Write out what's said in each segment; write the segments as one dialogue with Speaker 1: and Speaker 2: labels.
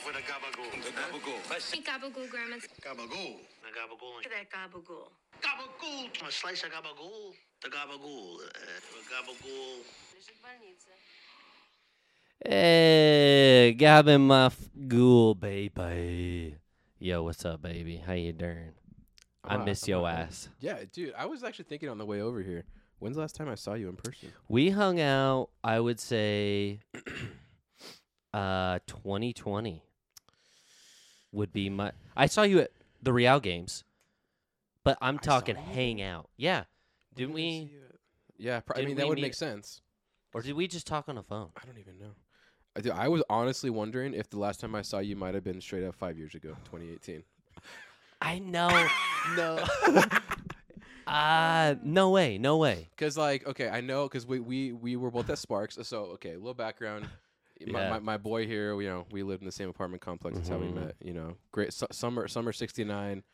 Speaker 1: for the gabagool. The gabagool. Let's
Speaker 2: Gabagool, Grandma.
Speaker 1: gabagool. The gabagool.
Speaker 3: Look at that gabagool.
Speaker 1: Gabagool. A slice of gabagool. The gabagool. Uh, gabagool.
Speaker 4: Hey, Gavin, my f- ghoul baby. Yo, what's up, baby? How you doing? I
Speaker 5: Wow,
Speaker 4: miss
Speaker 5: I'm
Speaker 4: yo
Speaker 5: not bad.
Speaker 4: ass.
Speaker 5: Yeah, dude, I was actually thinking on the way over here. When's the last time I saw you in person?
Speaker 4: We hung out, I would say, uh, 2020 would be my. I saw you at the Real Games, but I'm
Speaker 5: saw
Speaker 4: talking
Speaker 5: you there?
Speaker 4: hang out. Yeah, didn't
Speaker 5: When did I
Speaker 4: we?
Speaker 5: see you at- Yeah, pro- I
Speaker 4: Didn't
Speaker 5: mean that
Speaker 4: we
Speaker 5: would
Speaker 4: meet-
Speaker 5: make sense.
Speaker 4: Or did we just talk on the phone?
Speaker 5: I don't even know. I, do- I was honestly wondering if the last time I saw you might have been straight up five years ago, 2018.
Speaker 4: I know, no. Uh, no way, no way.
Speaker 5: Cause like, okay, I know, cause we we we were both at Sparks. So okay, little background. My,
Speaker 4: Yeah.
Speaker 5: my, my boy here, you know, we lived in the same apartment complex. That's how we
Speaker 4: Mhm.
Speaker 5: met. You know, great su- summer summer '69,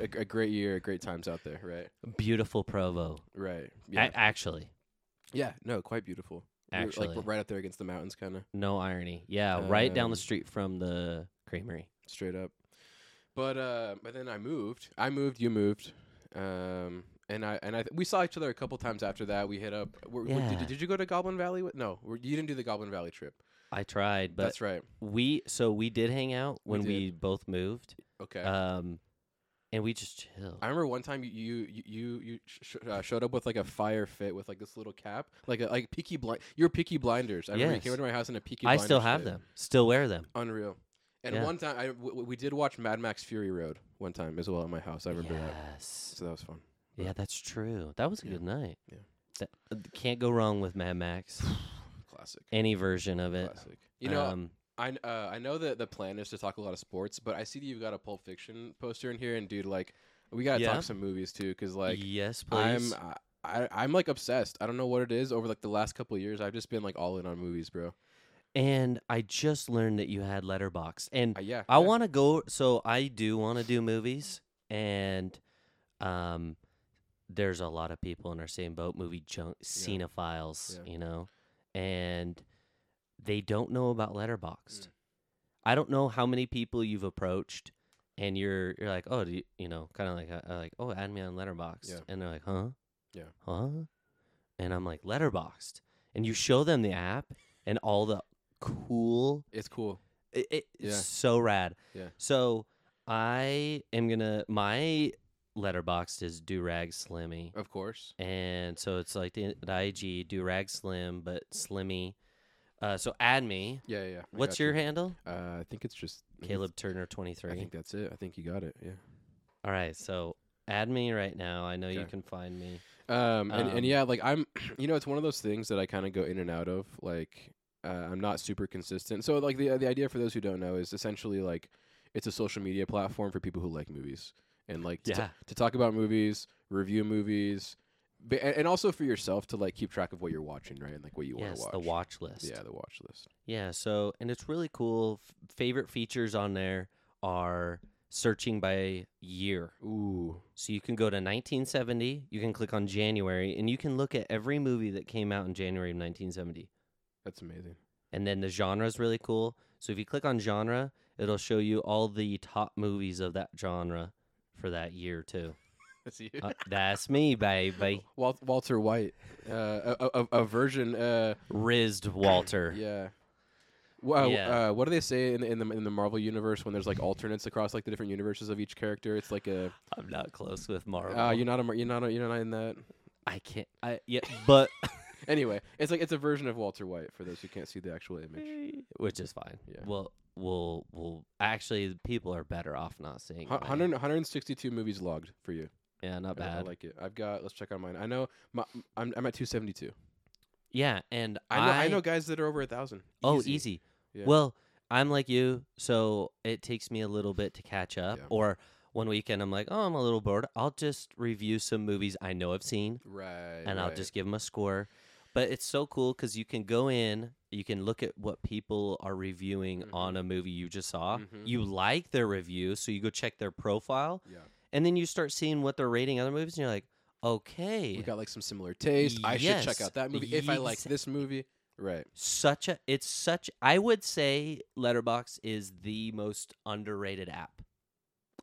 Speaker 5: a, a great year, great times out there. Right,
Speaker 4: Beautiful Provo.
Speaker 5: right.
Speaker 4: A-
Speaker 5: Yeah,
Speaker 4: actually,
Speaker 5: yeah. No, quite beautiful. We were,
Speaker 4: actually,
Speaker 5: like we're right up there against the mountains, kind of
Speaker 4: no irony. Yeah, right down the
Speaker 5: Um,
Speaker 4: street from the creamery.
Speaker 5: straight up. But uh, but then I moved. I moved. You moved. Um, and I and I th- we saw each other a couple times after that. We hit up. Were, were-
Speaker 4: Yeah.
Speaker 5: did, did you go to Goblin Valley? with- No, were- you didn't do the Goblin Valley trip.
Speaker 4: I tried, but
Speaker 5: That's right.
Speaker 4: we so we did hang out
Speaker 5: We
Speaker 4: when we,
Speaker 5: did.
Speaker 4: both moved
Speaker 5: Okay.
Speaker 4: um and we just chill
Speaker 5: I remember one time you you you you sh- sh- uh, showed up with like a fire fit with like this little cap, like a, like Peaky Blind. You're Peaky Blinders. I remember you came
Speaker 4: Yes.
Speaker 5: into my house in a Peaky.
Speaker 4: i
Speaker 5: Blinders
Speaker 4: still have
Speaker 5: fit.
Speaker 4: them still wear them
Speaker 5: Unreal. And
Speaker 4: Yeah.
Speaker 5: one time I w- w- we did watch Mad Max Fury Road one time as well at my house. I remember that.
Speaker 4: yes
Speaker 5: So that was fun.
Speaker 4: yeah that's true that was a
Speaker 5: Yeah.
Speaker 4: good night
Speaker 5: Yeah.
Speaker 4: That- uh, can't go wrong with mad max
Speaker 5: Classic.
Speaker 4: any version of it
Speaker 5: Classic. You know,
Speaker 4: um,
Speaker 5: I kn- uh, I know that the plan is to talk a lot of sports, but I see that you've got a Pulp Fiction poster in here, and dude, like we gotta
Speaker 4: Yeah.
Speaker 5: talk some movies too, because like
Speaker 4: yes please
Speaker 5: I'm I, I, I'm like obsessed. I don't know what it is. Over like the last couple of years, I've just been like all in on movies, bro.
Speaker 4: and i just learned that you had letterbox and
Speaker 5: Uh, yeah,
Speaker 4: I
Speaker 5: yeah.
Speaker 4: want to go. So I do want to do movies, and um, there's a lot of people in our same boat, movie junk, cinephiles,
Speaker 5: Yeah.
Speaker 4: you know, and they don't know about Letterboxd.
Speaker 5: Mm.
Speaker 4: I don't know how many people you've approached, and you're you're like, oh, do you, you know, kind of like uh, uh, like, oh, add me on Letterboxd,
Speaker 5: Yeah.
Speaker 4: and they're like, huh,
Speaker 5: Yeah.
Speaker 4: huh, and I'm like, Letterboxd, and you show them the app and all the cool
Speaker 5: It's cool.
Speaker 4: it, it- it's
Speaker 5: Yeah.
Speaker 4: so rad.
Speaker 5: Yeah.
Speaker 4: So I am gonna my letterboxed is Durag Slimmy,
Speaker 5: Of course.
Speaker 4: and so it's like the, the IG Durag Slim, but Slimmy. Uh, so add me.
Speaker 5: Yeah, yeah. yeah. I
Speaker 4: What's
Speaker 5: got you.
Speaker 4: your handle?
Speaker 5: Uh, I think it's just I think
Speaker 4: Caleb
Speaker 5: it's-
Speaker 4: Turner twenty
Speaker 5: I
Speaker 4: three.
Speaker 5: think that's it. I think you got it. Yeah.
Speaker 4: All right, so add me right now. I know you
Speaker 5: Okay.
Speaker 4: can find me.
Speaker 5: Um, and,
Speaker 4: Um,
Speaker 5: and yeah, like I'm, you know, it's one of those things that I kind of go in and out of. Like, uh, I'm not super consistent. So, like the the idea for those who don't know is essentially like it's a social media platform for people who like movies and like to,
Speaker 4: Yeah.
Speaker 5: to talk about movies, review movies, but, and, and also for yourself to like keep track of what you're watching, right? And like what you want
Speaker 4: yes,
Speaker 5: to watch.
Speaker 4: the watch list.
Speaker 5: Yeah, the watch list.
Speaker 4: Yeah, so and it's really cool. F- favorite features on there are searching by year.
Speaker 5: Ooh,
Speaker 4: So you can go to 1970, you can click on January, and you can look at every movie that came out in January of 1970.
Speaker 5: that's amazing.
Speaker 4: And then the genre is really cool. So if you click on genre, it'll show you all the top movies of that genre for that year, too.
Speaker 5: That's you.
Speaker 4: Uh, that's me, baby.
Speaker 5: Wal- Walter White, uh, a, a, a a version. Uh,
Speaker 4: Rizzed Walter.
Speaker 5: Yeah. Well,
Speaker 4: Yeah.
Speaker 5: Uh, what do they say in, in the in the Marvel universe when there's like alternates across like the different universes of each character? It's like a
Speaker 4: I'm not close with Marvel.
Speaker 5: uh, you're not a Mar- you're not a, you're not in that.
Speaker 4: I can't. I, yeah, but.
Speaker 5: Anyway, it's like it's a version of Walter White for those who can't see the actual image.
Speaker 4: which is fine.
Speaker 5: Yeah.
Speaker 4: Well, we'll, we'll. Actually, people are better off not seeing
Speaker 5: Hu-
Speaker 4: it, man.
Speaker 5: 100, 162 movies logged for you.
Speaker 4: Yeah, not
Speaker 5: I- I,
Speaker 4: bad.
Speaker 5: like it. I've got. Let's check on mine. I know. My, I'm I'm at 272.
Speaker 4: yeah, and
Speaker 5: I know. I, know guys that are over a thousand.
Speaker 4: Oh, easy.
Speaker 5: Yeah.
Speaker 4: Well, I'm like you, so it takes me a little bit to catch up.
Speaker 5: Yeah.
Speaker 4: Or one weekend, I'm like, oh, I'm a little bored. I'll just review some movies I know I've seen,
Speaker 5: Right.
Speaker 4: and I'll
Speaker 5: right.
Speaker 4: just give them a score. But it's so cool because you can go in, you can look at what people are reviewing
Speaker 5: Mhm.
Speaker 4: on a movie you just saw.
Speaker 5: Mhm.
Speaker 4: You like their review, so you go check their profile,
Speaker 5: Yeah.
Speaker 4: and then you start seeing what they're rating other movies, and you're like, okay,
Speaker 5: We got like some similar taste. I should check
Speaker 4: Yes.
Speaker 5: out that movie if I like
Speaker 4: Yes.
Speaker 5: this movie. Right.
Speaker 4: Such a it's such I would say Letterbox is the most underrated app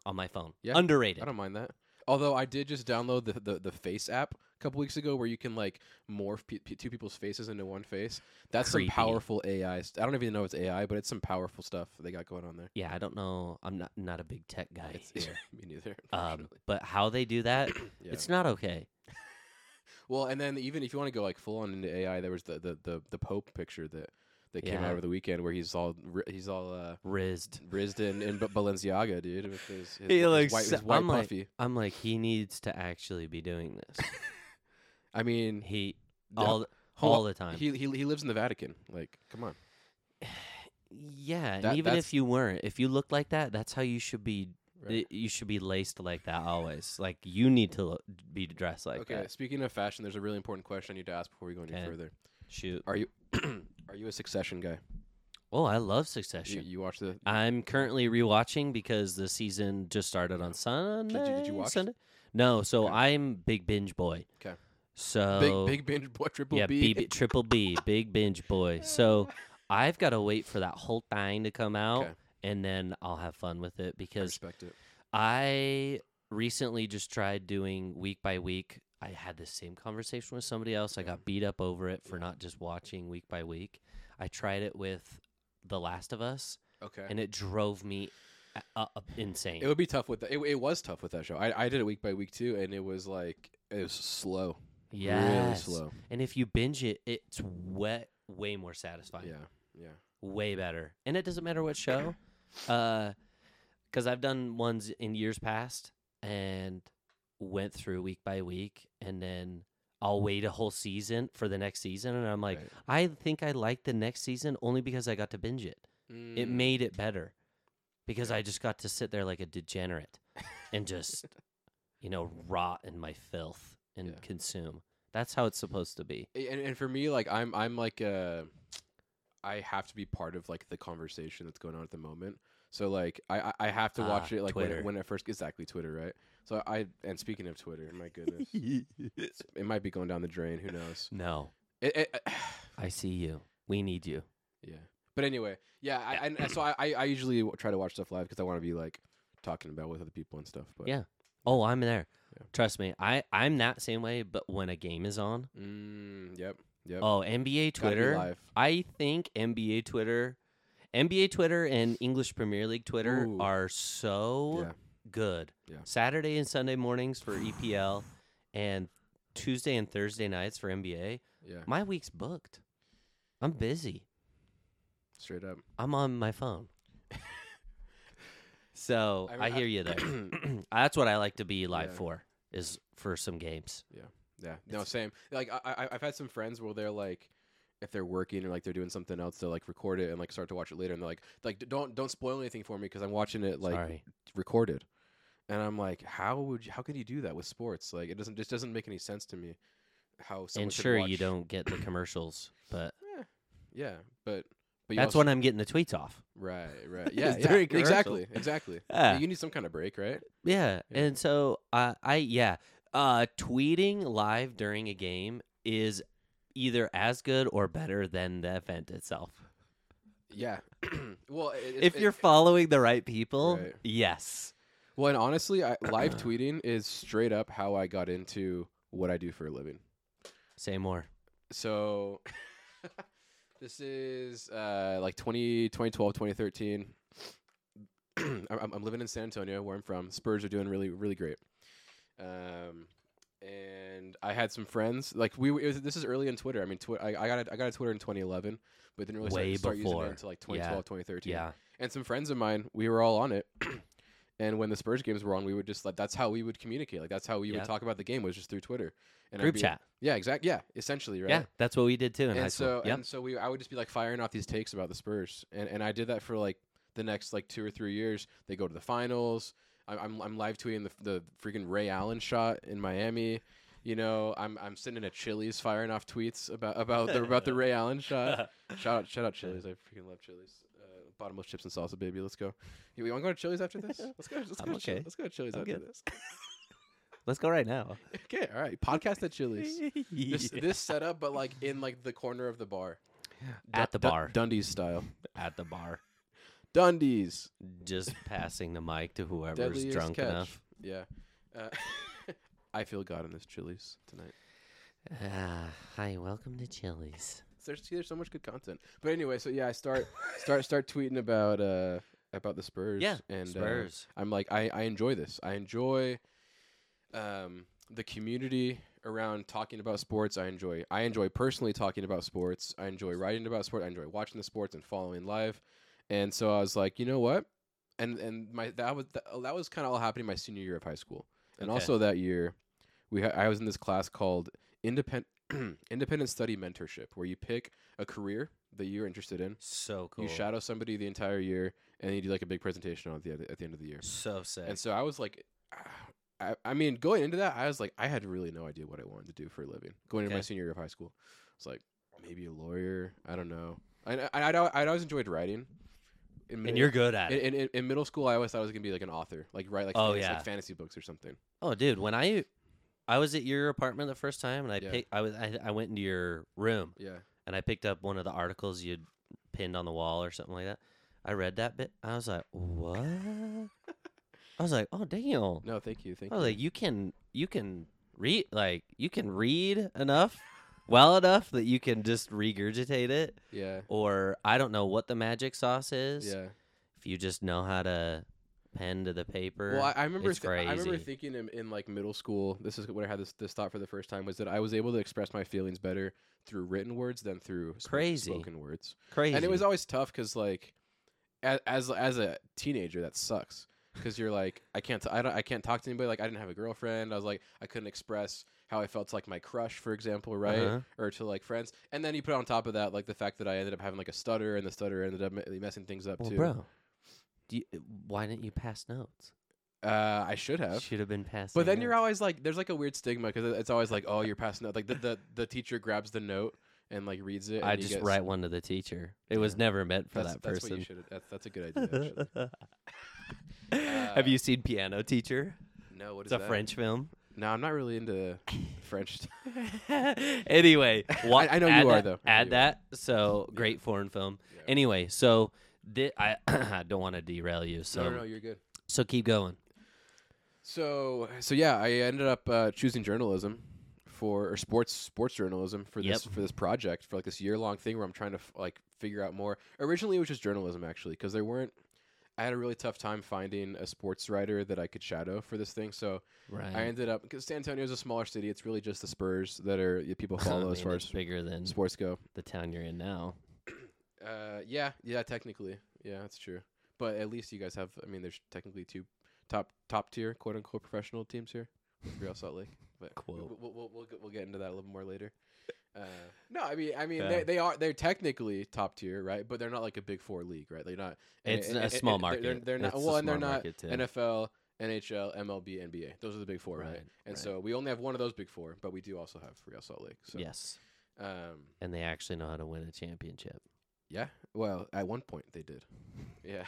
Speaker 4: on my phone.
Speaker 5: Yeah,
Speaker 4: underrated.
Speaker 5: I don't mind that. Although I did just download the, the, the face app a couple weeks ago where you can like morph pe- pe- two people's faces into one face. That's
Speaker 4: Creepy.
Speaker 5: some powerful AI. St- I don't even know it's AI, but it's some powerful stuff they got going on there.
Speaker 4: yeah, I don't know. I'm not not a big tech guy.
Speaker 5: It's,
Speaker 4: here.
Speaker 5: me neither.
Speaker 4: um,
Speaker 5: unfortunately.
Speaker 4: but how they do that,
Speaker 5: Yeah.
Speaker 4: it's not okay.
Speaker 5: Well, and then even if you want to go like full on into AI, there was the the, the, the Pope picture that that came
Speaker 4: Yeah.
Speaker 5: out over the weekend where he's all ri- he's all uh,
Speaker 4: Rizzed.
Speaker 5: rizzed in in B- Balenciaga, dude. With his, his,
Speaker 4: He
Speaker 5: his
Speaker 4: looks
Speaker 5: white,
Speaker 4: so-
Speaker 5: his white
Speaker 4: I'm like-
Speaker 5: puffy.
Speaker 4: I'm like, he needs to actually be doing this.
Speaker 5: I mean,
Speaker 4: He
Speaker 5: No,
Speaker 4: all
Speaker 5: hold
Speaker 4: all
Speaker 5: on.
Speaker 4: the time.
Speaker 5: he, he he lives in the Vatican. Like, come on.
Speaker 4: yeah,
Speaker 5: That-
Speaker 4: and even
Speaker 5: that's-
Speaker 4: if you weren't, if you looked like that, that's how you should be.
Speaker 5: Right.
Speaker 4: uh, You should be laced like that always. like you need to lo- be dressed like
Speaker 5: okay,
Speaker 4: that.
Speaker 5: speaking of fashion, there's a really important question I need to ask before we go any
Speaker 4: Okay.
Speaker 5: further.
Speaker 4: Shoot.
Speaker 5: Are you are you a Succession guy?
Speaker 4: Oh, I love
Speaker 5: You,
Speaker 4: Succession.
Speaker 5: you watch the
Speaker 4: I'm currently rewatching because the season just started on Sunday.
Speaker 5: did you watch it?
Speaker 4: Sunday? No, so
Speaker 5: Okay.
Speaker 4: I'm big binge boy.
Speaker 5: 'Kay.
Speaker 4: So
Speaker 5: big big binge boy triple
Speaker 4: yeah,
Speaker 5: B.
Speaker 4: BB triple B, big binge boy. So I've got to wait for that whole thing to come out,
Speaker 5: Okay.
Speaker 4: and then I'll have fun with it
Speaker 5: I
Speaker 4: because
Speaker 5: respect it.
Speaker 4: I recently just tried doing week by week. I had the same conversation with somebody else. I
Speaker 5: Yeah.
Speaker 4: got beat up over it for
Speaker 5: Yeah.
Speaker 4: not just watching week by week. I tried it with The Last of Us,
Speaker 5: Okay.
Speaker 4: and it drove me a- a- up insane.
Speaker 5: It would be tough with that. It, it was tough with that show. I, I did it week by week too, and it was like it was slow, really
Speaker 4: Yes.
Speaker 5: slow.
Speaker 4: And if you binge it, it's way, way more satisfying.
Speaker 5: Yeah, yeah.
Speaker 4: way better. And it doesn't matter what show, because I've done ones in years past and went through week by week, and then I'll wait a whole season for the next season, and I'm like,
Speaker 5: Right.
Speaker 4: I think I like the next season only because I got to binge it. It
Speaker 5: Mm.
Speaker 4: made it better because I just got to sit there like a degenerate and just, you know, rot in my filth and
Speaker 5: Yeah.
Speaker 4: consume. That's how it's supposed to be.
Speaker 5: A- and, and for me like i'm i'm like uh i have to be part of like the conversation that's going on at the moment so like i i I have to watch
Speaker 4: Ah,
Speaker 5: it like when
Speaker 4: Twitter.
Speaker 5: it, when it first exactly twitter right so i and speaking of twitter my goodness it might be going down the drain who knows
Speaker 4: no,
Speaker 5: it, it,
Speaker 4: I see you. We need you.
Speaker 5: yeah but anyway yeah i, I so i i I usually w- try to watch stuff live because i want to be like talking about with other people and stuff but
Speaker 4: Yeah. Oh, I'm there.
Speaker 5: Yeah.
Speaker 4: Trust me. I I'm that same way, but when a game is on,
Speaker 5: mm, yep yep
Speaker 4: oh, NBA
Speaker 5: Gotta be
Speaker 4: Twitter.
Speaker 5: live.
Speaker 4: I think NBA Twitter, NBA Twitter and English Premier League Twitter
Speaker 5: Ooh.
Speaker 4: are so
Speaker 5: yeah
Speaker 4: good.
Speaker 5: Yeah.
Speaker 4: Saturday and Sunday mornings for EPL and Tuesday and Thursday nights for NBA.
Speaker 5: yeah
Speaker 4: My week's booked. I'm busy.
Speaker 5: straight up
Speaker 4: I'm on my phone. so,
Speaker 5: I
Speaker 4: I,
Speaker 5: mean, I-
Speaker 4: hear you there. That's what I like to be live
Speaker 5: Yeah.
Speaker 4: for is for some games.
Speaker 5: Yeah. No, same. Like I, I, I've had some friends where they're like, if they're working or like they're doing something else, they'll like record it and like start to watch it later, and they're like, like "D- don't don't spoil anything for me because I'm watching it like
Speaker 4: Sorry.
Speaker 5: recorded, and I'm like, how would you, how could you do that with sports? Like it doesn't just doesn't make any sense to me. How someone
Speaker 4: and
Speaker 5: could
Speaker 4: sure you
Speaker 5: watch-
Speaker 4: don't get the commercials, but
Speaker 5: Eh, yeah, but but you
Speaker 4: that's
Speaker 5: also,
Speaker 4: when I'm getting the tweets off.
Speaker 5: right right yeah,
Speaker 4: It's
Speaker 5: yeah
Speaker 4: during commercials.
Speaker 5: exactly exactly
Speaker 4: Yeah.
Speaker 5: you need some kind of break right
Speaker 4: Yeah,
Speaker 5: Yeah.
Speaker 4: and so uh, I yeah, uh, tweeting live during a game is either as good or better than the event itself.
Speaker 5: yeah well it, it-
Speaker 4: If
Speaker 5: it-
Speaker 4: you're following the right people,
Speaker 5: Right.
Speaker 4: yes.
Speaker 5: Well, and honestly, I, live tweeting is straight up how I got into what I do for a living.
Speaker 4: Say more.
Speaker 5: So this is uh, like 20, 2012, 2013. I'm, I'm I'm living in San Antonio, where I'm from. Spurs are doing really, really great. Um, and I had some friends. Like we, were- it was, this is early in Twitter. I mean, twi- I, I got, a, I got a Twitter in 2011, but didn't really start,
Speaker 4: Way
Speaker 5: start using
Speaker 4: before.
Speaker 5: it until like
Speaker 4: Yeah.
Speaker 5: 2012, 2013
Speaker 4: Yeah.
Speaker 5: and some friends of mine, we were all on it. and when the Spurs games were on, we would just like that's how we would communicate. Like that's how we
Speaker 4: Yeah.
Speaker 5: would talk about the game was just through Twitter and I'd
Speaker 4: Group
Speaker 5: be-
Speaker 4: chat.
Speaker 5: Yeah, exactly. Yeah, essentially, right.
Speaker 4: Yeah, that's what we did too in high
Speaker 5: And
Speaker 4: school.
Speaker 5: so
Speaker 4: yep.
Speaker 5: and so we I would just be like firing off these takes about the Spurs, and and I did that for like the next like two or three years. They go to the finals. I'm I'm, I'm live tweeting the the freaking Ray Allen shot in Miami. You know, I'm I'm sitting in a Chili's firing off tweets about about the about the Ray Allen shot. Shout out, shout out Chili's. I freaking love Chili's. Uh, bottomless chips and salsa, baby. Let's go. You, want to go to Chili's after this? Let's go. Let's go.
Speaker 4: I'm
Speaker 5: to Chili-
Speaker 4: okay.
Speaker 5: Let's go to Chili's
Speaker 4: I'm
Speaker 5: after
Speaker 4: good.
Speaker 5: this.
Speaker 4: Let's go right now.
Speaker 5: Okay, all right. Podcast at Chili's. This this setup, but like in like the corner of the bar.
Speaker 4: At the
Speaker 5: Dun-
Speaker 4: bar.
Speaker 5: Dundee's style.
Speaker 4: at the bar,
Speaker 5: Dundee's.
Speaker 4: just passing the mic to whoever's
Speaker 5: Deadliest
Speaker 4: drunk
Speaker 5: catch.
Speaker 4: enough.
Speaker 5: Yeah. Uh, I feel God in this Chili's tonight.
Speaker 4: Ah, hi, welcome to Chili's.
Speaker 5: There's see, there's so much good content. But anyway, so yeah, I start start start tweeting about uh about the Spurs.
Speaker 4: Yeah,
Speaker 5: and uh,
Speaker 4: Spurs.
Speaker 5: I'm like I I enjoy this. I enjoy um the community around talking about sports. I enjoy I enjoy personally talking about sports. I enjoy writing about sports. I enjoy watching the sports and following live. And so I was like, you know what? And and my that was that, that was kind of all happening my senior year of high school. And
Speaker 4: Okay.
Speaker 5: also that year, we ha- I was in this class called independent independent study mentorship, where you pick a career that you're interested in.
Speaker 4: So cool.
Speaker 5: You shadow somebody the entire year, and then you do like a big presentation on it at the end- at the end of the year.
Speaker 4: so sick.
Speaker 5: And so I was like, ah, I, I mean, going into that, I was like, I had really no idea what I wanted to do for a living. Going into my
Speaker 4: Okay.
Speaker 5: senior year of high school, I was like, maybe a lawyer. I don't know. And I, I'd, al- I'd always enjoyed writing. In,
Speaker 4: And
Speaker 5: mid-
Speaker 4: you're good at
Speaker 5: in,
Speaker 4: it.
Speaker 5: in, in, in middle school, I always thought I was gonna be like an author, like write like,
Speaker 4: Oh,
Speaker 5: fantasy,
Speaker 4: yeah.
Speaker 5: like fantasy books or something.
Speaker 4: Oh, dude, when I I was at your apartment the first time, and I
Speaker 5: Yeah.
Speaker 4: picked I was I, I went into your room
Speaker 5: Yeah,
Speaker 4: and I picked up one of the articles you'd pinned on the wall or something like that. I read that bit. I was like, what? I was like, oh damn.
Speaker 5: no, thank you, thank
Speaker 4: I
Speaker 5: you.
Speaker 4: was Oh, like, you can you can read like you can read enough, well enough that you can just regurgitate it.
Speaker 5: yeah,
Speaker 4: Or I don't know what the magic sauce is.
Speaker 5: yeah.
Speaker 4: If you just know how to pen to the paper.
Speaker 5: Well, I, I remember
Speaker 4: it's
Speaker 5: thi- I remember
Speaker 4: crazy.
Speaker 5: thinking in, in like middle school. This is when I had this this thought for the first time was that I was able to express my feelings better through written words than through sp-
Speaker 4: Crazy.
Speaker 5: spoken words.
Speaker 4: crazy.
Speaker 5: And it was always tough because like, as, as as a teenager, that sucks because you're like, I can't, t- I don't, I can't talk to anybody. Like, I didn't have a girlfriend. I was like, I couldn't express how I felt to like my crush, for example, right,
Speaker 4: Uh-huh.
Speaker 5: or to like friends. And then you put on top of that like the fact that I ended up having like a stutter, and the stutter ended up me- messing things up
Speaker 4: Well,
Speaker 5: too.
Speaker 4: bro, do you, why didn't you pass notes?
Speaker 5: Uh, I should have.
Speaker 4: Should have been passed.
Speaker 5: But then you're always like, there's like a weird stigma because it's always like, oh, you're passing out. Like the, the the teacher grabs the note and like reads it. And
Speaker 4: I
Speaker 5: you
Speaker 4: just
Speaker 5: get-
Speaker 4: write one to the teacher. It was
Speaker 5: Yeah.
Speaker 4: never meant for
Speaker 5: That's,
Speaker 4: that
Speaker 5: that's what you
Speaker 4: person.
Speaker 5: should. That's that's a good idea. Actually.
Speaker 4: Have you seen Piano Teacher?
Speaker 5: No, what
Speaker 4: It's
Speaker 5: is
Speaker 4: a
Speaker 5: that?
Speaker 4: French film.
Speaker 5: No, I'm not really into French. stuff.
Speaker 4: anyway, wa-
Speaker 5: I know you
Speaker 4: add
Speaker 5: are,
Speaker 4: that-
Speaker 5: though. I know
Speaker 4: Add
Speaker 5: you are.
Speaker 4: that. So great foreign film.
Speaker 5: Yeah.
Speaker 4: Anyway, so thi- I I don't want to derail you. So
Speaker 5: no, no, no, you're good.
Speaker 4: so keep going.
Speaker 5: So, so yeah, I ended up uh, choosing journalism for or sports sports journalism for this for this project for like this year long thing where I'm trying to f- like figure out more. Originally, it was just journalism actually because there weren't. I had a really tough time finding a sports writer that I could shadow for this thing. So
Speaker 4: Right.
Speaker 5: I ended up because San Antonio is a smaller city. It's really just the Spurs that are that people
Speaker 4: I
Speaker 5: follow as
Speaker 4: mean,
Speaker 5: far
Speaker 4: it's
Speaker 5: as
Speaker 4: bigger than
Speaker 5: sports go.
Speaker 4: the town you're in now.
Speaker 5: Uh, yeah, yeah, technically, yeah, that's true. But at least you guys have. I mean, there's technically two top top tier quote unquote professional teams here, with Real Salt Lake. But
Speaker 4: Quote.
Speaker 5: We'll, we'll, we'll, we'll, get, we'll get into that a little more later. Uh, no, I mean, I mean,
Speaker 4: Yeah.
Speaker 5: they, they are they're technically top tier, right? But they're not like a big four league, right? They're not. and-
Speaker 4: It's
Speaker 5: and-
Speaker 4: a
Speaker 5: and-
Speaker 4: small
Speaker 5: and they're- They're,
Speaker 4: market.
Speaker 5: they're not.
Speaker 4: It's a
Speaker 5: well, and they're
Speaker 4: small
Speaker 5: not
Speaker 4: market, too.
Speaker 5: NFL, NHL, MLB, NBA. Those are the big four, right?
Speaker 4: Right,
Speaker 5: And
Speaker 4: right.
Speaker 5: so we only have one of those big four, but we do also have Real Salt Lake. So
Speaker 4: Yes,
Speaker 5: um,
Speaker 4: and they actually know how to win a championship.
Speaker 5: yeah. Well, at one point they did. Yeah.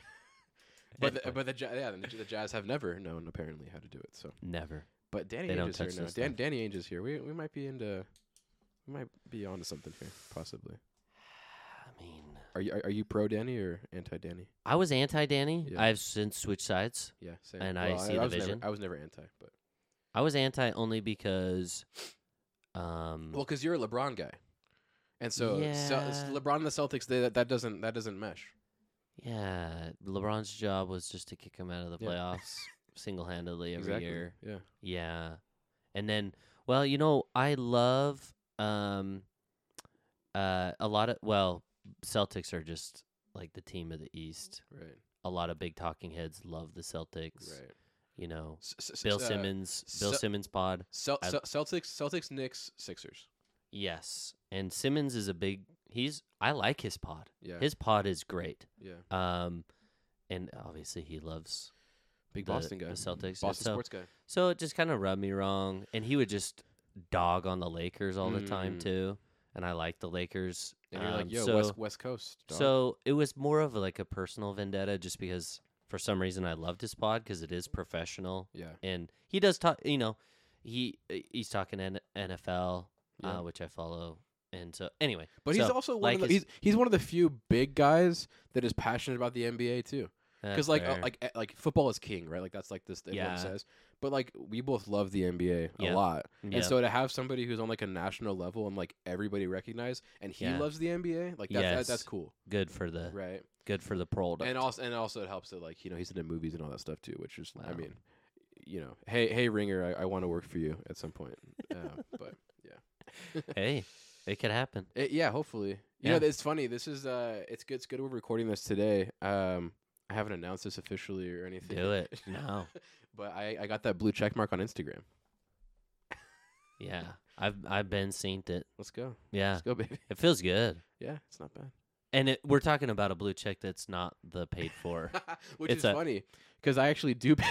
Speaker 5: but the, but the Ja- yeah the, the Jazz have never known apparently how to do it. So,
Speaker 4: Never.
Speaker 5: but Danny
Speaker 4: They
Speaker 5: Ainge
Speaker 4: don't
Speaker 5: is here
Speaker 4: touch
Speaker 5: now.
Speaker 4: this
Speaker 5: Dan,
Speaker 4: stuff.
Speaker 5: Danny Ainge is here. We we might be into we might be onto something here possibly.
Speaker 4: I mean,
Speaker 5: Are you are, are you pro Danny or anti Danny?
Speaker 4: I was anti Danny.
Speaker 5: Yeah.
Speaker 4: I've since switched sides.
Speaker 5: Yeah, same.
Speaker 4: And I see the
Speaker 5: was
Speaker 4: vision.
Speaker 5: Never, I was never anti, but
Speaker 4: I was anti only because, um,
Speaker 5: well, because you're a LeBron guy, and so, so it's
Speaker 4: Yeah.
Speaker 5: LeBron and the Celtics they, that that doesn't that doesn't mesh.
Speaker 4: yeah, LeBron's job was just to kick him out of the
Speaker 5: Yeah.
Speaker 4: playoffs single handedly every
Speaker 5: exactly.
Speaker 4: year.
Speaker 5: Yeah.
Speaker 4: Yeah, and then well, you know, I love um, uh, a lot of well, Celtics are just like the team of the East.
Speaker 5: Right.
Speaker 4: A lot of big talking heads love the Celtics.
Speaker 5: Right.
Speaker 4: You know,
Speaker 5: S- s- s-
Speaker 4: Bill
Speaker 5: uh,
Speaker 4: Simmons, Bill
Speaker 5: Cel-
Speaker 4: Simmons pod.
Speaker 5: Cel-
Speaker 4: I-
Speaker 5: Cel- Celtics, Celtics, Knicks, Sixers.
Speaker 4: Yes. And Simmons is a big he's I like his pod.
Speaker 5: Yeah.
Speaker 4: His pod is great.
Speaker 5: yeah.
Speaker 4: Um and obviously he loves
Speaker 5: Big
Speaker 4: the-
Speaker 5: Boston guy.
Speaker 4: the Celtics.
Speaker 5: Boston
Speaker 4: so,
Speaker 5: sports guy.
Speaker 4: so it just kind of rubbed me wrong and he would just dog on the Lakers all the time
Speaker 5: Mm.
Speaker 4: too and I like the Lakers.
Speaker 5: And you're like,
Speaker 4: Um,
Speaker 5: yo,
Speaker 4: so,
Speaker 5: West West Coast. Dog.
Speaker 4: so it was more of like a personal vendetta just because for some reason I loved his pod cuz it is professional
Speaker 5: yeah,
Speaker 4: and he does talk. You know, he he's uh, talking N- NFL,
Speaker 5: Yeah.
Speaker 4: uh, which I follow, And so, anyway,
Speaker 5: But he's
Speaker 4: so,
Speaker 5: also one
Speaker 4: like
Speaker 5: of the,
Speaker 4: his-
Speaker 5: he's he's one of the few big guys that is passionate about the NBA too.
Speaker 4: that's
Speaker 5: Because like uh,
Speaker 4: fair.
Speaker 5: like eh, like football is king, right? Like that's like this thing
Speaker 4: Yeah.
Speaker 5: everyone says. But like we both love the NBA
Speaker 4: Yeah.
Speaker 5: a lot,
Speaker 4: Yeah.
Speaker 5: and so to have somebody who's on like a national level and like everybody recognized, and he
Speaker 4: Yeah.
Speaker 5: loves the NBA, like that's, that,
Speaker 4: Yes.
Speaker 5: that's cool,
Speaker 4: good for the
Speaker 5: right?
Speaker 4: good for the product.
Speaker 5: And also and also it helps that like you know he's into movies and all that stuff too, which is I
Speaker 4: Wow.
Speaker 5: mean, you know, hey hey Ringer, I, I want to work for you at some point, uh, but
Speaker 4: hey, it could happen.
Speaker 5: It, yeah, hopefully. You
Speaker 4: Yeah.
Speaker 5: know, it's funny. This is uh, it's good. It's good we're recording this today. Um, I haven't announced this officially or anything.
Speaker 4: Do it now.
Speaker 5: But I, I got that blue check mark on Instagram.
Speaker 4: Yeah, I've I've been seen it.
Speaker 5: Let's go.
Speaker 4: Yeah,
Speaker 5: Let's go, baby.
Speaker 4: it feels good.
Speaker 5: Yeah, it's not bad.
Speaker 4: And it, we're talking about a blue check that's not the paid for.
Speaker 5: Which
Speaker 4: It's
Speaker 5: is
Speaker 4: a-
Speaker 5: funny because I actually do. Pay,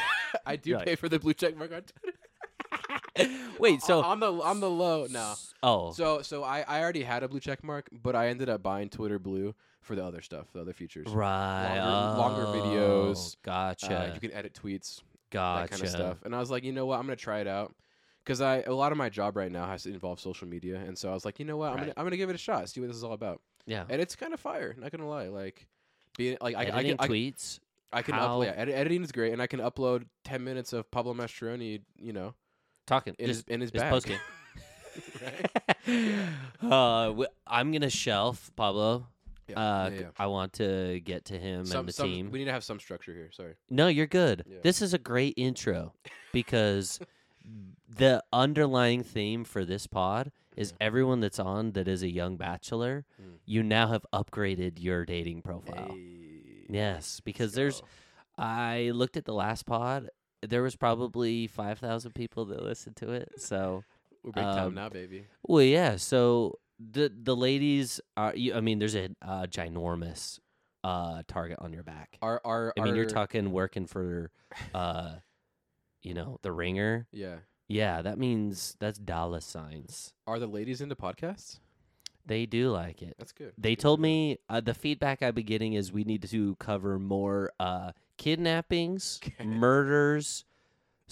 Speaker 5: I do
Speaker 4: You're like-
Speaker 5: pay for the blue check mark on Twitter.
Speaker 4: Wait, so
Speaker 5: on the on the low no.
Speaker 4: oh,
Speaker 5: So so I, I already had a blue check mark, but I ended up buying Twitter blue for the other stuff, the other features.
Speaker 4: right,
Speaker 5: longer- longer videos,
Speaker 4: oh, Gotcha,
Speaker 5: Uh, you can edit tweets.
Speaker 4: gotcha.
Speaker 5: that kind of stuff. And I was like, you know what, I'm gonna try it out because I a lot of my job right now has to involve social media, and so I was like, you know what, I'm gonna
Speaker 4: Right.
Speaker 5: I'm gonna give it a shot, see what this is all about.
Speaker 4: Yeah,
Speaker 5: And it's kind of fire, not gonna lie. Like being like I, I,
Speaker 4: editing
Speaker 5: can- I,
Speaker 4: tweets.
Speaker 5: I can
Speaker 4: how-
Speaker 5: upload. Yeah, edit, editing is great, and I can upload ten minutes of Pablo Mastroianni, you know,
Speaker 4: talking,
Speaker 5: in
Speaker 4: just
Speaker 5: his in his
Speaker 4: just
Speaker 5: bag.
Speaker 4: posting.
Speaker 5: Right?
Speaker 4: uh, w- I'm gonna shelf Pablo.
Speaker 5: Yeah,
Speaker 4: uh,
Speaker 5: yeah,
Speaker 4: c-
Speaker 5: yeah.
Speaker 4: I want to get to him
Speaker 5: Some,
Speaker 4: and the
Speaker 5: some,
Speaker 4: team.
Speaker 5: We need to have some structure here. Sorry.
Speaker 4: No, you're good.
Speaker 5: Yeah.
Speaker 4: This is a great intro because the underlying theme for this pod is everyone that's on that is a young bachelor,
Speaker 5: Mm.
Speaker 4: you now have upgraded your dating profile.
Speaker 5: Hey,
Speaker 4: Yes, because
Speaker 5: let's
Speaker 4: there's
Speaker 5: go.
Speaker 4: I looked at the last pod, there was probably 5,000 people that listened to it. So,
Speaker 5: we're big time
Speaker 4: um,
Speaker 5: now, baby.
Speaker 4: well yeah, so the the ladies are you, I mean there's a uh, ginormous uh target on your back.
Speaker 5: Our our
Speaker 4: I mean, you're
Speaker 5: our-
Speaker 4: talking working for, uh, you know, the ringer.
Speaker 5: yeah.
Speaker 4: Yeah, that means that's dollar signs.
Speaker 5: Are the ladies into podcasts?
Speaker 4: They do like it.
Speaker 5: That's good.
Speaker 4: They
Speaker 5: Good to
Speaker 4: told
Speaker 5: know.
Speaker 4: me uh, the feedback I've been getting is we need to cover more uh, kidnappings,
Speaker 5: Okay.
Speaker 4: murders,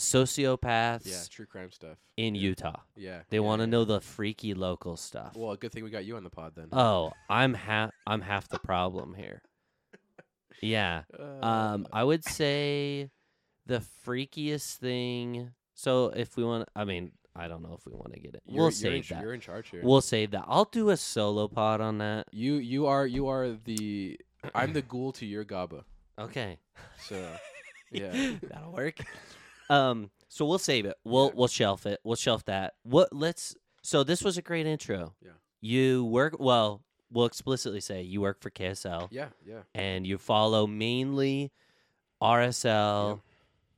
Speaker 4: sociopaths
Speaker 5: Yeah, true crime stuff.
Speaker 4: in
Speaker 5: yeah.
Speaker 4: Utah.
Speaker 5: Yeah.
Speaker 4: They
Speaker 5: yeah,
Speaker 4: want to
Speaker 5: yeah.
Speaker 4: know the freaky local stuff.
Speaker 5: Well, good thing we got you on the pod then.
Speaker 4: oh, I'm half. I'm half the problem here. Yeah.
Speaker 5: Uh, Oh
Speaker 4: Um, I would say the freakiest thing. So if we want, I mean, I don't know if we want to get it.
Speaker 5: you're,
Speaker 4: we'll
Speaker 5: you're in,
Speaker 4: save
Speaker 5: ch- You're
Speaker 4: that.
Speaker 5: in charge here.
Speaker 4: We'll save that. I'll do a solo pod on that.
Speaker 5: you you are you are the I'm the ghoul to your gaba.
Speaker 4: Okay.
Speaker 5: So yeah.
Speaker 4: that'll work. Um, so we'll save it. We'll
Speaker 5: Yeah.
Speaker 4: we'll shelf it. We'll shelf that. What? Let's. So this was a great intro.
Speaker 5: Yeah.
Speaker 4: You work well. We'll explicitly say you work for KSL.
Speaker 5: Yeah, yeah.
Speaker 4: and you follow mainly RSL.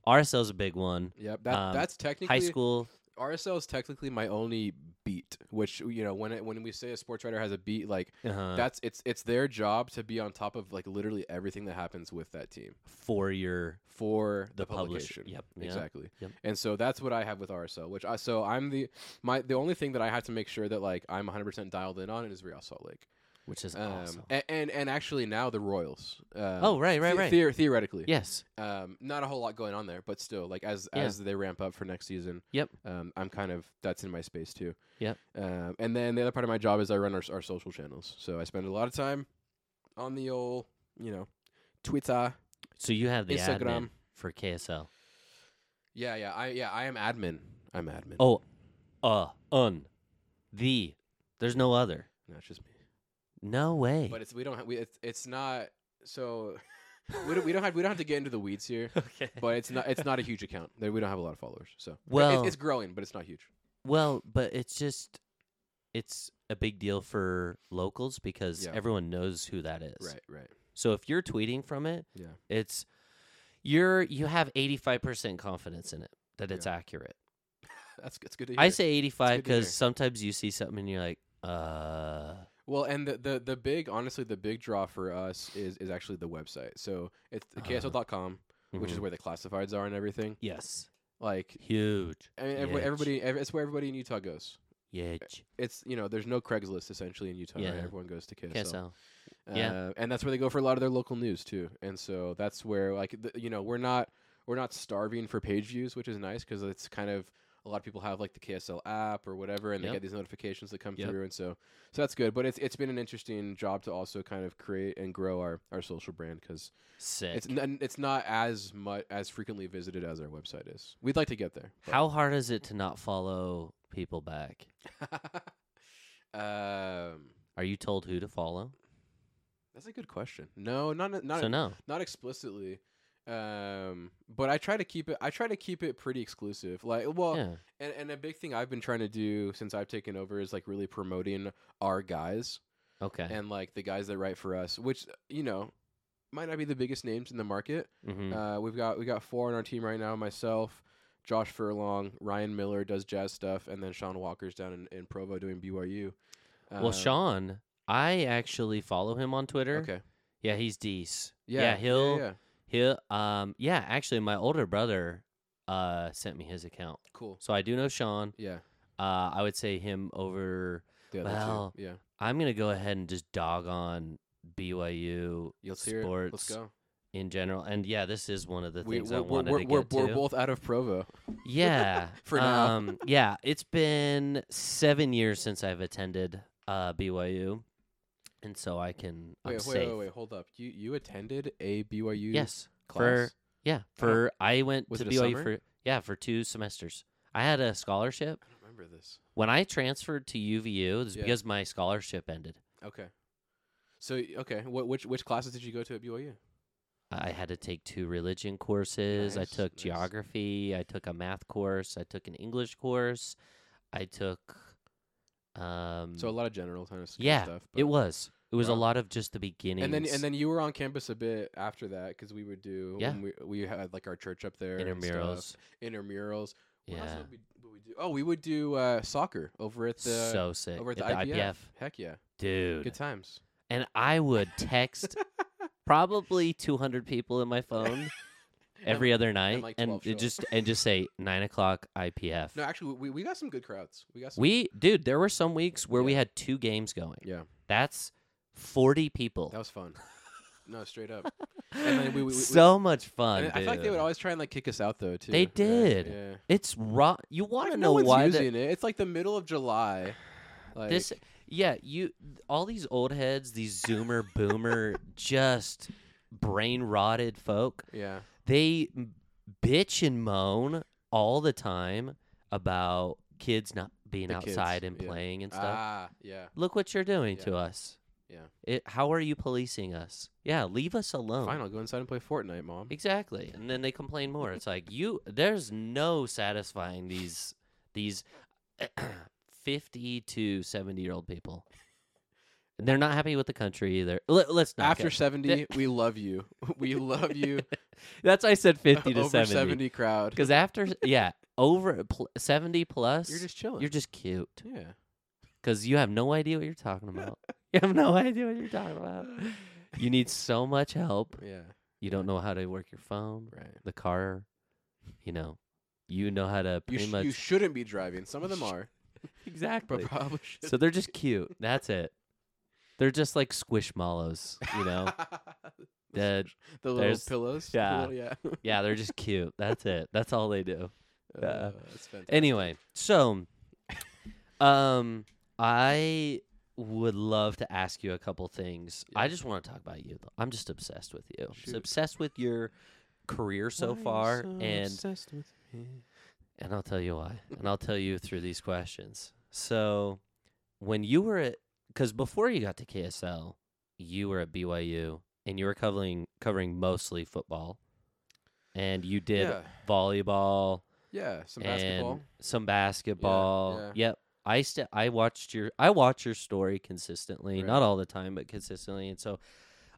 Speaker 4: RSL is a big one.
Speaker 5: Yep. That
Speaker 4: Um,
Speaker 5: that's technically
Speaker 4: High school.
Speaker 5: RSL is technically my only beat, which you know, when it, when we say a sports writer has a beat, like
Speaker 4: Uh-huh.
Speaker 5: that's it's it's their job to be on top of like literally everything that happens with that team.
Speaker 4: for your
Speaker 5: for
Speaker 4: The
Speaker 5: the,
Speaker 4: publish-
Speaker 5: publication.
Speaker 4: yep, yeah,
Speaker 5: exactly.
Speaker 4: yep.
Speaker 5: And so that's what I have with RSL, which I so I'm the my the only thing that I have to make sure that like I'm 100% dialed in on is Real Salt Lake.
Speaker 4: which is
Speaker 5: Um,
Speaker 4: awesome.
Speaker 5: a- and, and actually now the Royals. Um,
Speaker 4: oh right, right,
Speaker 5: the-
Speaker 4: right.
Speaker 5: theor- theoretically,
Speaker 4: yes,
Speaker 5: um, not a whole lot going on there, but still, like as
Speaker 4: Yeah.
Speaker 5: as they ramp up for next season,
Speaker 4: Yep.
Speaker 5: Um, I'm kind of that's in my space too.
Speaker 4: Yep.
Speaker 5: Um, and then the other part of my job is I run our s- our social channels, so I spend a lot of time on the old, you know, Twitter,
Speaker 4: so you have the admin
Speaker 5: Instagram.
Speaker 4: for KSL.
Speaker 5: Yeah, yeah, I yeah, I am admin. I'm admin.
Speaker 4: Oh, uh, un, the. There's no other.
Speaker 5: no, it's just me.
Speaker 4: No way.
Speaker 5: But it's we don't ha- we it's, it's not so we don't we don't have we don't have to get into the weeds here.
Speaker 4: okay.
Speaker 5: But it's not it's not a huge account. There- We don't have a lot of followers, so It-
Speaker 4: Well-
Speaker 5: it's, it's growing, but it's not huge.
Speaker 4: well, but it's just it's a big deal for locals because
Speaker 5: Yeah.
Speaker 4: everyone knows who that is.
Speaker 5: Right, right.
Speaker 4: So if you're tweeting from it,
Speaker 5: Yeah.
Speaker 4: it's you're you have 85% confidence in it that it's
Speaker 5: Yeah.
Speaker 4: accurate.
Speaker 5: That's it's good to hear.
Speaker 4: I say 85
Speaker 5: good to hear.
Speaker 4: because sometimes you see something and you're like, uh,
Speaker 5: well, and the, the the big honestly the big draw for us is is actually the website. So it's the
Speaker 4: Uh-huh.
Speaker 5: KSL.com, which is
Speaker 4: mhm.
Speaker 5: where the classifieds are and everything.
Speaker 4: yes,
Speaker 5: Like
Speaker 4: huge.
Speaker 5: I mean, every-
Speaker 4: Huge.
Speaker 5: everybody, every, it's where everybody in Utah goes.
Speaker 4: Huge.
Speaker 5: It's you know, there's no Craigslist essentially in Utah. right?
Speaker 4: Yeah.
Speaker 5: Everyone goes to
Speaker 4: KSL. Yeah.
Speaker 5: Yeah, uh, and that's where they go for a lot of their local news too. And so that's where like the, you know we're not we're not starving for page views, which is nice because it's kind of a lot of people have like the KSL app or whatever, and they
Speaker 4: Yep.
Speaker 5: get these notifications that come
Speaker 4: Yep.
Speaker 5: through, and so so that's good. But it's it's been an interesting job to also kind of create and grow our our social brand because
Speaker 4: Sick.
Speaker 5: it's n- it's not as much as frequently visited as our website is. We'd like to get there. but-
Speaker 4: How hard is it to not follow people back?
Speaker 5: um,
Speaker 4: Are you told who to follow?
Speaker 5: that's a good question. No, not not
Speaker 4: so no.
Speaker 5: not explicitly. Um, but I try to keep it. I try to keep it pretty exclusive. Like, well,
Speaker 4: yeah.
Speaker 5: And and a big thing I've been trying to do since I've taken over is like really promoting our guys
Speaker 4: Okay.
Speaker 5: and like the guys that write for us, which you know might not be the biggest names in the market.
Speaker 4: hmm
Speaker 5: Uh, we've got we got four on our team right now. Myself, Josh Furlong, Ryan Miller does jazz stuff, and then Sean Walker's down in, in Provo doing BYU.
Speaker 4: well,
Speaker 5: Um,
Speaker 4: Sean, I actually follow him on Twitter.
Speaker 5: Okay.
Speaker 4: Yeah, he's Dees.
Speaker 5: Yeah.
Speaker 4: he'll
Speaker 5: yeah.
Speaker 4: he'll um yeah, actually my older brother uh sent me his account.
Speaker 5: Cool.
Speaker 4: So I do know Sean.
Speaker 5: Yeah.
Speaker 4: Uh I would say him over
Speaker 5: The other
Speaker 4: Well,
Speaker 5: two. Yeah.
Speaker 4: I'm gonna go ahead and just dog on BYU
Speaker 5: You'll see it.
Speaker 4: sports
Speaker 5: Let's go.
Speaker 4: in general. And yeah, this is one of the things I
Speaker 5: we're,
Speaker 4: wanted
Speaker 5: we're,
Speaker 4: to
Speaker 5: we're,
Speaker 4: get
Speaker 5: we're
Speaker 4: to.
Speaker 5: both out of Provo.
Speaker 4: Yeah.
Speaker 5: For now.
Speaker 4: Um, yeah, it's been seven years since I've attended uh, BYU, and so I can. I'm
Speaker 5: Wait, wait,
Speaker 4: safe.
Speaker 5: wait, wait, hold up. You you attended a BYU
Speaker 4: Yes.
Speaker 5: class?
Speaker 4: For yeah, for I went
Speaker 5: uh, Was
Speaker 4: to
Speaker 5: it a
Speaker 4: BYU
Speaker 5: summer?
Speaker 4: for yeah for two semesters. I had a scholarship
Speaker 5: I don't remember this.
Speaker 4: when I transferred to UVU. It was
Speaker 5: Yeah.
Speaker 4: because my scholarship ended.
Speaker 5: Okay. So y- okay, what which which classes did you go to at BYU?
Speaker 4: I had to take two religion courses.
Speaker 5: Nice,
Speaker 4: I took
Speaker 5: nice.
Speaker 4: geography. I took a math course. I took an English course. I took. Um,
Speaker 5: So a lot of general kind of s- kind of
Speaker 4: yeah,
Speaker 5: stuff.
Speaker 4: It was. It was
Speaker 5: Wow.
Speaker 4: a lot of just the beginning.
Speaker 5: And then and then you were on campus a bit after that because we would do
Speaker 4: Yeah.
Speaker 5: when we we had like our church up there and stuff,
Speaker 4: intramurals.
Speaker 5: intramurals. What else
Speaker 4: Yeah.
Speaker 5: would we, would we do? Oh, we would do uh, soccer over at the
Speaker 4: so sick.
Speaker 5: over at the, IPF. Heck yeah,
Speaker 4: Dude.
Speaker 5: good times.
Speaker 4: and I would text probably 200 people in my phone every other night
Speaker 5: like,
Speaker 4: and
Speaker 5: 12
Speaker 4: it
Speaker 5: show up.
Speaker 4: just and just say 9 o'clock IPF.
Speaker 5: No, actually, we, we got some good crowds. We got some,
Speaker 4: we, dude, there were some weeks where we
Speaker 5: Yeah.
Speaker 4: had two games going.
Speaker 5: yeah,
Speaker 4: That's 40 people.
Speaker 5: that was fun. no, straight up. and then we- we- we-
Speaker 4: so much fun.
Speaker 5: And I feel like they would
Speaker 4: dude.
Speaker 5: always try and like kick us out though too.
Speaker 4: They
Speaker 5: Yeah,
Speaker 4: did.
Speaker 5: Yeah.
Speaker 4: It's raw. You want to
Speaker 5: Like,
Speaker 4: know
Speaker 5: no one's
Speaker 4: why the-
Speaker 5: using it. It's like the middle of July. Like,
Speaker 4: this yeah you all these old heads these zoomer boomer just brain rotted folk
Speaker 5: yeah,
Speaker 4: they m- bitch and moan all the time about kids not being
Speaker 5: The kids,
Speaker 4: outside and
Speaker 5: yeah.
Speaker 4: playing and stuff
Speaker 5: ah, yeah.
Speaker 4: look what you're doing
Speaker 5: yeah.
Speaker 4: to us
Speaker 5: Yeah.
Speaker 4: it, how are you policing us yeah leave us alone
Speaker 5: Fine, I'll go inside and play Fortnite, mom.
Speaker 4: Oh. Exactly. And then they complain more. It's like you there's no satisfying these these 50 to 70 year old people. And they're not happy with the country either. Let, us not.
Speaker 5: After
Speaker 4: get-
Speaker 5: seventy, we love you. We love you.
Speaker 4: That's why I said 50 to
Speaker 5: over
Speaker 4: 70.
Speaker 5: crowd.
Speaker 4: Cuz after yeah, over pl- 70 plus
Speaker 5: You're just chilling.
Speaker 4: you're just cute
Speaker 5: yeah.
Speaker 4: cuz you have no idea what you're talking about. you have no idea what you're talking about. You need so much help.
Speaker 5: Yeah.
Speaker 4: You don't know how to work your phone.
Speaker 5: Right.
Speaker 4: the car, you know, you know how to
Speaker 5: You,
Speaker 4: pretty
Speaker 5: sh-
Speaker 4: much
Speaker 5: you shouldn't be driving. Some of them are, but
Speaker 4: exactly.
Speaker 5: probably should.
Speaker 4: So they're just cute. That's it. They're just like squishmallows, you know.
Speaker 5: the,
Speaker 4: Dead.
Speaker 5: the little
Speaker 4: there's-
Speaker 5: pillows.
Speaker 4: yeah.
Speaker 5: The little-
Speaker 4: Yeah, they're just cute. That's it. That's all they do.
Speaker 5: yeah.
Speaker 4: Yeah.
Speaker 5: Uh, that's fantastic.
Speaker 4: Anyway, so um I would love to ask you a couple things. I
Speaker 5: Yeah.
Speaker 4: just want to talk about you. Though. I'm just obsessed with you. I'm just
Speaker 5: Shoot.
Speaker 4: obsessed with your career so
Speaker 5: Why are you
Speaker 4: far
Speaker 5: so
Speaker 4: and
Speaker 5: obsessed with me?
Speaker 4: And I'll tell you why. And I'll tell you through these questions. So, when you were at, because before you got to KSL, you were at BYU and you were covering covering mostly football, and you did
Speaker 5: Yeah.
Speaker 4: volleyball
Speaker 5: Yeah, some
Speaker 4: and
Speaker 5: basketball.
Speaker 4: some basketball.
Speaker 5: yeah.
Speaker 4: Yep. I st- I watched your I watch your story consistently,
Speaker 5: Right.
Speaker 4: not all the time, but consistently. And so,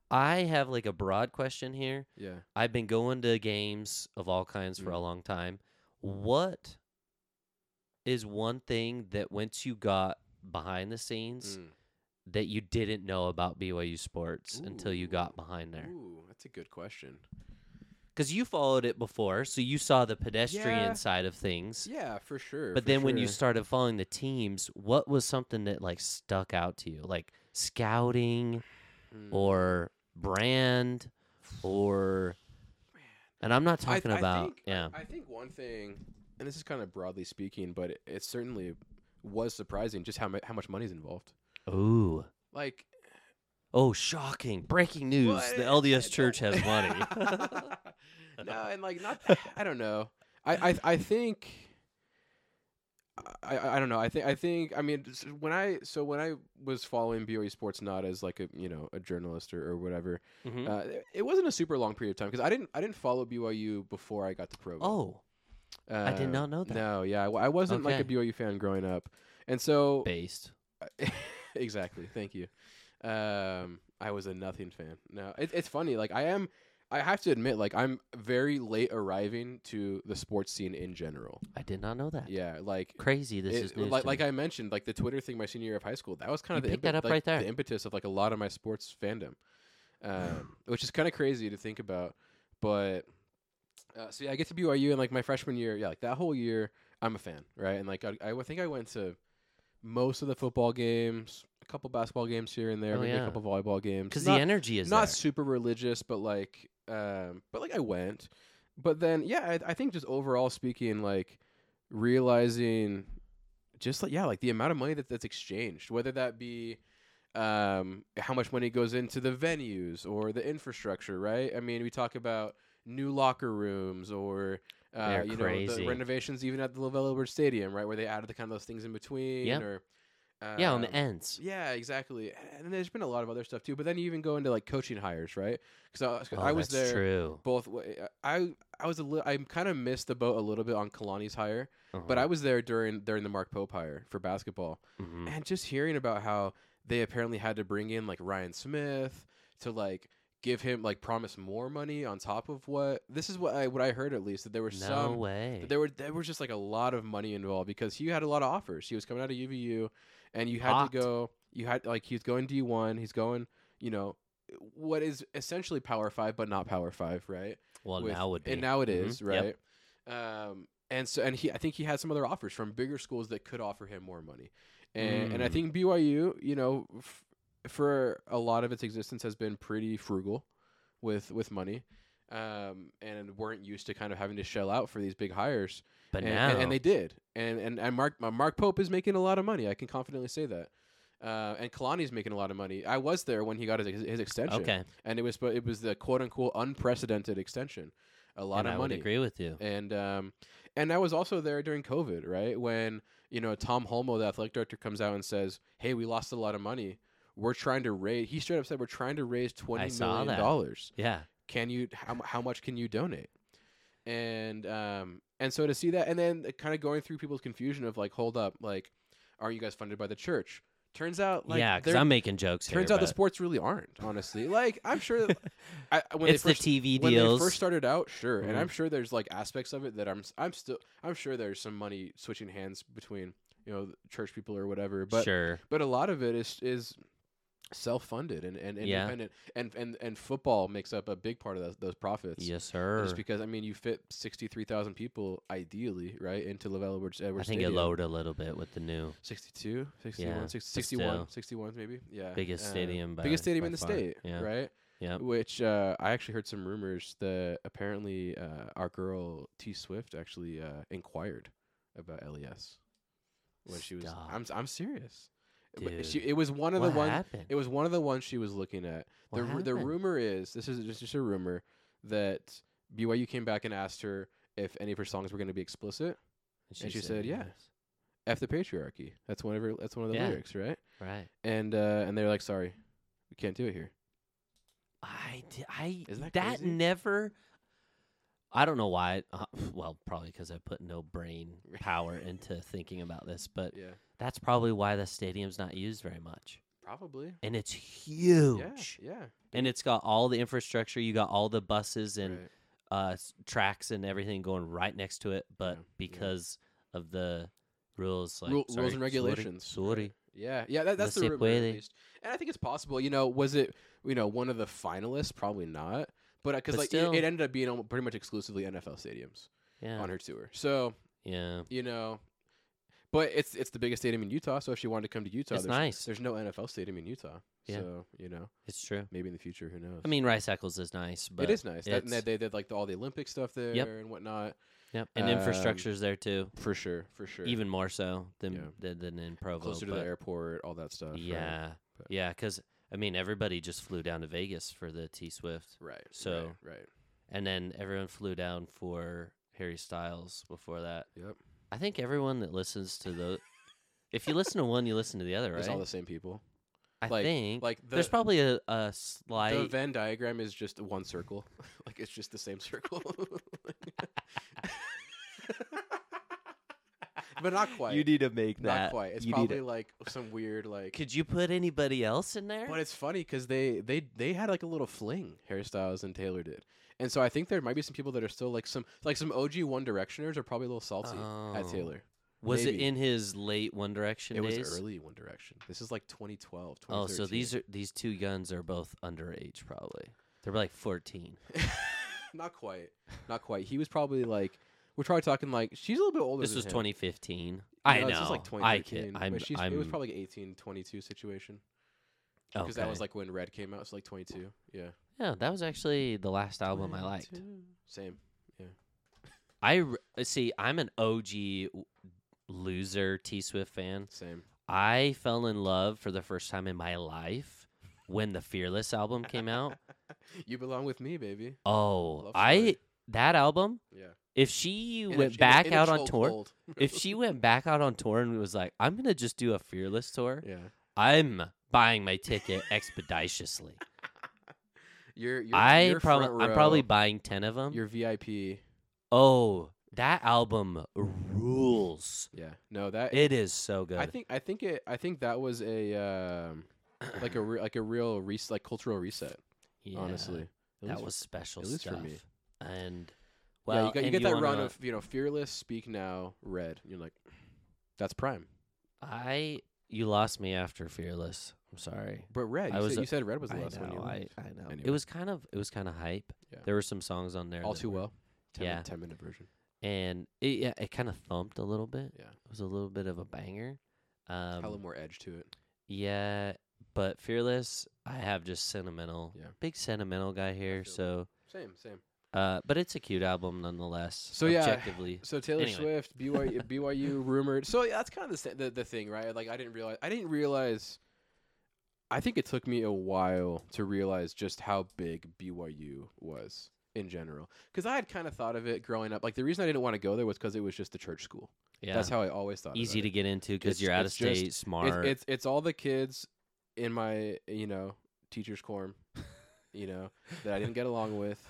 Speaker 4: I have like a broad question here.
Speaker 5: Yeah.
Speaker 4: I've been going to games of all kinds
Speaker 5: Mm-hmm.
Speaker 4: for a long time. What is one thing that once you got behind the scenes
Speaker 5: Mm.
Speaker 4: that you didn't know about BYU sports until you
Speaker 5: Ooh.
Speaker 4: got behind there?
Speaker 5: Ooh, that's a good question.
Speaker 4: Because you followed it before, so you saw the pedestrian
Speaker 5: Yeah.
Speaker 4: side of things.
Speaker 5: Yeah, for sure.
Speaker 4: but
Speaker 5: for
Speaker 4: then when you
Speaker 5: sure.
Speaker 4: started following the teams, what was something that like stuck out to you, like scouting
Speaker 5: Mm.
Speaker 4: or brand or? And I'm not
Speaker 5: I-
Speaker 4: talking
Speaker 5: I
Speaker 4: about
Speaker 5: think-
Speaker 4: yeah.
Speaker 5: I think one thing and this is kind of broadly speaking, but it, it certainly was surprising just how mu- how much money's involved.
Speaker 4: Ooh.
Speaker 5: Like
Speaker 4: Oh, shocking. Breaking news.
Speaker 5: Well,
Speaker 4: the
Speaker 5: I-
Speaker 4: LDS
Speaker 5: I-
Speaker 4: Church has money.
Speaker 5: no, and like not. I don't know. I I, I think. I, I I don't know. I think I think I mean s- when I so when I was following BOE Sports not as like a you know a journalist or, or whatever.
Speaker 4: Mhm.
Speaker 5: Uh, it- it wasn't a super long period of time because I didn't I didn't follow BYU before I got to Provo.
Speaker 4: oh, I did
Speaker 5: Uh,
Speaker 4: not know that.
Speaker 5: No, yeah, I- I wasn't like a
Speaker 4: Okay.
Speaker 5: BYU fan growing up, and so
Speaker 4: based.
Speaker 5: exactly. Thank you. Um, I was a nothing fan. No, it, it's funny. Like I am. I have to admit, like I'm very late arriving to the sports scene in general.
Speaker 4: I did not know that.
Speaker 5: Yeah, like
Speaker 4: Crazy. This
Speaker 5: it-
Speaker 4: is news
Speaker 5: like
Speaker 4: to
Speaker 5: like
Speaker 4: me.
Speaker 5: I mentioned, like the Twitter thing my senior year of high school. That was kind
Speaker 4: You
Speaker 5: of the
Speaker 4: picked that up
Speaker 5: like,
Speaker 4: right there.
Speaker 5: the impetus of like a lot of my sports fandom, um, which is kind of crazy to think about. But uh, so yeah, I get to BYU and like my freshman year, yeah, like that whole year, I'm a fan, right? And like I, I would think I went to most of the football games, a couple basketball games here and there,
Speaker 4: Oh,
Speaker 5: maybe
Speaker 4: yeah.
Speaker 5: a couple volleyball games.
Speaker 4: because the
Speaker 5: Not-
Speaker 4: energy is
Speaker 5: not
Speaker 4: there.
Speaker 5: super religious, but like, um, but like I went. But then, yeah, I, I think just overall speaking, like realizing, just like yeah, like the amount of money that that's exchanged, whether that be um, how much money goes into the venues or the infrastructure, right? I mean, we talk about new locker rooms or. Uh,
Speaker 4: They're
Speaker 5: you know
Speaker 4: crazy.
Speaker 5: the renovations, even at the Lavelle Edwards Stadium, right, where they added the kind of those things in between,
Speaker 4: Yeah.
Speaker 5: or uh,
Speaker 4: yeah, on the ends.
Speaker 5: yeah, exactly. And then there's been a lot of other stuff too. But then you even go into like coaching hires, right? Because I,
Speaker 4: Oh,
Speaker 5: I was
Speaker 4: that's
Speaker 5: there
Speaker 4: True.
Speaker 5: both. Way. I I was a li- I kind of missed the boat a little bit on Kalani's hire,
Speaker 4: Uh-huh.
Speaker 5: but I
Speaker 4: Oh.
Speaker 5: was there during during the Mark Pope hire for basketball,
Speaker 4: hmm
Speaker 5: and just hearing about how they apparently had to bring in like Ryan Smith to like give him like promise more money on top of what this is what I what I heard at least that there were
Speaker 4: no
Speaker 5: some
Speaker 4: way.
Speaker 5: there were there was just like a lot of money involved because he had a lot of offers. He was coming out of UVU, and you had
Speaker 4: Hot.
Speaker 5: to go. You had like he's going D one. He's going, you know, what is essentially Power Five, but not Power Five, right?
Speaker 4: well,
Speaker 5: with-
Speaker 4: now would be.
Speaker 5: and now it
Speaker 4: Mhm.
Speaker 5: is,
Speaker 4: Yep.
Speaker 5: right? Um, and so and he, I think he had some other offers from bigger schools that could offer him more money, and and I
Speaker 4: Mm.
Speaker 5: think BYU, you know, f- for a lot of its existence has been pretty frugal with with money. Um, and weren't used to kind of having to shell out for these big hires,
Speaker 4: But
Speaker 5: and,
Speaker 4: now
Speaker 5: and, and they did. And and, and Mark uh, Mark Pope is making a lot of money. I can confidently say that. Uh, and Kalani's making a lot of money. I was there when he got his, his extension,
Speaker 4: Okay,
Speaker 5: and it was spo- it was the quote unquote unprecedented extension, a lot
Speaker 4: and
Speaker 5: of
Speaker 4: I
Speaker 5: money.
Speaker 4: would agree with you.
Speaker 5: And um, and I was also there during COVID, right? When you know Tom Holmoe, the athletic director, comes out and says, "Hey, we lost a lot of money. We're trying to raise." He straight up said, "We're trying to raise twenty
Speaker 4: saw
Speaker 5: million
Speaker 4: that.
Speaker 5: dollars.
Speaker 4: Yeah,
Speaker 5: Can you? How, mu- how much can you donate?" And um, and so to see that, and then kind of going through people's confusion of like, hold up, like, are you guys funded by the church? Turns out, like,
Speaker 4: yeah, because
Speaker 5: they're-
Speaker 4: I'm making jokes.
Speaker 5: Turns
Speaker 4: here,
Speaker 5: out the
Speaker 4: but
Speaker 5: sports really aren't, honestly. Like I'm sure, I, when
Speaker 4: it's
Speaker 5: they first,
Speaker 4: the TV
Speaker 5: when
Speaker 4: deals.
Speaker 5: they first started out, sure, and
Speaker 4: Mhm.
Speaker 5: I'm sure there's like aspects of it that I'm I'm still I'm sure there's some money switching hands between you know church people or whatever, but
Speaker 4: sure,
Speaker 5: but a lot of it is is self funded and, and
Speaker 4: Yeah.
Speaker 5: independent, and and and football makes up a big part of those, those profits.
Speaker 4: yes,
Speaker 5: And
Speaker 4: sir.
Speaker 5: Just because I mean, you fit sixty three thousand people ideally, right, into Lavelle Edwards.
Speaker 4: I think it lowered a little bit with the new
Speaker 5: 62, 61,
Speaker 4: Yeah,
Speaker 5: 60,
Speaker 4: but
Speaker 5: 61,
Speaker 4: still.
Speaker 5: 61 maybe. Yeah.
Speaker 4: biggest
Speaker 5: Uh,
Speaker 4: stadium. By,
Speaker 5: biggest stadium
Speaker 4: by
Speaker 5: in the
Speaker 4: far.
Speaker 5: state,
Speaker 4: Yeah.
Speaker 5: right?
Speaker 4: Yep.
Speaker 5: Which uh, I actually heard some rumors that apparently uh, our girl T Swift actually uh, inquired about LES when she was.
Speaker 4: Stop.
Speaker 5: I'm I'm serious. But She,
Speaker 4: Dude.
Speaker 5: it was one of
Speaker 4: What
Speaker 5: the ones.
Speaker 4: happened?
Speaker 5: It was one of the ones she was looking at.
Speaker 4: What
Speaker 5: the ru- the
Speaker 4: happened?
Speaker 5: rumor is this is just, just a rumor that BYU came back and asked her if any of her songs were going to be explicit. and she said yes. F the patriarchy. That's one of her. That's one of the
Speaker 4: Yeah.
Speaker 5: lyrics, right?
Speaker 4: Right.
Speaker 5: And uh, and they're like, sorry, we can't do it here.
Speaker 4: I, d- I
Speaker 5: Isn't that
Speaker 4: that,
Speaker 5: crazy?
Speaker 4: never. I don't know why. Uh, well, probably because I put no brain power into thinking about this, but
Speaker 5: Yeah,
Speaker 4: that's probably why the stadium's not used very much.
Speaker 5: probably.
Speaker 4: And it's huge,
Speaker 5: Yeah, yeah.
Speaker 4: and it's got all the infrastructure. You got all the buses and
Speaker 5: right.
Speaker 4: uh, s- tracks and everything going right next to it, but
Speaker 5: Yeah, yeah.
Speaker 4: because of the rules, like
Speaker 5: Rule-
Speaker 4: sorry,
Speaker 5: rules and
Speaker 4: sorry,
Speaker 5: regulations.
Speaker 4: sorry.
Speaker 5: Yeah, yeah. That, that's
Speaker 4: No
Speaker 5: the
Speaker 4: se
Speaker 5: rumor at
Speaker 4: puede.
Speaker 5: least. And I think it's possible. You know, was it you know one of the finalists? Probably not. But because
Speaker 4: But
Speaker 5: like
Speaker 4: still.
Speaker 5: it, it ended up being almo- pretty much exclusively NFL stadiums
Speaker 4: yeah,
Speaker 5: on her tour. So
Speaker 4: yeah.
Speaker 5: you know, But it's it's the biggest stadium in Utah, so if she wanted to come to Utah,
Speaker 4: it's
Speaker 5: there's,
Speaker 4: nice.
Speaker 5: there's no NFL stadium in Utah.
Speaker 4: Yeah.
Speaker 5: So, you know,
Speaker 4: It's true.
Speaker 5: maybe in the future, who knows?
Speaker 4: I mean, Rice Eccles is nice, but
Speaker 5: it is nice. That, and
Speaker 4: it's-
Speaker 5: that they did like the, all the Olympic stuff there
Speaker 4: Yep.
Speaker 5: and whatnot.
Speaker 4: Yep, and
Speaker 5: Um,
Speaker 4: infrastructure's there too,
Speaker 5: For sure, for sure.
Speaker 4: even more so than
Speaker 5: Yeah.
Speaker 4: than, than in Provo.
Speaker 5: closer to
Speaker 4: but
Speaker 5: the airport, all that stuff. right?
Speaker 4: Yeah,
Speaker 5: But-
Speaker 4: yeah, because I mean, everybody just flew down to Vegas for the T Swift,
Speaker 5: Right.
Speaker 4: So-
Speaker 5: right, right.
Speaker 4: and then everyone flew down for Harry Styles before that.
Speaker 5: Yep.
Speaker 4: I think everyone that listens to the, if you listen to one, you listen to the other,
Speaker 5: It's all
Speaker 4: right?
Speaker 5: the same people.
Speaker 4: I
Speaker 5: like-
Speaker 4: think
Speaker 5: Like the,
Speaker 4: there's probably a, a
Speaker 5: the
Speaker 4: slight.
Speaker 5: Venn diagram is just one circle. like it's just the same circle. but not quite.
Speaker 4: need to make
Speaker 5: not quite. It's probably like some weird like
Speaker 4: Could you put anybody else in there?
Speaker 5: But it's funny because they they they had like a little fling hairstyles and Taylor did, and so I think there might be some people that are still like some like some OG One Directioners are probably a little salty at
Speaker 4: Oh.
Speaker 5: Taylor.
Speaker 4: was
Speaker 5: maybe.
Speaker 4: it in his late One Direction
Speaker 5: It
Speaker 4: days?
Speaker 5: was early One Direction. This is like 2012.
Speaker 4: Oh, so these
Speaker 5: 2013.
Speaker 4: are these two guns are both underage, probably. They're like fourteen.
Speaker 5: not quite, not quite. He was probably like we're probably talking like she's a little bit older.
Speaker 4: This
Speaker 5: than
Speaker 4: was
Speaker 5: him.
Speaker 4: 2015.
Speaker 5: No,
Speaker 4: I know.
Speaker 5: This was like
Speaker 4: I kid.
Speaker 5: 2013. but
Speaker 4: I'm.
Speaker 5: she's-
Speaker 4: I'm
Speaker 5: It was probably like 18, 22 situation because that
Speaker 4: okay.
Speaker 5: was like when Red came out. So like 22. Yeah.
Speaker 4: Yeah, that was actually the last album I liked.
Speaker 5: 22. Same.
Speaker 4: I r- uh, see. I'm an OG w- loser T Swift fan.
Speaker 5: Same.
Speaker 4: I fell in love for the first time in my life when the Fearless album came out.
Speaker 5: you belong with me, baby.
Speaker 4: Oh,
Speaker 5: Love
Speaker 4: I
Speaker 5: story.
Speaker 4: that album.
Speaker 5: Yeah.
Speaker 4: If she
Speaker 5: In a- in
Speaker 4: went
Speaker 5: a-
Speaker 4: back
Speaker 5: in a
Speaker 4: out on tour,
Speaker 5: chokehold.
Speaker 4: if she went back out on tour and was like, "I'm gonna just do a Fearless tour,"
Speaker 5: yeah,
Speaker 4: I'm buying my ticket expeditiously.
Speaker 5: you're, you're
Speaker 4: I
Speaker 5: you're
Speaker 4: prob-
Speaker 5: front
Speaker 4: I'm probably
Speaker 5: row,
Speaker 4: buying ten of them.
Speaker 5: your VIP.
Speaker 4: Oh, that album rules.
Speaker 5: Yeah, no, that
Speaker 4: It is so good.
Speaker 5: I think I think it I think that was a um, like a re- like a real res- like cultural reset.
Speaker 4: Yeah,
Speaker 5: Honestly, At
Speaker 4: that
Speaker 5: least-
Speaker 4: was special
Speaker 5: at least
Speaker 4: stuff.
Speaker 5: for me.
Speaker 4: And
Speaker 5: yeah,
Speaker 4: well,
Speaker 5: you, got, you
Speaker 4: and
Speaker 5: get that
Speaker 4: wanna
Speaker 5: run
Speaker 4: know-
Speaker 5: of you know fearless, speak now, red. and You're like, that's prime.
Speaker 4: I you lost me after Fearless. I'm sorry.
Speaker 5: But red,
Speaker 4: I
Speaker 5: you,
Speaker 4: was
Speaker 5: said,
Speaker 4: a-
Speaker 5: you said red was the
Speaker 4: I
Speaker 5: last one. You
Speaker 4: know. I,
Speaker 5: liked.
Speaker 4: I know.
Speaker 5: Anyway.
Speaker 4: It was kind of it was kind of hype.
Speaker 5: Yeah.
Speaker 4: There were some songs on there.
Speaker 5: all
Speaker 4: that
Speaker 5: too
Speaker 4: were-
Speaker 5: well. 10
Speaker 4: Yeah.
Speaker 5: ten minute version.
Speaker 4: And it, yeah, it kind of thumped a little bit.
Speaker 5: Yeah,
Speaker 4: It was a little bit of a banger.
Speaker 5: Had
Speaker 4: Um,
Speaker 5: a little more edge to it.
Speaker 4: Yeah, but Fearless, I have just sentimental.
Speaker 5: Yeah.
Speaker 4: Big sentimental guy here,
Speaker 5: feel
Speaker 4: so
Speaker 5: Same, same.
Speaker 4: uh but it's a cute album nonetheless.
Speaker 5: So, yeah,
Speaker 4: objectively.
Speaker 5: So Taylor
Speaker 4: Anyway.
Speaker 5: Swift, BYU, BYU rumored. So yeah, that's kind of the, sa- the the thing, right? Like I didn't realize. I didn't realize. I think it took me a while to realize just how big BYU was in general, because I had kind of thought of it growing up. Like the reason I didn't want to go there was because it was just the church school.
Speaker 4: yeah.
Speaker 5: That's how I always thought.
Speaker 4: easy to
Speaker 5: about
Speaker 4: get into
Speaker 5: It's-
Speaker 4: because you're out
Speaker 5: it's
Speaker 4: of
Speaker 5: just-
Speaker 4: state, smart.
Speaker 5: It. It's, it's it's all the kids in my you know teachers' quorum, you know that I didn't get along with.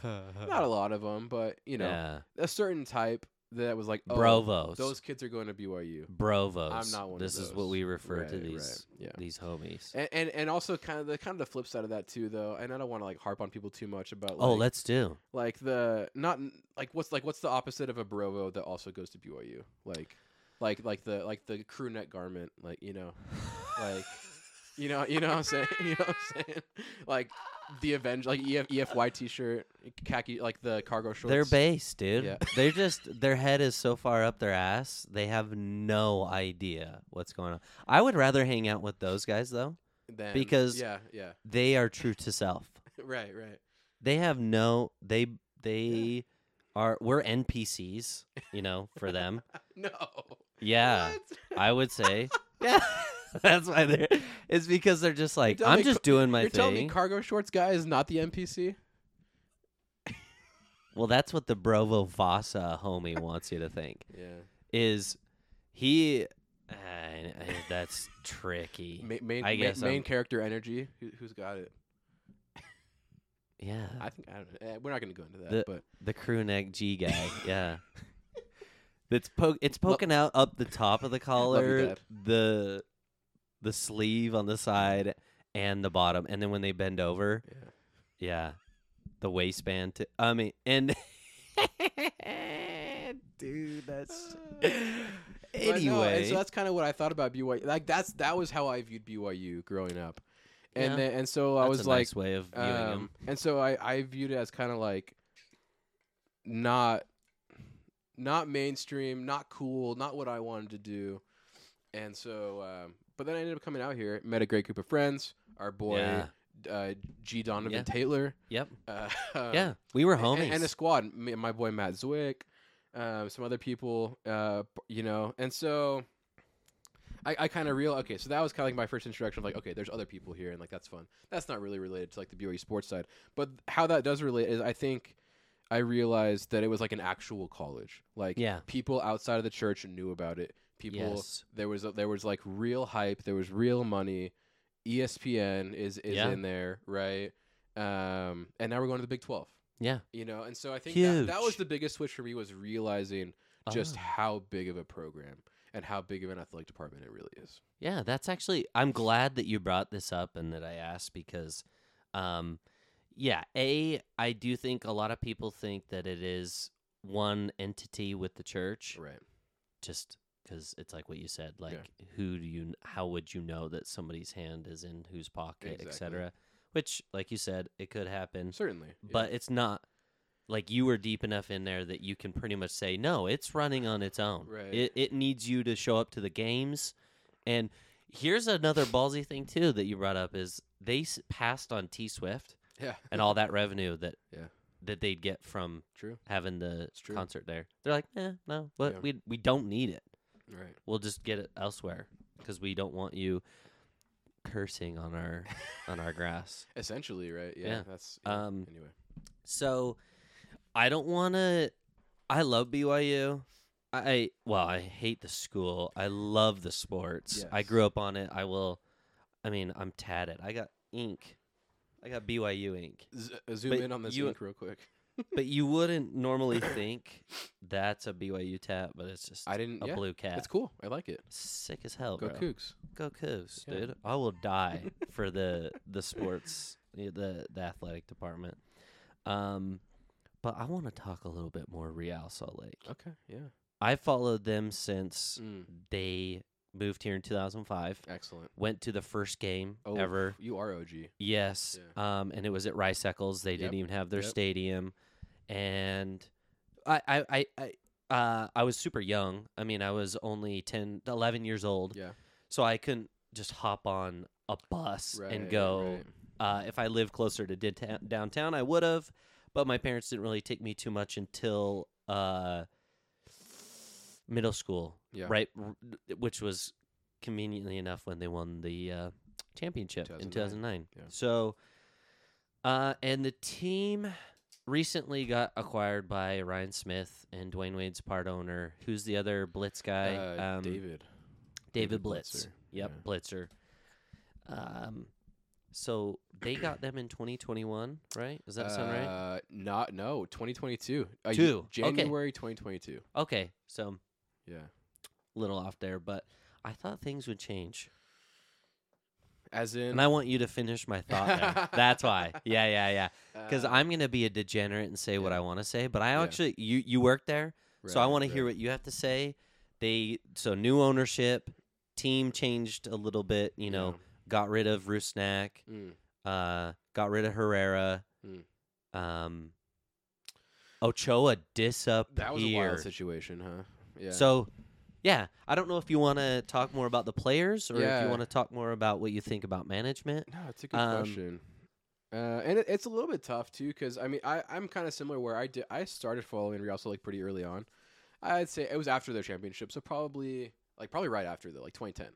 Speaker 5: Not a lot of them, but you know
Speaker 4: yeah.
Speaker 5: a certain type that was like, oh,
Speaker 4: Brovos.
Speaker 5: those kids are going to BYU.
Speaker 4: Brovos.
Speaker 5: I'm not one
Speaker 4: This
Speaker 5: of those.
Speaker 4: is what we refer
Speaker 5: Right,
Speaker 4: to
Speaker 5: right,
Speaker 4: these
Speaker 5: Yeah.
Speaker 4: these homies.
Speaker 5: And, and and also kind of the kind of the flip side of that too though, and I don't want to like harp on people too much about like,
Speaker 4: oh, let's do.
Speaker 5: like the not like what's like what's the opposite of a brovo that also goes to BYU like like like the like the crew neck garment like you know like you know you know what I'm saying you know what I'm saying like the Avenge like E EF, EFY t-shirt khaki like the cargo shorts
Speaker 4: They're based, dude.
Speaker 5: Yeah.
Speaker 4: They're just their head is so far up their ass, they have no idea what's going on. I would rather hang out with those guys though.
Speaker 5: Then-
Speaker 4: because-
Speaker 5: yeah yeah
Speaker 4: they are true to self.
Speaker 5: right right
Speaker 4: They have no they they are we're NPCs, you know, for them.
Speaker 5: no
Speaker 4: Yeah,
Speaker 5: What?
Speaker 4: I would say. Yeah. That's why they're it's because they're just like
Speaker 5: telling
Speaker 4: I'm
Speaker 5: me
Speaker 4: just
Speaker 5: co-
Speaker 4: doing my
Speaker 5: You're telling me
Speaker 4: thing.
Speaker 5: cargo shorts guy is not the NPC?
Speaker 4: well, that's what the Brovo Vasa homie wants you to think
Speaker 5: Yeah.
Speaker 4: is he I- I- that's tricky.
Speaker 5: Ma- main
Speaker 4: I
Speaker 5: ma-
Speaker 4: guess
Speaker 5: main
Speaker 4: I'm-
Speaker 5: character energy. Who, who's got it?
Speaker 4: Yeah.
Speaker 5: I think I don't know. Eh, We're not going to go into that,
Speaker 4: The-
Speaker 5: but
Speaker 4: The crew neck G guy, yeah. That's po- it's poking out up the top of the collar,
Speaker 5: Dad.
Speaker 4: the the sleeve on the side and the bottom, and then when they bend over,
Speaker 5: yeah.
Speaker 4: yeah, the waistband. T- I mean, and dude, that's
Speaker 5: But no, and
Speaker 4: anyway.
Speaker 5: so that's kind of what I thought about BYU. Like that's that was how I viewed BYU growing up, and
Speaker 4: Yeah.
Speaker 5: then, and so I
Speaker 4: That's
Speaker 5: was
Speaker 4: a
Speaker 5: like,
Speaker 4: nice way of viewing
Speaker 5: um,
Speaker 4: him.
Speaker 5: and so I I viewed it as kind of like not not mainstream, not cool, not what I wanted to do. And so, um, but then I ended up coming out here, met a great group of friends. Our boy
Speaker 4: Yeah.
Speaker 5: uh, G. Donovan
Speaker 4: Yeah.
Speaker 5: Taylor.
Speaker 4: Yep.
Speaker 5: Uh,
Speaker 4: yeah, we were
Speaker 5: a-
Speaker 4: homies.
Speaker 5: And, a squad. Me, my boy Matt Zwick, um, some other people, uh, p- you know. And so I, I kind of real okay. So that was kind of like my first introduction of like, okay, there's other people here, and like that's fun. That's not really related to like the BYU sports side, but how that does relate is I think I realized that it was like an actual college. Like
Speaker 4: Yeah.
Speaker 5: people outside of the church knew about it. People
Speaker 4: yes.
Speaker 5: there was a, there was like real hype there was real money E espn is is
Speaker 4: Yeah.
Speaker 5: in there right um and now we're going to the big 12
Speaker 4: Yeah.
Speaker 5: you know and so i think that, that was
Speaker 4: Huge.
Speaker 5: the biggest switch for me was realizing just
Speaker 4: Oh.
Speaker 5: how big of a program and how big of an athletic department it really is
Speaker 4: Yeah, that's actually I'm glad that you brought this up and that I asked because um yeah, A I do think a lot of people think that it is one entity with the church
Speaker 5: right
Speaker 4: just cuz it's like what you said like who do you kn- how would you know that somebody's hand is in whose pocket
Speaker 5: Exactly.
Speaker 4: et cetera? which like you said it could happen
Speaker 5: certainly yeah.
Speaker 4: but it's not like you were deep enough in there that you can pretty much say no it's running on its own
Speaker 5: Right.
Speaker 4: it, it needs you to show up to the games and here's another ballsy thing too that you brought up is they s- passed on t swift
Speaker 5: yeah
Speaker 4: and all that revenue that
Speaker 5: Yeah.
Speaker 4: that they'd get from
Speaker 5: true
Speaker 4: having the
Speaker 5: It's true.
Speaker 4: concert there they're like eh, no but
Speaker 5: Yeah.
Speaker 4: we, we don't need it
Speaker 5: right
Speaker 4: we'll just get it elsewhere because we don't want you cursing on our on our grass
Speaker 5: essentially right yeah,
Speaker 4: Yeah.
Speaker 5: that's yeah.
Speaker 4: Um,
Speaker 5: anyway
Speaker 4: So I don't want to. I love BYU. I well, I hate the school. I love the sports. I
Speaker 5: Yes.
Speaker 4: grew up on it. I will. I mean, I'm tatted. I got ink. I got BYU ink.
Speaker 5: Z- uh, zoom
Speaker 4: but
Speaker 5: in on this
Speaker 4: you-
Speaker 5: ink real quick
Speaker 4: But you wouldn't normally think that's a BYU tat, but it's just
Speaker 5: i didn't
Speaker 4: a
Speaker 5: yeah
Speaker 4: blue cat.
Speaker 5: it's cool i like it
Speaker 4: Sick as hell,
Speaker 5: go
Speaker 4: bro.
Speaker 5: kooks
Speaker 4: Go Cougs,
Speaker 5: Yeah.
Speaker 4: dude. I will die for the the sports, yeah, the the athletic department. Um, but I want to talk a little bit more Real Salt Lake.
Speaker 5: okay yeah
Speaker 4: I followed them since
Speaker 5: Mm,
Speaker 4: they moved here in 2005.
Speaker 5: excellent
Speaker 4: Went to the first game
Speaker 5: oh
Speaker 4: ever.
Speaker 5: you are og
Speaker 4: Yes. Um, and it was at Rice Eccles. They
Speaker 5: Yep.
Speaker 4: didn't even have their
Speaker 5: Yep.
Speaker 4: stadium. And I, I, I, I, uh, I was super young. I mean, I was only 10, 11 years old.
Speaker 5: Yeah.
Speaker 4: So I couldn't just hop on a bus and
Speaker 5: Right,
Speaker 4: go.
Speaker 5: right.
Speaker 4: Uh, if I lived closer to didta- downtown, I would have. But my parents didn't really take me too much until uh, middle school,
Speaker 5: Yeah.
Speaker 4: right? R- Which was conveniently enough when they won the uh, championship in 2009.
Speaker 5: 2009, yeah.
Speaker 4: So, uh, and the team recently got acquired by Ryan Smith and Dwayne Wade's part owner. Who's the other Blitz guy? Um,
Speaker 5: Uh, David.
Speaker 4: David
Speaker 5: David
Speaker 4: Blitz.
Speaker 5: Blitzer,
Speaker 4: Yep,
Speaker 5: yeah.
Speaker 4: Blitzer. Um, so they got them in 2021, right? Does that sound right?
Speaker 5: Uh, not no. 2022. Uh, y-
Speaker 4: Two, okay.
Speaker 5: January 2022.
Speaker 4: Okay, so
Speaker 5: Yeah.
Speaker 4: little off there, but I thought things would change,
Speaker 5: As in.
Speaker 4: and I want you to finish my thought. there. That's why. Yeah, yeah, yeah. Because
Speaker 5: uh,
Speaker 4: I'm gonna be a degenerate and say what
Speaker 5: yeah.
Speaker 4: I want to say, but I
Speaker 5: Yeah.
Speaker 4: actually you you work there, so I
Speaker 5: right,
Speaker 4: want to hear
Speaker 5: right.
Speaker 4: what you have to say. They so new ownership, team changed a little bit. You know, got rid of Rusnak.
Speaker 5: Yeah. Mm.
Speaker 4: uh, got rid of Herrera.
Speaker 5: Mm.
Speaker 4: Um, Ochoa disappeared.
Speaker 5: That was a wild situation, huh? Yeah.
Speaker 4: So, yeah, I don't know if you want to talk more about the players or if
Speaker 5: Yeah.
Speaker 4: you want to talk more about what you think about management.
Speaker 5: No, it's a good
Speaker 4: Um,
Speaker 5: question. Uh, and it, it's a little bit tough too, because I mean, I I'm kind of similar where I did I started following Real Salt Lake pretty early on. I'd say it was after their championship, so probably like probably right after though, like 2010.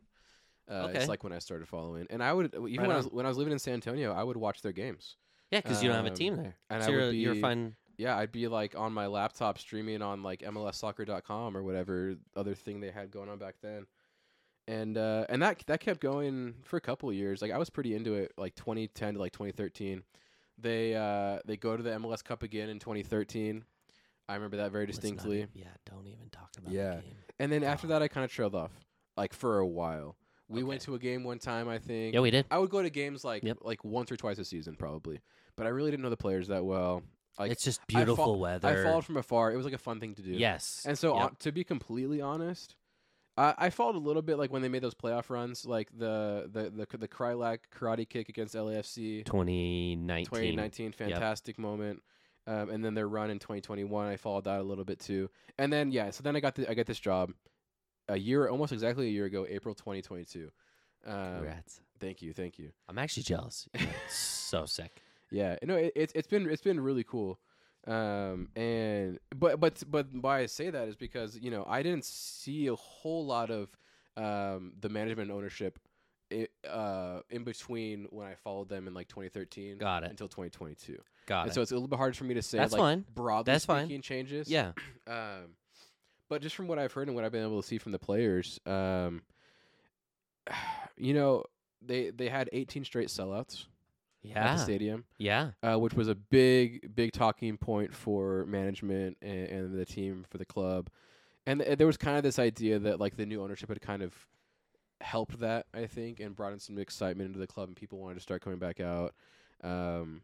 Speaker 5: Uh,
Speaker 4: Okay.
Speaker 5: It's like when I started following, and I would even when I
Speaker 4: on.
Speaker 5: was when I was living in San Antonio, I would watch their games.
Speaker 4: Yeah, because you don't have a
Speaker 5: Um,
Speaker 4: team there,
Speaker 5: and
Speaker 4: so
Speaker 5: I would
Speaker 4: you're, you're
Speaker 5: be-
Speaker 4: fine.
Speaker 5: Yeah, I'd be like on my laptop streaming on like MLSsoccer.com or whatever other thing they had going on back then. And uh, and that that kept going for a couple years. Like I was pretty into it like 2010 to like 2013. They uh, they go to the MLS Cup again in 2013. I remember that very
Speaker 4: Let's not
Speaker 5: distinctly.
Speaker 4: even- yeah, don't even talk about
Speaker 5: Yeah.
Speaker 4: the game.
Speaker 5: And then after
Speaker 4: God.
Speaker 5: that I kind of trailed off like for a while. We went
Speaker 4: Okay.
Speaker 5: to a game one time I think.
Speaker 4: Yeah, we did.
Speaker 5: I would go to games like
Speaker 4: Yep.
Speaker 5: like once or twice a season probably. But I really didn't know the players that well. Like
Speaker 4: it's just
Speaker 5: fo-
Speaker 4: beautiful
Speaker 5: I
Speaker 4: weather.
Speaker 5: followed from afar. It was like a fun thing to do.
Speaker 4: Yes.
Speaker 5: And so,
Speaker 4: Yep.
Speaker 5: on, to be completely honest, I, I followed a little bit like when they made those playoff runs, like the the the, the Krylak karate kick against LAFC
Speaker 4: 2019.
Speaker 5: 2019, fantastic moment. Um, and then their run in 2021, I followed that a little bit too. And then yeah, so then I got the, I got this job, a year, almost exactly a year ago, April 2022. Um,
Speaker 4: Congrats.
Speaker 5: thank you, thank you.
Speaker 4: I'm actually jealous. so sick.
Speaker 5: Yeah, no, it, it's it's been it's been really cool. Um, and but but but why I say that is because you know I didn't see a whole lot of um the management and ownership. i uh, in between when I followed them in like 2013
Speaker 4: Got it.
Speaker 5: until 2022,
Speaker 4: Got
Speaker 5: and
Speaker 4: it.
Speaker 5: so it's a little bit hard for me to say
Speaker 4: That's
Speaker 5: like
Speaker 4: fine.
Speaker 5: broadly
Speaker 4: That's fine.
Speaker 5: speaking changes.
Speaker 4: yeah.
Speaker 5: Um, but just from what I've heard and what I've been able to see from the players, um, you know, they they had 18 straight sellouts at
Speaker 4: Yeah.
Speaker 5: the stadium,
Speaker 4: Yeah.
Speaker 5: uh, which was a big big talking point for management and, and the team for the club, and, th- there was kind of this idea that like the new ownership had kind of helped that I think and brought in some excitement into the club and people wanted to start coming back out. Um,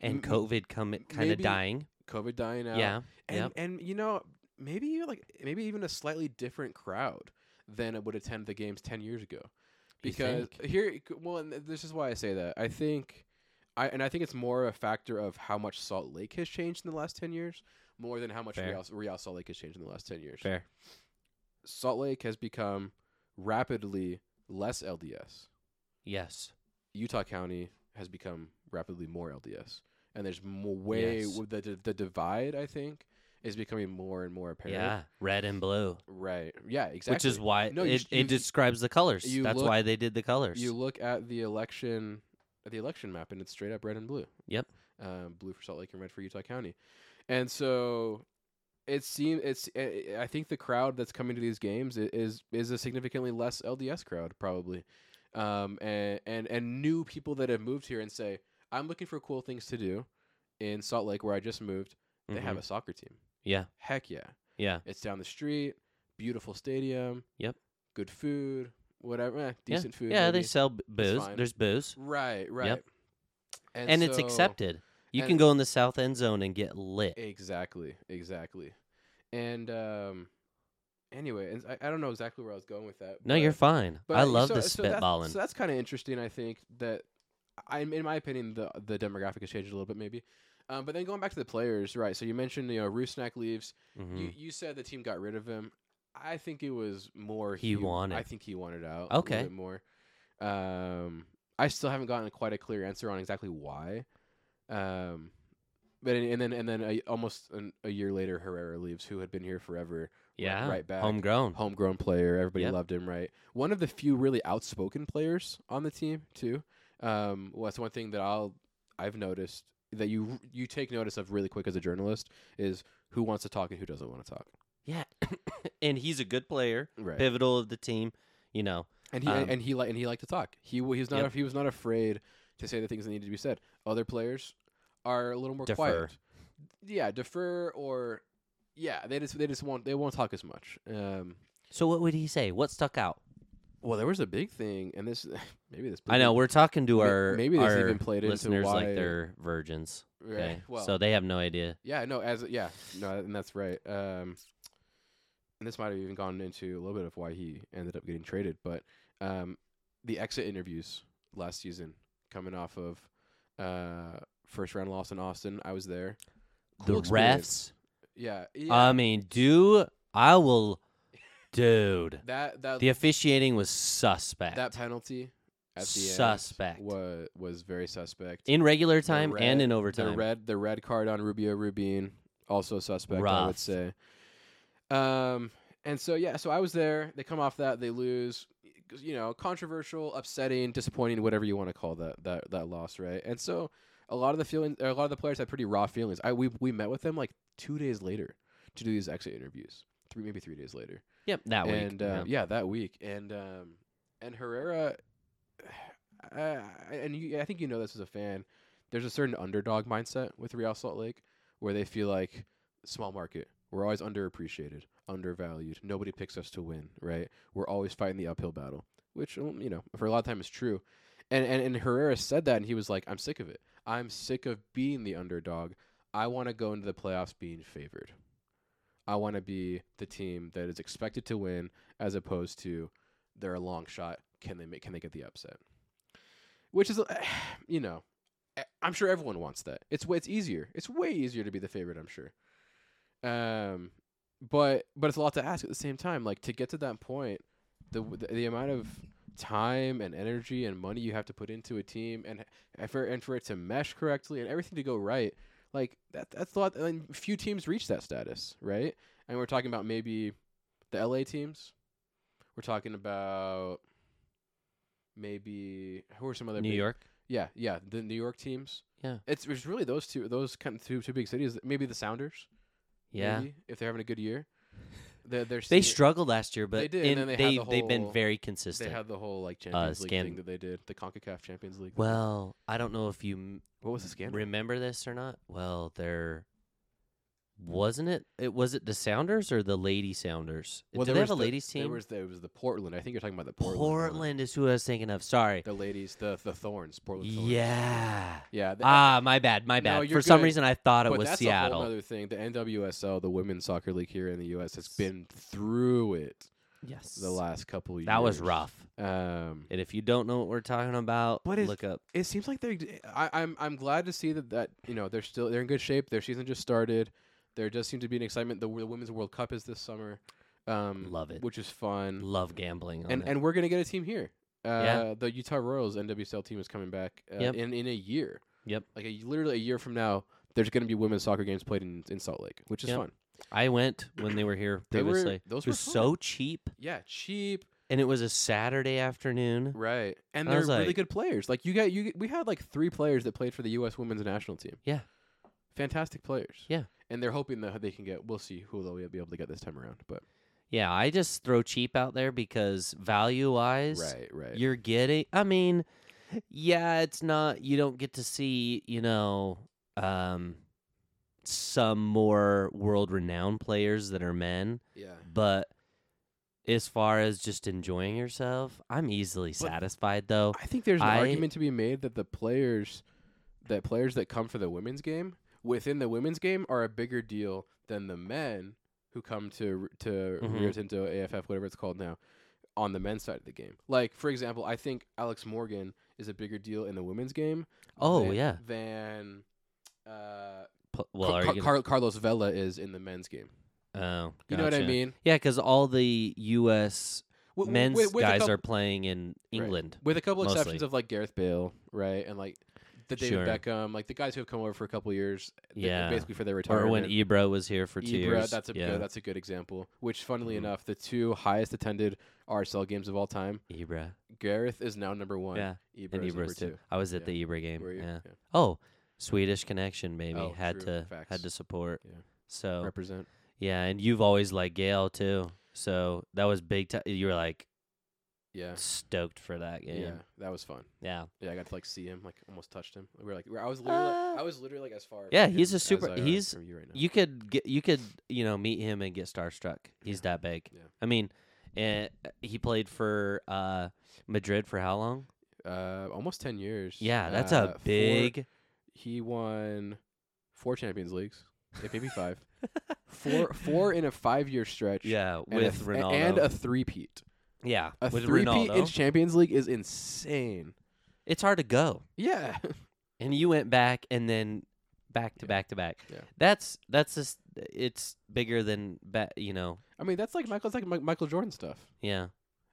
Speaker 4: And
Speaker 5: M- m-
Speaker 4: COVID come kind of
Speaker 5: maybe-
Speaker 4: dying.
Speaker 5: COVID dying out.
Speaker 4: Yeah.
Speaker 5: And
Speaker 4: Yep.
Speaker 5: and you know, maybe you like maybe even a slightly different crowd than it would attend the games 10 years ago.
Speaker 4: You
Speaker 5: Because
Speaker 4: think?
Speaker 5: here well, and th- this is why I say that. I think I and I think it's more a factor of how much Salt Lake has changed in the last 10 years more than how much
Speaker 4: Fair.
Speaker 5: Real, Real Salt Lake has changed in the last 10 years.
Speaker 4: Fair.
Speaker 5: Salt Lake has become rapidly less LDS.
Speaker 4: Yes.
Speaker 5: Utah County has become rapidly more LDS, and there's more way
Speaker 4: Yes.
Speaker 5: w the, the the divide. I think is becoming more and more apparent.
Speaker 4: Yeah. Red and blue.
Speaker 5: Right. Yeah. Exactly.
Speaker 4: Which is why
Speaker 5: No, you
Speaker 4: it,
Speaker 5: sh-
Speaker 4: it
Speaker 5: you-
Speaker 4: describes the colors.
Speaker 5: you
Speaker 4: That's
Speaker 5: look-
Speaker 4: why they did the colors.
Speaker 5: you look at the election, at the election map, and it's straight up red and blue.
Speaker 4: Yep.
Speaker 5: Um, blue for Salt Lake and red for Utah County, and so it seems it's. eh, I I think the crowd that's coming to these games i- is is a significantly less LDS crowd probably, um, and and and new people that have moved here and say I'm looking for cool things to do in Salt Lake where I just moved. They have
Speaker 4: Mhm.
Speaker 5: a soccer team.
Speaker 4: Yeah.
Speaker 5: Heck yeah.
Speaker 4: Yeah.
Speaker 5: It's down the street. Beautiful stadium.
Speaker 4: Yep.
Speaker 5: Good food. Whatever. eh,
Speaker 4: Yeah.
Speaker 5: decent food.
Speaker 4: Yeah, they
Speaker 5: maybe.
Speaker 4: sell b- booze.
Speaker 5: fine.
Speaker 4: There's booze.
Speaker 5: Right. Right.
Speaker 4: And, it's
Speaker 5: so-
Speaker 4: accepted. You can
Speaker 5: and-
Speaker 4: go in the south end zone and get lit.
Speaker 5: Exactly. Exactly. And um, anyway, and I, I don't know exactly where I was going with that.
Speaker 4: no, you're
Speaker 5: but-
Speaker 4: fine.
Speaker 5: but
Speaker 4: I love
Speaker 5: so-
Speaker 4: the
Speaker 5: so that's-
Speaker 4: spitballing.
Speaker 5: So that's kind of interesting. I think that I'm, in my opinion, the the demographic has changed a little bit, maybe. Um, but then going back to the players, right? So you mentioned you know Rusnak leaves.
Speaker 4: Mhm.
Speaker 5: You you said the team got rid of him. I think it was more
Speaker 4: He wanted.
Speaker 5: I think he wanted out. A
Speaker 4: Okay.
Speaker 5: little bit more. Um, I still haven't gotten quite a clear answer on exactly why. Um, but and, and then and then a, almost an, a year later, Herrera leaves, who had been here forever.
Speaker 4: yeah.
Speaker 5: right back.
Speaker 4: Homegrown.
Speaker 5: Homegrown player, everybody
Speaker 4: Mm. Yep.
Speaker 5: loved him, right? One of the few really outspoken players on the team too. Um, well, that's one thing that I'll I've noticed that you you take notice of really quick as a journalist is who wants to talk and who doesn't want to talk.
Speaker 4: Yeah. and he's a good player,
Speaker 5: Right.
Speaker 4: pivotal of the team, you know.
Speaker 5: and he
Speaker 4: Um,
Speaker 5: and he like and he liked to talk. He wa- he was not
Speaker 4: Yep.
Speaker 5: af- he was not afraid to say the things that needed to be said. Other players are a little more quiet.
Speaker 4: Defer.
Speaker 5: Yeah, defer or yeah, they just they just won't they won't talk as much. Um,
Speaker 4: So what would he say? What stuck out?
Speaker 5: well, there was a big thing, and this maybe this
Speaker 4: I know we're talking to
Speaker 5: May-
Speaker 4: our
Speaker 5: maybe this
Speaker 4: our
Speaker 5: even played into
Speaker 4: listeners
Speaker 5: why-
Speaker 4: like they're virgins.
Speaker 5: right,
Speaker 4: Okay,
Speaker 5: well,
Speaker 4: so they have no idea.
Speaker 5: yeah, no, as yeah, no, and that's right. Um, and this might have even gone into a little bit of why he ended up getting traded, but um, the exit interviews last season, coming off of uh, first round loss in Austin, I was there.
Speaker 4: The
Speaker 5: Cool
Speaker 4: refs.
Speaker 5: experience.
Speaker 4: Um,
Speaker 5: yeah, yeah,
Speaker 4: I mean, dude, I will, dude.
Speaker 5: that that
Speaker 4: The officiating was suspect.
Speaker 5: that penalty at the
Speaker 4: Suspect.
Speaker 5: end was was very suspect.
Speaker 4: in regular
Speaker 5: The
Speaker 4: time
Speaker 5: red-
Speaker 4: and in
Speaker 5: The
Speaker 4: overtime.
Speaker 5: red the red card on Rubio Rubin also suspect. I
Speaker 4: Rough.
Speaker 5: would say. Um, and so yeah, so I was there. They come off that they lose. You know, controversial, upsetting, disappointing, whatever you want to call that that that loss, right? And so a lot of the feelings, a lot of the players had pretty raw feelings. I we we met with them like two days later to do these exit interviews, three maybe three days later
Speaker 4: Yep, that week.
Speaker 5: and uh, yeah. that week, and um, and Herrera, uh, and you, I think you know this as a fan. There's a certain underdog mindset with Real Salt Lake, where they feel like small market. We're always underappreciated, undervalued. Nobody picks us to win, right? We're always fighting the uphill battle, which um, you know for a lot of time is true. And, and and Herrera said that, and he was like, "I'm sick of it. I'm sick of being the underdog. I want to go into the playoffs being favored." I want to be the team that is expected to win as opposed to they're a long shot. Can they make, can they get the upset? Which is, eh, you know, I- I'm sure everyone wants that. It's way- it's easier. It's way easier to be the favorite. I'm sure. Um, but but it's a lot to ask at the same time. Like to get to that point, the the, the amount of time and energy and money you have to put into a team and and for, and for it to mesh correctly and everything to go right, like that that's a lot. I mean, few teams reach that status, right? And we're talking about maybe the LA teams. We're talking about maybe who are some other
Speaker 4: New
Speaker 5: big-
Speaker 4: York.
Speaker 5: yeah, yeah, the New York teams.
Speaker 4: Yeah.
Speaker 5: it's it's really those two, those kind of two two big cities. Maybe the Sounders.
Speaker 4: Yeah.
Speaker 5: maybe, if they're having a good year, they're, they're
Speaker 4: They
Speaker 5: senior-
Speaker 4: struggled last year, but
Speaker 5: They did, and
Speaker 4: in,
Speaker 5: then they had
Speaker 4: they
Speaker 5: the
Speaker 4: have been
Speaker 5: whole-
Speaker 4: very
Speaker 5: They
Speaker 4: consistent.
Speaker 5: had the whole like Champions League
Speaker 4: scan-
Speaker 5: thing that they did, the Concacaf Champions League.
Speaker 4: Uh, well, I don't know if you m-
Speaker 5: what was the scandal?
Speaker 4: remember this or not. Well, there wasn't it. It was it the Sounders or the Lady Sounders.
Speaker 5: Well,
Speaker 4: Did
Speaker 5: there
Speaker 4: they
Speaker 5: was
Speaker 4: have a
Speaker 5: the-
Speaker 4: ladies team?
Speaker 5: There was the, it was the Portland. I think you're talking about the Portland.
Speaker 4: Portland,
Speaker 5: one.
Speaker 4: is who I was thinking of. Sorry.
Speaker 5: The ladies, the the Thorns, Portland. Thorns.
Speaker 4: Yeah.
Speaker 5: yeah. th-
Speaker 4: Ah, my bad. My
Speaker 5: No,
Speaker 4: bad. For
Speaker 5: you're
Speaker 4: some
Speaker 5: good,
Speaker 4: reason, I thought it
Speaker 5: but
Speaker 4: was
Speaker 5: that's a
Speaker 4: Seattle.
Speaker 5: whole other thing. The NWSL, the women's soccer league here in the U.S., has been through it
Speaker 4: yes.
Speaker 5: the last couple years.
Speaker 4: that was rough.
Speaker 5: Um,
Speaker 4: And if you don't know what we're talking about,
Speaker 5: But it's-
Speaker 4: look up.
Speaker 5: it seems like they're. I, I'm I'm glad to see that that you know they're still they're in good shape. Their season just started. There does seem to be an excitement. The, w- the women's World Cup is this summer. Um,
Speaker 4: Love it.
Speaker 5: which is fun.
Speaker 4: Love gambling. On
Speaker 5: and
Speaker 4: it.
Speaker 5: and we're gonna get a team here. Uh,
Speaker 4: Yeah.
Speaker 5: The Utah Royals NWSL team is coming back uh,
Speaker 4: Yep.
Speaker 5: in in a year.
Speaker 4: Yep.
Speaker 5: Like a, literally a year from now, there's gonna be women's soccer games played in, in Salt Lake, which is
Speaker 4: Yep.
Speaker 5: fun.
Speaker 4: I went when they were here
Speaker 5: They were-
Speaker 4: previously.
Speaker 5: those
Speaker 4: it
Speaker 5: were
Speaker 4: was
Speaker 5: fun.
Speaker 4: so cheap,
Speaker 5: Yeah, cheap.
Speaker 4: and it was a Saturday afternoon.
Speaker 5: Right. And
Speaker 4: I
Speaker 5: they're
Speaker 4: was
Speaker 5: really
Speaker 4: like-
Speaker 5: good players. Like you got you get- we had like three players that played for the US women's national team.
Speaker 4: Yeah.
Speaker 5: Fantastic players.
Speaker 4: Yeah.
Speaker 5: And they're hoping that they can get we'll see who they'll be able to get this time around. But
Speaker 4: Yeah, I just throw cheap out there because value wise,
Speaker 5: right, right.
Speaker 4: you're getting. I mean, yeah, it's not. You don't get to see, you know, um, some more world renowned players that are men,
Speaker 5: yeah.
Speaker 4: but. As far as just enjoying yourself, I'm easily satisfied though.
Speaker 5: I think there's an
Speaker 4: I-
Speaker 5: argument to be made that the players that players that come for the women's game within the women's game are a bigger deal than the men who come to to Rio
Speaker 4: Mhm.
Speaker 5: Tinto AFF whatever it's called now on the men's side of the game. Like for example, I think Alex Morgan is a bigger deal in the women's game.
Speaker 4: Oh,
Speaker 5: than,
Speaker 4: yeah.
Speaker 5: Than uh,
Speaker 4: P- well,
Speaker 5: Ca-
Speaker 4: are
Speaker 5: Ca-
Speaker 4: you gonna-
Speaker 5: Car- Carlos Vela is in the men's game.
Speaker 4: oh,
Speaker 5: You know what I
Speaker 4: gotcha.
Speaker 5: mean?
Speaker 4: Yeah, because all the U.S.
Speaker 5: Wi- wi-
Speaker 4: men's
Speaker 5: with- with a
Speaker 4: guys
Speaker 5: coup-
Speaker 4: are playing in
Speaker 5: Right.
Speaker 4: England.
Speaker 5: with a couple exceptions
Speaker 4: mostly.
Speaker 5: of like Gareth Bale, right, and like the David
Speaker 4: Sure.
Speaker 5: Beckham, like the guys who have come over for a couple years, th-
Speaker 4: Yeah.
Speaker 5: basically for their
Speaker 4: Or
Speaker 5: retirement.
Speaker 4: when Ibra was here for two
Speaker 5: Ibra,
Speaker 4: years.
Speaker 5: that's a
Speaker 4: yeah.
Speaker 5: good, that's a good example. Which, funnily
Speaker 4: Mhm.
Speaker 5: enough, the two highest attended RSL games of all time.
Speaker 4: Ibra.
Speaker 5: Gareth is now number one.
Speaker 4: Yeah.
Speaker 5: Ibra
Speaker 4: And
Speaker 5: is number
Speaker 4: Ibra's
Speaker 5: two.
Speaker 4: too. I was at
Speaker 5: Yeah.
Speaker 4: the Ibra game.
Speaker 5: Were you?
Speaker 4: Yeah. Oh, Swedish connection, baby.
Speaker 5: Oh,
Speaker 4: had
Speaker 5: true.
Speaker 4: to
Speaker 5: Facts.
Speaker 4: had to support.
Speaker 5: Yeah.
Speaker 4: So
Speaker 5: Represent.
Speaker 4: yeah, and you've always liked Gail too. So that was big time. You were like
Speaker 5: Yeah.
Speaker 4: stoked for that game.
Speaker 5: Yeah, that was fun.
Speaker 4: Yeah.
Speaker 5: Yeah, I got to like see him, like almost touched him. We were like, we were- I was literally, like-
Speaker 4: Uh,
Speaker 5: I was literally like as far.
Speaker 4: yeah,
Speaker 5: from
Speaker 4: he's
Speaker 5: him
Speaker 4: a super-
Speaker 5: as I am
Speaker 4: he's-
Speaker 5: from you right now.
Speaker 4: You could get you could you know meet him and get starstruck. He's that big.
Speaker 5: Yeah.
Speaker 4: I mean, eh, he played for uh, Madrid for how long?
Speaker 5: uh, almost ten years.
Speaker 4: Yeah, that's
Speaker 5: Uh,
Speaker 4: a
Speaker 5: four-
Speaker 4: big.
Speaker 5: he won four Champions Leagues, yeah, maybe five. Four, four in a five-year stretch.
Speaker 4: Yeah,
Speaker 5: and
Speaker 4: with
Speaker 5: a th-
Speaker 4: Ronaldo.
Speaker 5: and a three-peat.
Speaker 4: yeah,
Speaker 5: A
Speaker 4: with
Speaker 5: three-peat
Speaker 4: Ronaldo.
Speaker 5: in Champions League is insane.
Speaker 4: it's hard to go.
Speaker 5: Yeah,
Speaker 4: And you went back and then back to
Speaker 5: Yeah.
Speaker 4: back to back.
Speaker 5: Yeah.
Speaker 4: That's that's just it's bigger than ba- you know.
Speaker 5: I mean that's like Michael, it's like Mi- Michael Jordan stuff.
Speaker 4: Yeah.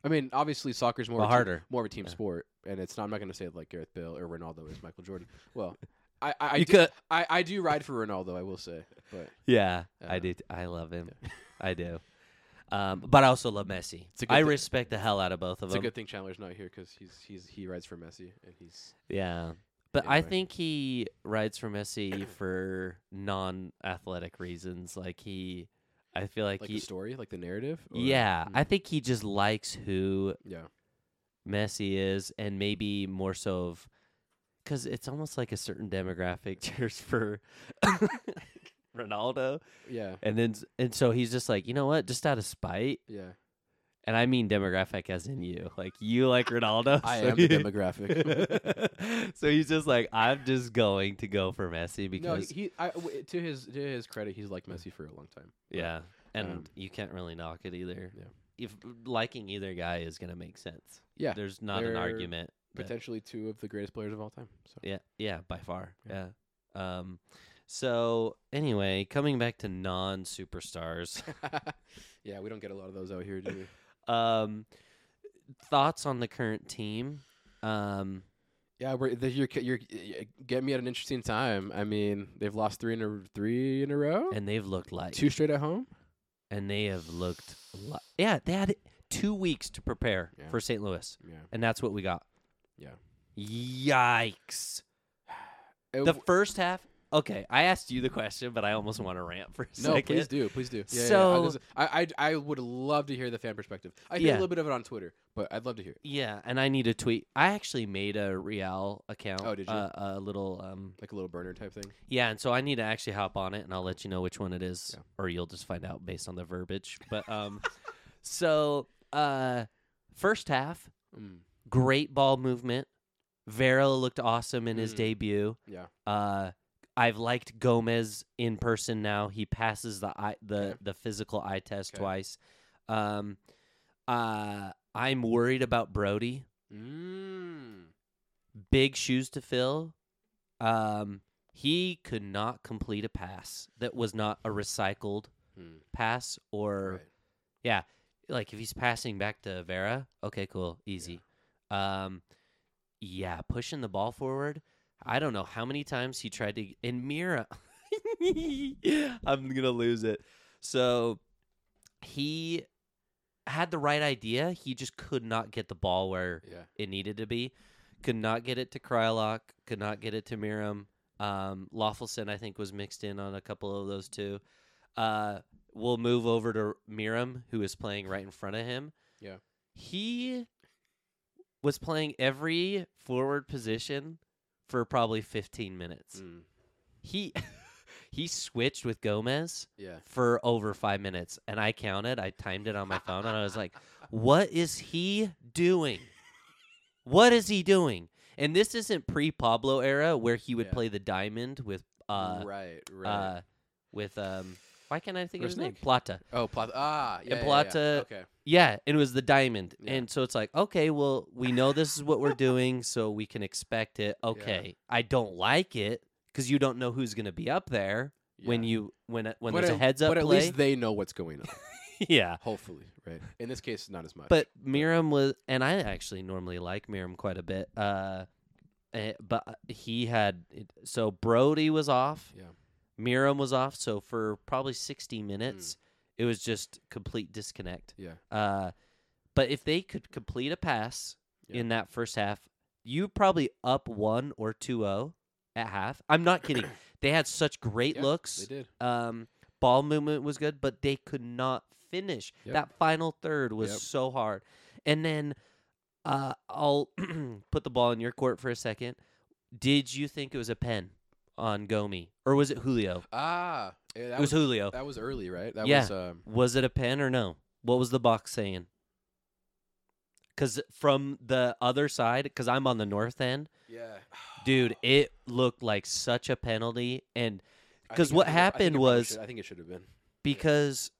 Speaker 5: I mean, obviously soccer's more
Speaker 4: But
Speaker 5: of a team-
Speaker 4: harder.
Speaker 5: more of a team
Speaker 4: Yeah.
Speaker 5: sport, and it's not. I'm not going to say like Gareth Bale or Ronaldo is Michael Jordan. Well, I I, I,
Speaker 4: You
Speaker 5: do,
Speaker 4: could-
Speaker 5: I, I do ride for Ronaldo, I will say, but
Speaker 4: Yeah.
Speaker 5: Uh,
Speaker 4: I do. t- I love him. I do. Um, but I also love Messi.
Speaker 5: It's a good
Speaker 4: I
Speaker 5: thing.
Speaker 4: respect the hell out of both of
Speaker 5: it's a
Speaker 4: them.
Speaker 5: good thing Chandler's not here because he's he's he rides for Messi and he's
Speaker 4: Yeah. But I
Speaker 5: Anyway.
Speaker 4: think he rides for Messi for non-athletic reasons. Like he, I feel like,
Speaker 5: like
Speaker 4: he.
Speaker 5: the story, like the narrative. or-
Speaker 4: yeah, I
Speaker 5: Mm.
Speaker 4: think he just likes who
Speaker 5: yeah.
Speaker 4: Messi is, and maybe more so of because it's almost like a certain demographic cheers for Ronaldo,
Speaker 5: Yeah,
Speaker 4: and then s- and so he's just like, you know what, just out of spite,
Speaker 5: yeah.
Speaker 4: and I mean demographic as in you, like you like Ronaldo.
Speaker 5: I
Speaker 4: so
Speaker 5: am the
Speaker 4: he-
Speaker 5: demographic.
Speaker 4: so he's just like, I'm just going to go for Messi
Speaker 5: no,
Speaker 4: because
Speaker 5: he I, w- to his to his credit, he's liked Messi for a long time. but-
Speaker 4: yeah, and
Speaker 5: um,
Speaker 4: you can't really knock it either.
Speaker 5: Yeah.
Speaker 4: If liking either guy is gonna make sense,
Speaker 5: yeah.
Speaker 4: there's not an
Speaker 5: they're
Speaker 4: argument. that-
Speaker 5: Potentially two of the greatest players of all time. So
Speaker 4: Yeah, yeah, by far. Yeah. Um, So anyway, coming back to non superstars,
Speaker 5: yeah, we don't get a lot of those out here, do we?
Speaker 4: um, thoughts on the current team? Um,
Speaker 5: Yeah, we're, the, you're, you're y- get me at an interesting time. I mean, they've lost three in a three in a row,
Speaker 4: and they've looked like
Speaker 5: two straight at home.
Speaker 4: and they have looked. Li- yeah, they had two weeks to prepare
Speaker 5: Yeah.
Speaker 4: for St. Louis,
Speaker 5: Yeah,
Speaker 4: and that's what we got.
Speaker 5: Yeah.
Speaker 4: Yikes!
Speaker 5: Uh,
Speaker 4: The
Speaker 5: w-
Speaker 4: first half. Okay, I asked you the question, but I almost want to rant for a
Speaker 5: no,
Speaker 4: second.
Speaker 5: please do, please do. Yeah, yeah,
Speaker 4: So-
Speaker 5: yeah, this- I, I I would love to hear the fan perspective. I hear
Speaker 4: Yeah.
Speaker 5: a little bit of it on Twitter, but I'd love to hear. it.
Speaker 4: Yeah, and I need a tweet. I actually made a Real account.
Speaker 5: Oh, did you?
Speaker 4: Uh, a little um,
Speaker 5: Like a little burner type thing.
Speaker 4: Yeah, and so I need to actually hop on it, and I'll let you know which one it is,
Speaker 5: Yeah.
Speaker 4: or you'll just find out based on the verbiage. But um, so uh, first half,
Speaker 5: Mm.
Speaker 4: great ball movement. Vera looked awesome in his
Speaker 5: Mm.
Speaker 4: debut.
Speaker 5: Yeah.
Speaker 4: Uh, I've liked Gomez in person now. He passes the eye, the
Speaker 5: Okay.
Speaker 4: the physical eye test
Speaker 5: Okay.
Speaker 4: twice. Um, uh, I'm worried about Brody.
Speaker 5: Mm.
Speaker 4: Big shoes to fill. Um, he could not complete a pass that was not a recycled
Speaker 5: Mm.
Speaker 4: pass or
Speaker 5: Right.
Speaker 4: like if he's passing back to Vera, okay, cool, easy. Um, yeah, pushing the ball forward. I don't know how many times he tried to and Mira. I'm gonna lose it. So he had the right idea. He just could not get the ball where
Speaker 5: Yeah.
Speaker 4: it needed to be. Could not get it to Krylock. Could not get it to Miram. Um, Lawfulson, I think, was mixed in on a couple of those too. Uh, we'll move over to Miram, who is playing right in front of him.
Speaker 5: Yeah.
Speaker 4: He was playing every forward position for probably 15 minutes.
Speaker 5: Mm.
Speaker 4: He he switched with Gomez
Speaker 5: Yeah.
Speaker 4: for over 5 minutes and I counted, I timed it on my phone and I was like, what is he doing? What is he doing? And this isn't pre Pablo era where he would
Speaker 5: Yeah.
Speaker 4: play the diamond with uh
Speaker 5: right. Right.
Speaker 4: uh with um why can't I think of his name?
Speaker 5: Rusnak?
Speaker 4: Plata.
Speaker 5: oh, Plata. Ah. Yeah. yeah, yeah.
Speaker 4: Plata-
Speaker 5: Okay.
Speaker 4: Yeah, and it was the diamond.
Speaker 5: Yeah.
Speaker 4: And so it's like, okay, well, we know this is what we're doing, so we can expect it. Okay. I don't like it cuz you don't know who's going to be up there when
Speaker 5: Yeah.
Speaker 4: you when when
Speaker 5: But
Speaker 4: there's a
Speaker 5: at-
Speaker 4: heads up
Speaker 5: but at
Speaker 4: play.
Speaker 5: least they know what's going on.
Speaker 4: yeah.
Speaker 5: Hopefully, right? In this case, not as much.
Speaker 4: But Miram was, and I actually normally like Miram quite a bit. Uh, eh, but he had so Brody was off,
Speaker 5: yeah,
Speaker 4: Miram was off. So for probably sixty minutes,
Speaker 5: Hmm.
Speaker 4: it was just complete disconnect.
Speaker 5: yeah,
Speaker 4: Uh, but if they could complete a pass
Speaker 5: Yeah.
Speaker 4: in that first half, you probably up one or 2-0 at half. I'm not kidding. they had such great
Speaker 5: Yeah,
Speaker 4: looks
Speaker 5: they did.
Speaker 4: um, ball movement was good, but they could not finish.
Speaker 5: Yep.
Speaker 4: That final third was
Speaker 5: Yep.
Speaker 4: so hard. And then uh, I'll put the ball in your court for a second. Did you think it was a pen on Gomi or was it Julio?
Speaker 5: Ah, yeah, that
Speaker 4: it was,
Speaker 5: was,
Speaker 4: Julio.
Speaker 5: that was early, right? That
Speaker 4: Yeah.
Speaker 5: was um,
Speaker 4: Was it a pen or no? What was the box saying? Because from the other side, because I'm on the north end,
Speaker 5: yeah,
Speaker 4: dude, it looked like such a penalty. And
Speaker 5: I
Speaker 4: 'Cause
Speaker 5: think- I
Speaker 4: what
Speaker 5: think it- I think
Speaker 4: happened
Speaker 5: it probably
Speaker 4: was-
Speaker 5: should- I think it should have been.
Speaker 4: because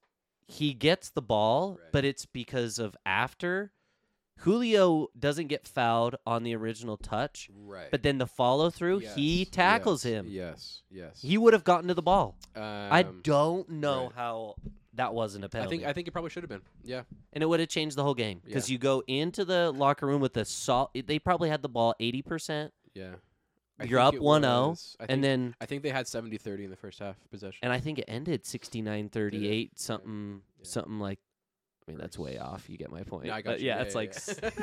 Speaker 4: he gets the ball,
Speaker 5: Right.
Speaker 4: but it's because of after Julio doesn't get fouled on the original touch,
Speaker 5: Right.
Speaker 4: but then the follow through, he
Speaker 5: Yes,
Speaker 4: tackles
Speaker 5: yes,
Speaker 4: him.
Speaker 5: Yes, yes.
Speaker 4: He would have gotten to the ball.
Speaker 5: um,
Speaker 4: I don't know
Speaker 5: right.
Speaker 4: how that wasn't a
Speaker 5: I
Speaker 4: penalty.
Speaker 5: think I think it probably should have been. Yeah,
Speaker 4: and it would have changed the whole game because you go into the locker room with a sol They probably had the ball 80%,
Speaker 5: yeah.
Speaker 4: You're
Speaker 5: think
Speaker 4: up
Speaker 5: it
Speaker 4: 1-0,
Speaker 5: was- I think-
Speaker 4: and then.
Speaker 5: I think they had 70-30 in the first half possession.
Speaker 4: And I think it ended 69 38, something,
Speaker 5: Yeah.
Speaker 4: something like. I mean, that's way off. You get my point.
Speaker 5: No, I
Speaker 4: But
Speaker 5: got you.
Speaker 4: yeah,
Speaker 5: Yeah,
Speaker 4: it's
Speaker 5: yeah,
Speaker 4: like
Speaker 5: yeah.
Speaker 4: s-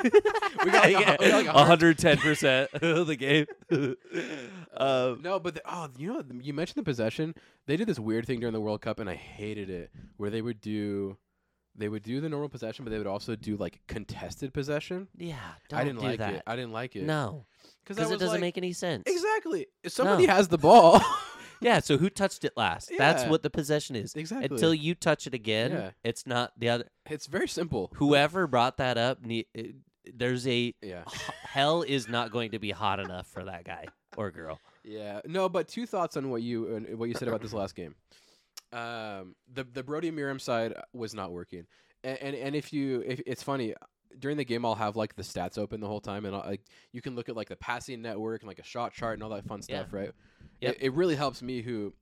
Speaker 5: We got like a- Uh, we got like a hard-
Speaker 4: 110% of the game. um,
Speaker 5: no, but the, oh, you know, you mentioned the possession. They did this weird thing during the World Cup, and I hated it, where they would do, they would do the normal possession, but they would also do like contested possession.
Speaker 4: yeah, don't
Speaker 5: I didn't
Speaker 4: do
Speaker 5: like
Speaker 4: that.
Speaker 5: it. I didn't like it.
Speaker 4: No,
Speaker 5: because
Speaker 4: because it doesn't make any sense.
Speaker 5: exactly. If somebody
Speaker 4: No.
Speaker 5: has the ball,
Speaker 4: Yeah, so who touched it last? That's
Speaker 5: Yeah.
Speaker 4: what the possession is.
Speaker 5: exactly.
Speaker 4: Until you touch it again,
Speaker 5: Yeah.
Speaker 4: it's not the other.
Speaker 5: it's very simple.
Speaker 4: Whoever brought that up, ne- uh, there's a
Speaker 5: Yeah,
Speaker 4: hell is not going to be hot enough for that guy or girl.
Speaker 5: yeah. No, but two thoughts on what you on what you said about this last game. Um, the the Brody Miram side was not working, and and, and if you, if, it's funny. during the game I'll have like the stats open the whole time, and I'll, like you can look at like the passing network and like a shot chart and all that fun stuff, right?
Speaker 4: Yep.
Speaker 5: It, it really helps me who,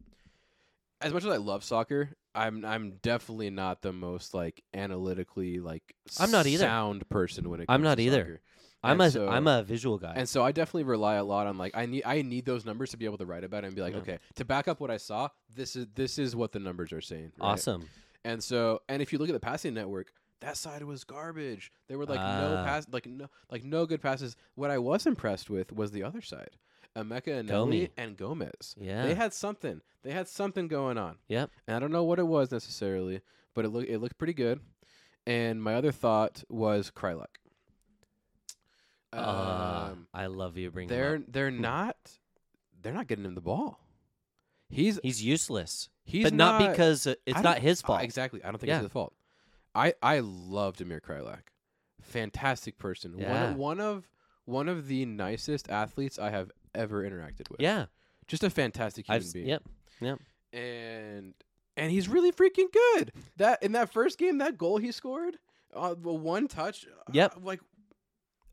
Speaker 5: as much as I love soccer, I'm I'm definitely not the most like analytically like
Speaker 4: I'm not either.
Speaker 5: sound person when it. comes
Speaker 4: I'm not
Speaker 5: to
Speaker 4: either.
Speaker 5: soccer.
Speaker 4: I'm
Speaker 5: And
Speaker 4: a
Speaker 5: so-
Speaker 4: am a visual guy.
Speaker 5: And so I definitely rely a lot on like I need I need those numbers to be able to write about it and be like
Speaker 4: Yeah.
Speaker 5: okay to back up what I saw this is this is what the numbers are saying right?
Speaker 4: Awesome.
Speaker 5: And so, and if you look at the passing network, that side was garbage. There were like no
Speaker 4: Ah.
Speaker 5: pass, like no, like no good passes. What I was impressed with was the other side, Emeka and
Speaker 4: Gomi.
Speaker 5: and Gomez.
Speaker 4: Yeah.
Speaker 5: They had something. They had something going on.
Speaker 4: Yep.
Speaker 5: And I don't know what it was necessarily, but it looked it looked pretty good. And my other thought was Krylak. Um,
Speaker 4: Ah, I love you bringing him
Speaker 5: they're
Speaker 4: up. Hmm.
Speaker 5: they're not they're not getting him the ball. He's
Speaker 4: He's useless,
Speaker 5: he's
Speaker 4: but not,
Speaker 5: not
Speaker 4: because uh,
Speaker 5: I
Speaker 4: it's not
Speaker 5: don't-
Speaker 4: his
Speaker 5: I-
Speaker 4: fault.
Speaker 5: exactly. I don't think
Speaker 4: Yeah.
Speaker 5: it's his fault. I I loved Amir Krylak. Fantastic person. One,
Speaker 4: Yeah.
Speaker 5: of, one of one of the nicest athletes I have ever interacted with.
Speaker 4: Yeah,
Speaker 5: Just a fantastic
Speaker 4: I've
Speaker 5: human
Speaker 4: s-
Speaker 5: being.
Speaker 4: yep.
Speaker 5: And and he's really freaking good. That in that first game, that goal he scored, uh, the one touch.
Speaker 4: Yep.
Speaker 5: uh, like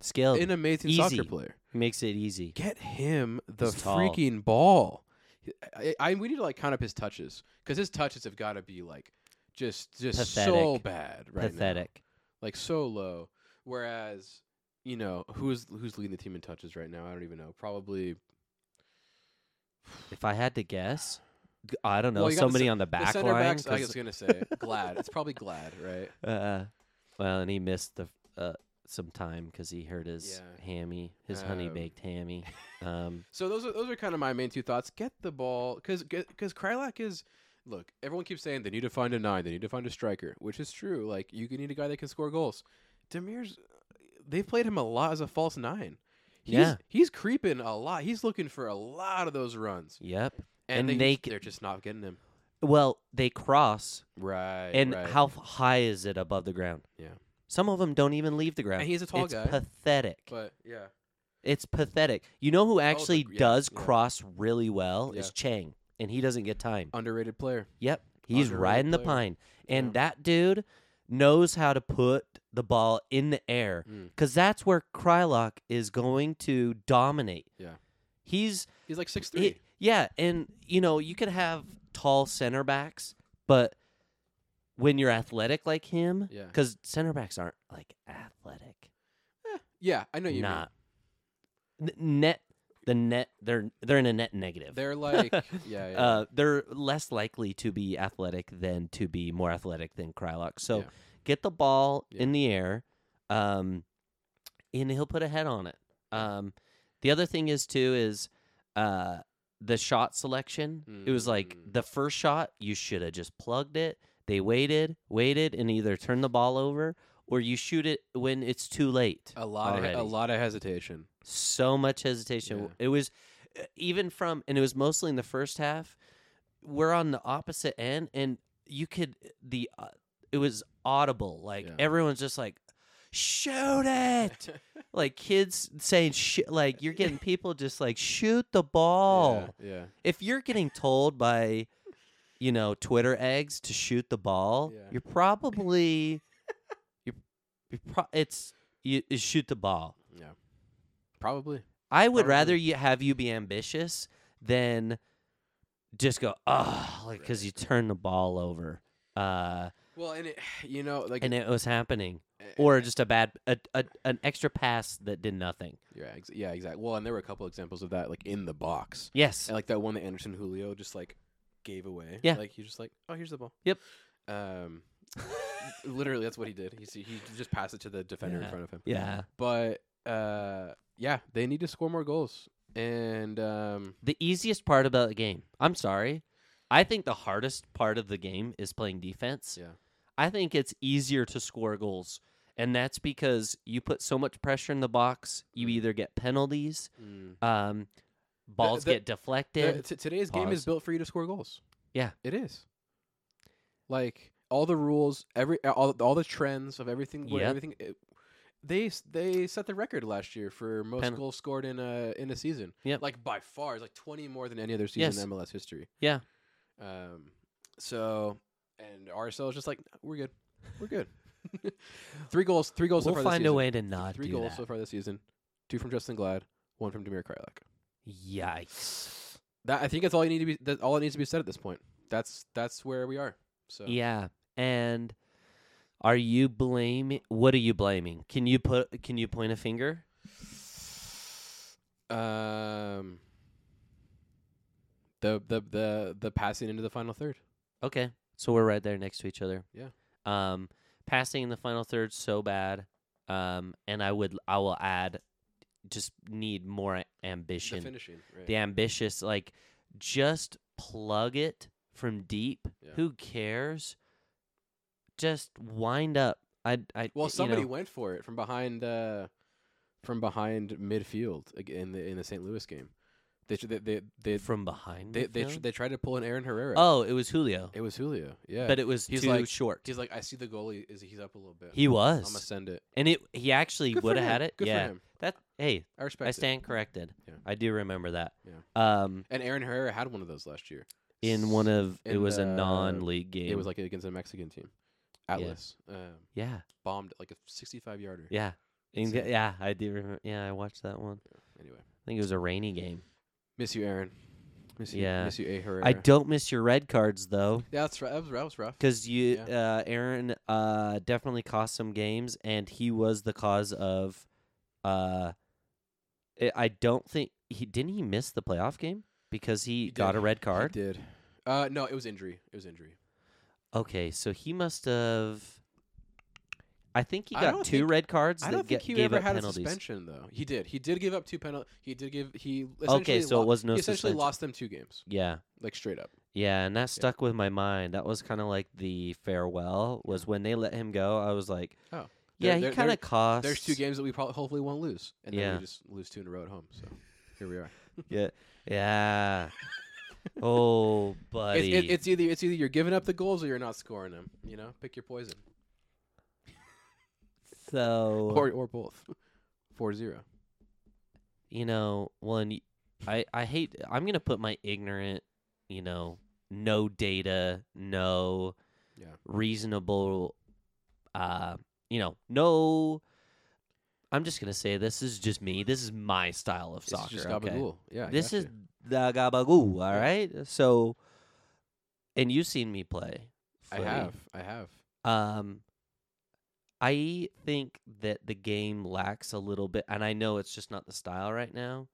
Speaker 4: Skilled
Speaker 5: an amazing
Speaker 4: Easy.
Speaker 5: soccer player.
Speaker 4: makes it easy.
Speaker 5: Get him the
Speaker 4: He's tall.
Speaker 5: freaking ball. I, I we need to like count up his touches because his touches have got to be like just just so
Speaker 4: Pathetic.
Speaker 5: bad right now.
Speaker 4: Pathetic.
Speaker 5: like so low. Whereas, you know, who's who's leading the team in touches right now? I don't even know. Probably
Speaker 4: If I had to guess, g- I don't know
Speaker 5: Well, you got the
Speaker 4: somebody
Speaker 5: ce-
Speaker 4: on the
Speaker 5: the
Speaker 4: back
Speaker 5: center
Speaker 4: line.
Speaker 5: backs. I was
Speaker 4: 'cause,
Speaker 5: gonna say Glad. It's probably Glad, right?
Speaker 4: uh, well, and he missed the uh, some time because he hurt his
Speaker 5: Yeah.
Speaker 4: hammy, his honey baked hammy. Um,
Speaker 5: So those are those are kind of my main two thoughts. Get the ball, because because Krylak is. Look, everyone keeps saying they need to find a nine. They need to find a striker, which is true. Like you can need a guy that can score goals. Demir's, they've played him a lot as a false nine. He's,
Speaker 4: Yeah.
Speaker 5: he's creeping a lot. He's looking for a lot of those runs,
Speaker 4: yep. And
Speaker 5: and, they,
Speaker 4: they c-
Speaker 5: they're just not getting him.
Speaker 4: Well, they cross,
Speaker 5: Right.
Speaker 4: and
Speaker 5: right.
Speaker 4: how f- high is it above the ground?
Speaker 5: Yeah.
Speaker 4: Some of them don't even leave the ground.
Speaker 5: he's a tall
Speaker 4: it's
Speaker 5: guy,
Speaker 4: Pathetic.
Speaker 5: But yeah,
Speaker 4: It's pathetic. You know who actually
Speaker 5: yeah,
Speaker 4: does
Speaker 5: yeah.
Speaker 4: cross really well
Speaker 5: Yeah.
Speaker 4: is Chang, and he doesn't get time.
Speaker 5: underrated player.
Speaker 4: Yep, he's
Speaker 5: Underrated
Speaker 4: riding the
Speaker 5: player.
Speaker 4: pine, and
Speaker 5: Yeah.
Speaker 4: that dude knows how to put the ball in the air
Speaker 5: Mm.
Speaker 4: because that's where Krylock is going to dominate.
Speaker 5: Yeah.
Speaker 4: he's
Speaker 5: He's like six
Speaker 4: he-
Speaker 5: three.
Speaker 4: yeah, and you know you could have tall center backs, but when you're athletic like him,
Speaker 5: Yeah.
Speaker 4: because center backs aren't like athletic,
Speaker 5: Yeah, I know you. mean.
Speaker 4: not N- net the net they're they're in a net negative.
Speaker 5: They're like yeah. yeah.
Speaker 4: Uh, they're less likely to be athletic than to be more athletic than Krylock. So
Speaker 5: Yeah.
Speaker 4: get the ball
Speaker 5: Yeah.
Speaker 4: in the air, um, and he'll put a head on it. Um, the other thing is too is uh, the shot selection. It was like
Speaker 5: Mm.
Speaker 4: the first shot you should have just plugged it. They waited, waited, and either turn the ball over or you shoot it when it's too late.
Speaker 5: a lot of, he- a
Speaker 4: already.
Speaker 5: lot of hesitation.
Speaker 4: so much hesitation.
Speaker 5: Yeah.
Speaker 4: It was uh, even from, and it was mostly in the first half. We're on the opposite end, and you could the uh, it was audible. Like
Speaker 5: Yeah.
Speaker 4: everyone's just like, shoot it. like kids saying shit. Like you're getting people just like shoot the ball.
Speaker 5: yeah,
Speaker 4: If you're getting told by, you know, Twitter eggs to shoot the ball,
Speaker 5: Yeah.
Speaker 4: you're probably you're, you're pro- it's you, you shoot the ball.
Speaker 5: yeah, yeah. Probably.
Speaker 4: I would
Speaker 5: Probably.
Speaker 4: rather you have you be ambitious than just go oh like because
Speaker 5: Right.
Speaker 4: you turn the ball over uh
Speaker 5: Well, and it, you know, like
Speaker 4: and it was happening
Speaker 5: eh,
Speaker 4: or just a bad a, a, an extra pass that did nothing
Speaker 5: yeah, ex- yeah, exactly. Well, and there were a couple examples of that, like in the box,
Speaker 4: yes
Speaker 5: and like that one that Anderson Julio just like gave away.
Speaker 4: Yeah.
Speaker 5: like he just like, oh, here's the ball.
Speaker 4: Yep.
Speaker 5: Um, literally, that's what he did. He s- he just passed it to the defender
Speaker 4: Yeah.
Speaker 5: in front of him.
Speaker 4: yeah
Speaker 5: But uh, yeah, they need to score more goals, and um,
Speaker 4: the easiest part about the game i'm sorry i think the hardest part of the game is playing defense
Speaker 5: Yeah.
Speaker 4: i think it's easier to score goals and that's because you put so much pressure in the box you
Speaker 5: Mm.
Speaker 4: either get penalties
Speaker 5: mm,
Speaker 4: um balls
Speaker 5: the-
Speaker 4: get deflected
Speaker 5: the- t- today's game
Speaker 4: Pause.
Speaker 5: is built for you to score goals.
Speaker 4: Yeah.
Speaker 5: it is. Like all the rules, every all all the trends of everything, what
Speaker 4: Yep.
Speaker 5: everything. It, they s- they set the record last year for most
Speaker 4: Pen-
Speaker 5: goals scored in a in a season.
Speaker 4: Yep.
Speaker 5: like by far, it's like twenty more than any other season
Speaker 4: Yes.
Speaker 5: in MLS history.
Speaker 4: Yeah.
Speaker 5: Um. So, and RSL is just like "Nah, we're good, we're good. three goals. Three goals.
Speaker 4: We'll
Speaker 5: so far
Speaker 4: find
Speaker 5: this
Speaker 4: a
Speaker 5: season.
Speaker 4: way to not
Speaker 5: Three
Speaker 4: do
Speaker 5: goals
Speaker 4: that.
Speaker 5: so far this season. Two from Justin Glad. One from Demir Krylak.
Speaker 4: Yikes.
Speaker 5: That I think that's all you need to be. That, all it needs to be said at this point. That's that's where we are. So
Speaker 4: Yeah. And are you blaming what are you blaming? Can you put can you point a finger?
Speaker 5: Um. The the the the passing into the final third.
Speaker 4: Okay. So we're right there next to each other.
Speaker 5: Yeah.
Speaker 4: Um passing in the final third so bad. Um and I would I will add just need more a- ambition.
Speaker 5: The finishing. Right.
Speaker 4: the ambitious like just plug it from deep
Speaker 5: Yeah.
Speaker 4: who cares just wind up i i
Speaker 5: Well,
Speaker 4: you
Speaker 5: somebody
Speaker 4: know,
Speaker 5: went for it from behind, uh, from behind midfield ag- in the in the St. Louis game. They tr- they they they
Speaker 4: from behind
Speaker 5: they, they, tr-
Speaker 4: midfield?
Speaker 5: they tried to pull an Aaron Herrera.
Speaker 4: oh it was julio
Speaker 5: it was Julio. Yeah,
Speaker 4: but it was
Speaker 5: He's
Speaker 4: too
Speaker 5: like-
Speaker 4: short
Speaker 5: he's like, I see the goalie is he's up a little bit.
Speaker 4: he
Speaker 5: I'm gonna
Speaker 4: was
Speaker 5: send it.
Speaker 4: and it he actually
Speaker 5: Good for
Speaker 4: would have
Speaker 5: him.
Speaker 4: had it
Speaker 5: Good
Speaker 4: yeah
Speaker 5: for him.
Speaker 4: that hey
Speaker 5: I respect.
Speaker 4: i
Speaker 5: it.
Speaker 4: stand corrected
Speaker 5: Yeah.
Speaker 4: i do remember that
Speaker 5: Yeah.
Speaker 4: um
Speaker 5: And Aaron Herrera had one of those last year.
Speaker 4: in one of it
Speaker 5: And,
Speaker 4: was a
Speaker 5: uh,
Speaker 4: non-league game
Speaker 5: It was like against a Mexican team. Atlas um,
Speaker 4: yeah
Speaker 5: bombed like a 65 yarder.
Speaker 4: yeah In-
Speaker 5: So-
Speaker 4: yeah i do remember yeah i watched that one
Speaker 5: Anyway,
Speaker 4: i think it was a rainy game
Speaker 5: miss you, Aaron. Miss you.
Speaker 4: Yeah.
Speaker 5: Miss you, A Herrera.
Speaker 4: i don't miss your red cards though
Speaker 5: Yeah, that's right. That was, that was rough.
Speaker 4: Because you, uh, Aaron, uh, definitely cost some games, and he was the cause of. Uh, I- I don't think he didn't he miss the playoff game because he,
Speaker 5: He
Speaker 4: got
Speaker 5: did.
Speaker 4: a red
Speaker 5: He
Speaker 4: card.
Speaker 5: did. Uh, no, it was injury. It was injury.
Speaker 4: Okay, so he must have. I think he
Speaker 5: I
Speaker 4: got
Speaker 5: don't
Speaker 4: two
Speaker 5: think-
Speaker 4: red cards
Speaker 5: I
Speaker 4: that
Speaker 5: don't think
Speaker 4: ge-
Speaker 5: he
Speaker 4: gave
Speaker 5: ever
Speaker 4: up
Speaker 5: had a
Speaker 4: penalties.
Speaker 5: suspension though. He did. He did give up two penalties. He did give. He
Speaker 4: Okay,
Speaker 5: essentially
Speaker 4: so
Speaker 5: lo-
Speaker 4: it was no
Speaker 5: he essentially
Speaker 4: suspension.
Speaker 5: lost them two games,
Speaker 4: Yeah,
Speaker 5: like straight up.
Speaker 4: yeah, and that stuck with my mind. That was kind of like the farewell. Was when they let him go, I was like,
Speaker 5: Oh.
Speaker 4: yeah,
Speaker 5: There-
Speaker 4: he
Speaker 5: there-
Speaker 4: kind
Speaker 5: there-
Speaker 4: of cost.
Speaker 5: There's two games that we probably hopefully won't lose, and then
Speaker 4: Yeah.
Speaker 5: we just lose two in a row at home. So here we are.
Speaker 4: Yeah. oh,
Speaker 5: It's,
Speaker 4: buddy.
Speaker 5: it, it's either it's either you're giving up the goals or you're not scoring them. You know, pick your poison,
Speaker 4: So
Speaker 5: or or both. Four zero.
Speaker 4: you know, one I I hate I'm going to put my ignorant, you know, no data, no
Speaker 5: Yeah.
Speaker 4: reasonable uh, you know, no I'm just going to say this is just me. This is my style of soccer.
Speaker 5: It's just
Speaker 4: okay?
Speaker 5: gabagool. Yeah, I
Speaker 4: this
Speaker 5: gotcha.
Speaker 4: is the gabagoo, all right? So and you've seen me play.
Speaker 5: I
Speaker 4: footy.
Speaker 5: have. I have.
Speaker 4: Um, I think that the game lacks a little bit, and I know it's just not the style right now.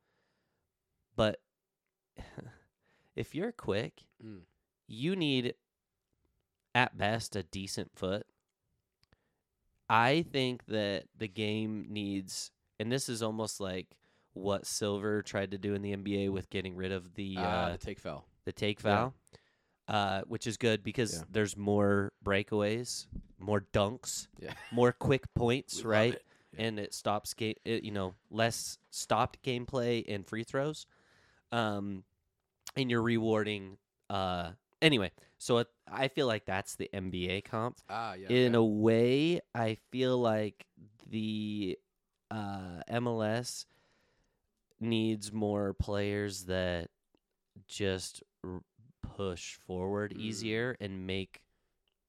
Speaker 4: But if you're quick,
Speaker 5: Mm.
Speaker 4: you need at best a decent foot. I think that the game needs, and this is almost like what Silver tried to do in the NBA with getting rid of the
Speaker 5: Ah,
Speaker 4: uh,
Speaker 5: the take foul.
Speaker 4: the take
Speaker 5: Yeah.
Speaker 4: foul, uh, which is good because
Speaker 5: Yeah.
Speaker 4: there's more breakaways, more dunks,
Speaker 5: Yeah.
Speaker 4: more quick points,
Speaker 5: We love
Speaker 4: right?
Speaker 5: it. Yeah.
Speaker 4: And it stops game, it, you know, less stopped gameplay and free throws, um, and you're rewarding. Uh, anyway, so it, I feel like that's the NBA comp.
Speaker 5: Ah, yeah.
Speaker 4: In a way, I feel like the uh, MLS needs more players that just r- push forward
Speaker 5: Mm.
Speaker 4: easier and make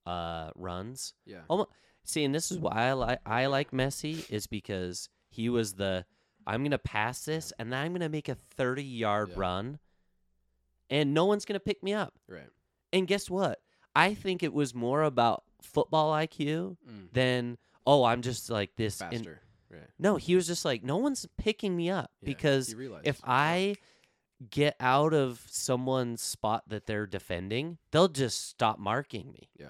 Speaker 4: uh, runs.
Speaker 5: yeah.
Speaker 4: Oh, See, and this is why I, li- I like Messi is because he was the I'm gonna pass this and then I'm gonna make a 30 yard
Speaker 5: Yeah.
Speaker 4: run, and no one's gonna pick me up.
Speaker 5: Right.
Speaker 4: And guess what? I think it was more about football IQ
Speaker 5: Mm.
Speaker 4: than oh, I'm just like this. and-
Speaker 5: Faster. right.
Speaker 4: no, he was just like, no one's picking me up
Speaker 5: Yeah,
Speaker 4: because
Speaker 5: he realized.
Speaker 4: if I get out of someone's spot that they're defending, they'll just stop marking me.
Speaker 5: Yeah.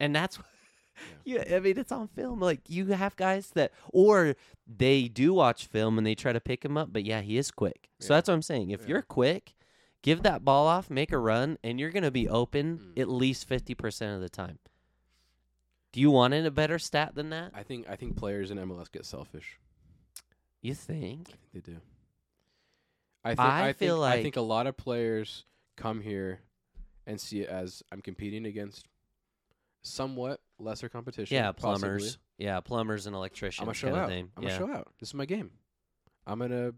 Speaker 4: And that's yeah. I mean, it's on film. Like you have guys that or they do watch film and they try to pick him up, but yeah, he is quick. So
Speaker 5: Yeah.
Speaker 4: that's what I'm saying. If
Speaker 5: Yeah.
Speaker 4: you're quick, give that ball off, make a run, and you're gonna be open
Speaker 5: Mm.
Speaker 4: at least fifty percent of the time. Do you want in a better stat than that?
Speaker 5: I think I think players in MLS get selfish.
Speaker 4: You think?
Speaker 5: I think they do. I think
Speaker 4: I
Speaker 5: I,
Speaker 4: feel
Speaker 5: think, I think
Speaker 4: like-
Speaker 5: a lot of players come here and see it as I'm competing against somewhat lesser competition.
Speaker 4: Yeah,
Speaker 5: possibly.
Speaker 4: plumbers. Yeah, plumbers and
Speaker 5: I'm
Speaker 4: electricians.
Speaker 5: gonna show
Speaker 4: kinda
Speaker 5: out.
Speaker 4: thing.
Speaker 5: I'm
Speaker 4: yeah.
Speaker 5: gonna show out. This is my game. I'm gonna.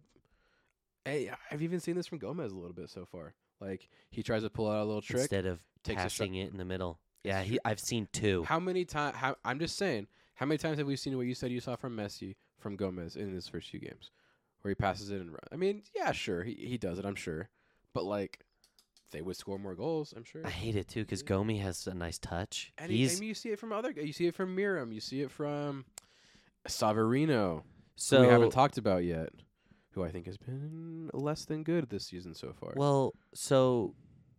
Speaker 5: Hey, I've even seen this from Gomez a little bit so far. Like he tries to pull out a little trick.
Speaker 4: Instead of
Speaker 5: takes a shot-
Speaker 4: passing it in the middle. Yeah, he, I've seen two.
Speaker 5: How many times? How, I'm just saying. How many times have we seen what you said you saw from Messi, from Gomez in his first few games, where he passes it and run? I mean, yeah, sure, he he does it. I'm sure, but like, they would score more goals. I'm sure.
Speaker 4: I hate it too because Gomi has a nice touch.
Speaker 5: And he- I
Speaker 4: He's
Speaker 5: mean, you see it from other. You see it from Miram. You see it from Savarino, who
Speaker 4: so
Speaker 5: we haven't talked about yet, who I think has been less than good this season so far.
Speaker 4: Well, so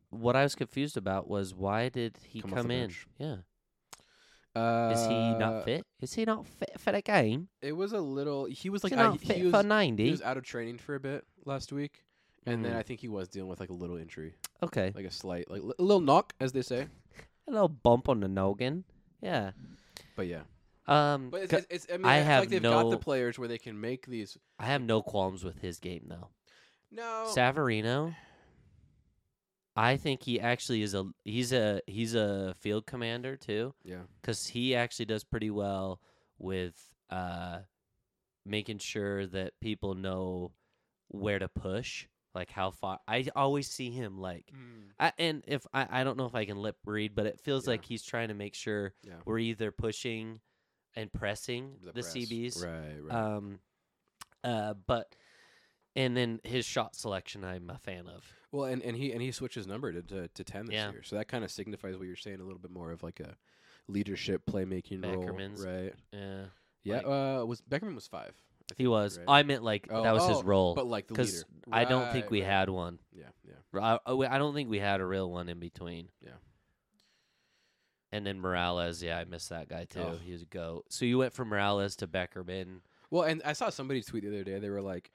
Speaker 4: what I was confused about was why did he
Speaker 5: Come
Speaker 4: come,
Speaker 5: off the
Speaker 4: in?
Speaker 5: bench.
Speaker 4: Yeah,
Speaker 5: uh,
Speaker 4: is he not fit? Is he not fit for the game?
Speaker 5: It was a little. He was
Speaker 4: Is
Speaker 5: like
Speaker 4: he
Speaker 5: I,
Speaker 4: not fit
Speaker 5: he was,
Speaker 4: for
Speaker 5: he
Speaker 4: ninety?
Speaker 5: was out of training for a bit last week, and then
Speaker 4: Mm.
Speaker 5: I think he was dealing with like a little injury,
Speaker 4: okay,
Speaker 5: like a slight, like li- a little knock, as they say.
Speaker 4: a little bump on the noggin. Yeah.
Speaker 5: But yeah,
Speaker 4: Um,
Speaker 5: but it's,
Speaker 4: c-
Speaker 5: it's, it's I mean,
Speaker 4: I
Speaker 5: I feel
Speaker 4: have
Speaker 5: like they've got the
Speaker 4: no-
Speaker 5: players where they can make these.
Speaker 4: I have no qualms with his game though.
Speaker 5: No,
Speaker 4: Savarino, I think he actually is a he's a he's a field commander too.
Speaker 5: Yeah.
Speaker 4: because he actually does pretty well with uh, making sure that people know where to push, like how far. I always see him like,
Speaker 5: Mm.
Speaker 4: I, and if I I don't know if I can lip read, but it feels
Speaker 5: Yeah.
Speaker 4: like he's trying to make sure
Speaker 5: Yeah.
Speaker 4: we're either pushing and pressing the,
Speaker 5: press.
Speaker 4: CBs.
Speaker 5: Right, right.
Speaker 4: Um, uh, but and then his shot selection, I'm a fan of.
Speaker 5: Well, and, and he and he switched his number to to, to ten this
Speaker 4: Yeah.
Speaker 5: year, so that kind of signifies what you're saying a little bit more of like a leadership playmaking
Speaker 4: Beckerman's,
Speaker 5: role, right?
Speaker 4: Yeah,
Speaker 5: Yeah,
Speaker 4: like-
Speaker 5: uh, was Beckerman was five? I
Speaker 4: he
Speaker 5: think,
Speaker 4: was.
Speaker 5: right?
Speaker 4: I meant like
Speaker 5: Oh,
Speaker 4: that was
Speaker 5: oh,
Speaker 4: his role.
Speaker 5: but like the leader.
Speaker 4: because I don't think
Speaker 5: Right,
Speaker 4: we
Speaker 5: right.
Speaker 4: had one.
Speaker 5: Yeah, yeah.
Speaker 4: R- I, I- uh, we- I don't think we had a real one in between.
Speaker 5: Yeah.
Speaker 4: And then Morales, yeah, I missed that guy too.
Speaker 5: Oh.
Speaker 4: He was a goat. So you went from Morales to Beckerman.
Speaker 5: Well, and I saw somebody tweet the other day. They were like,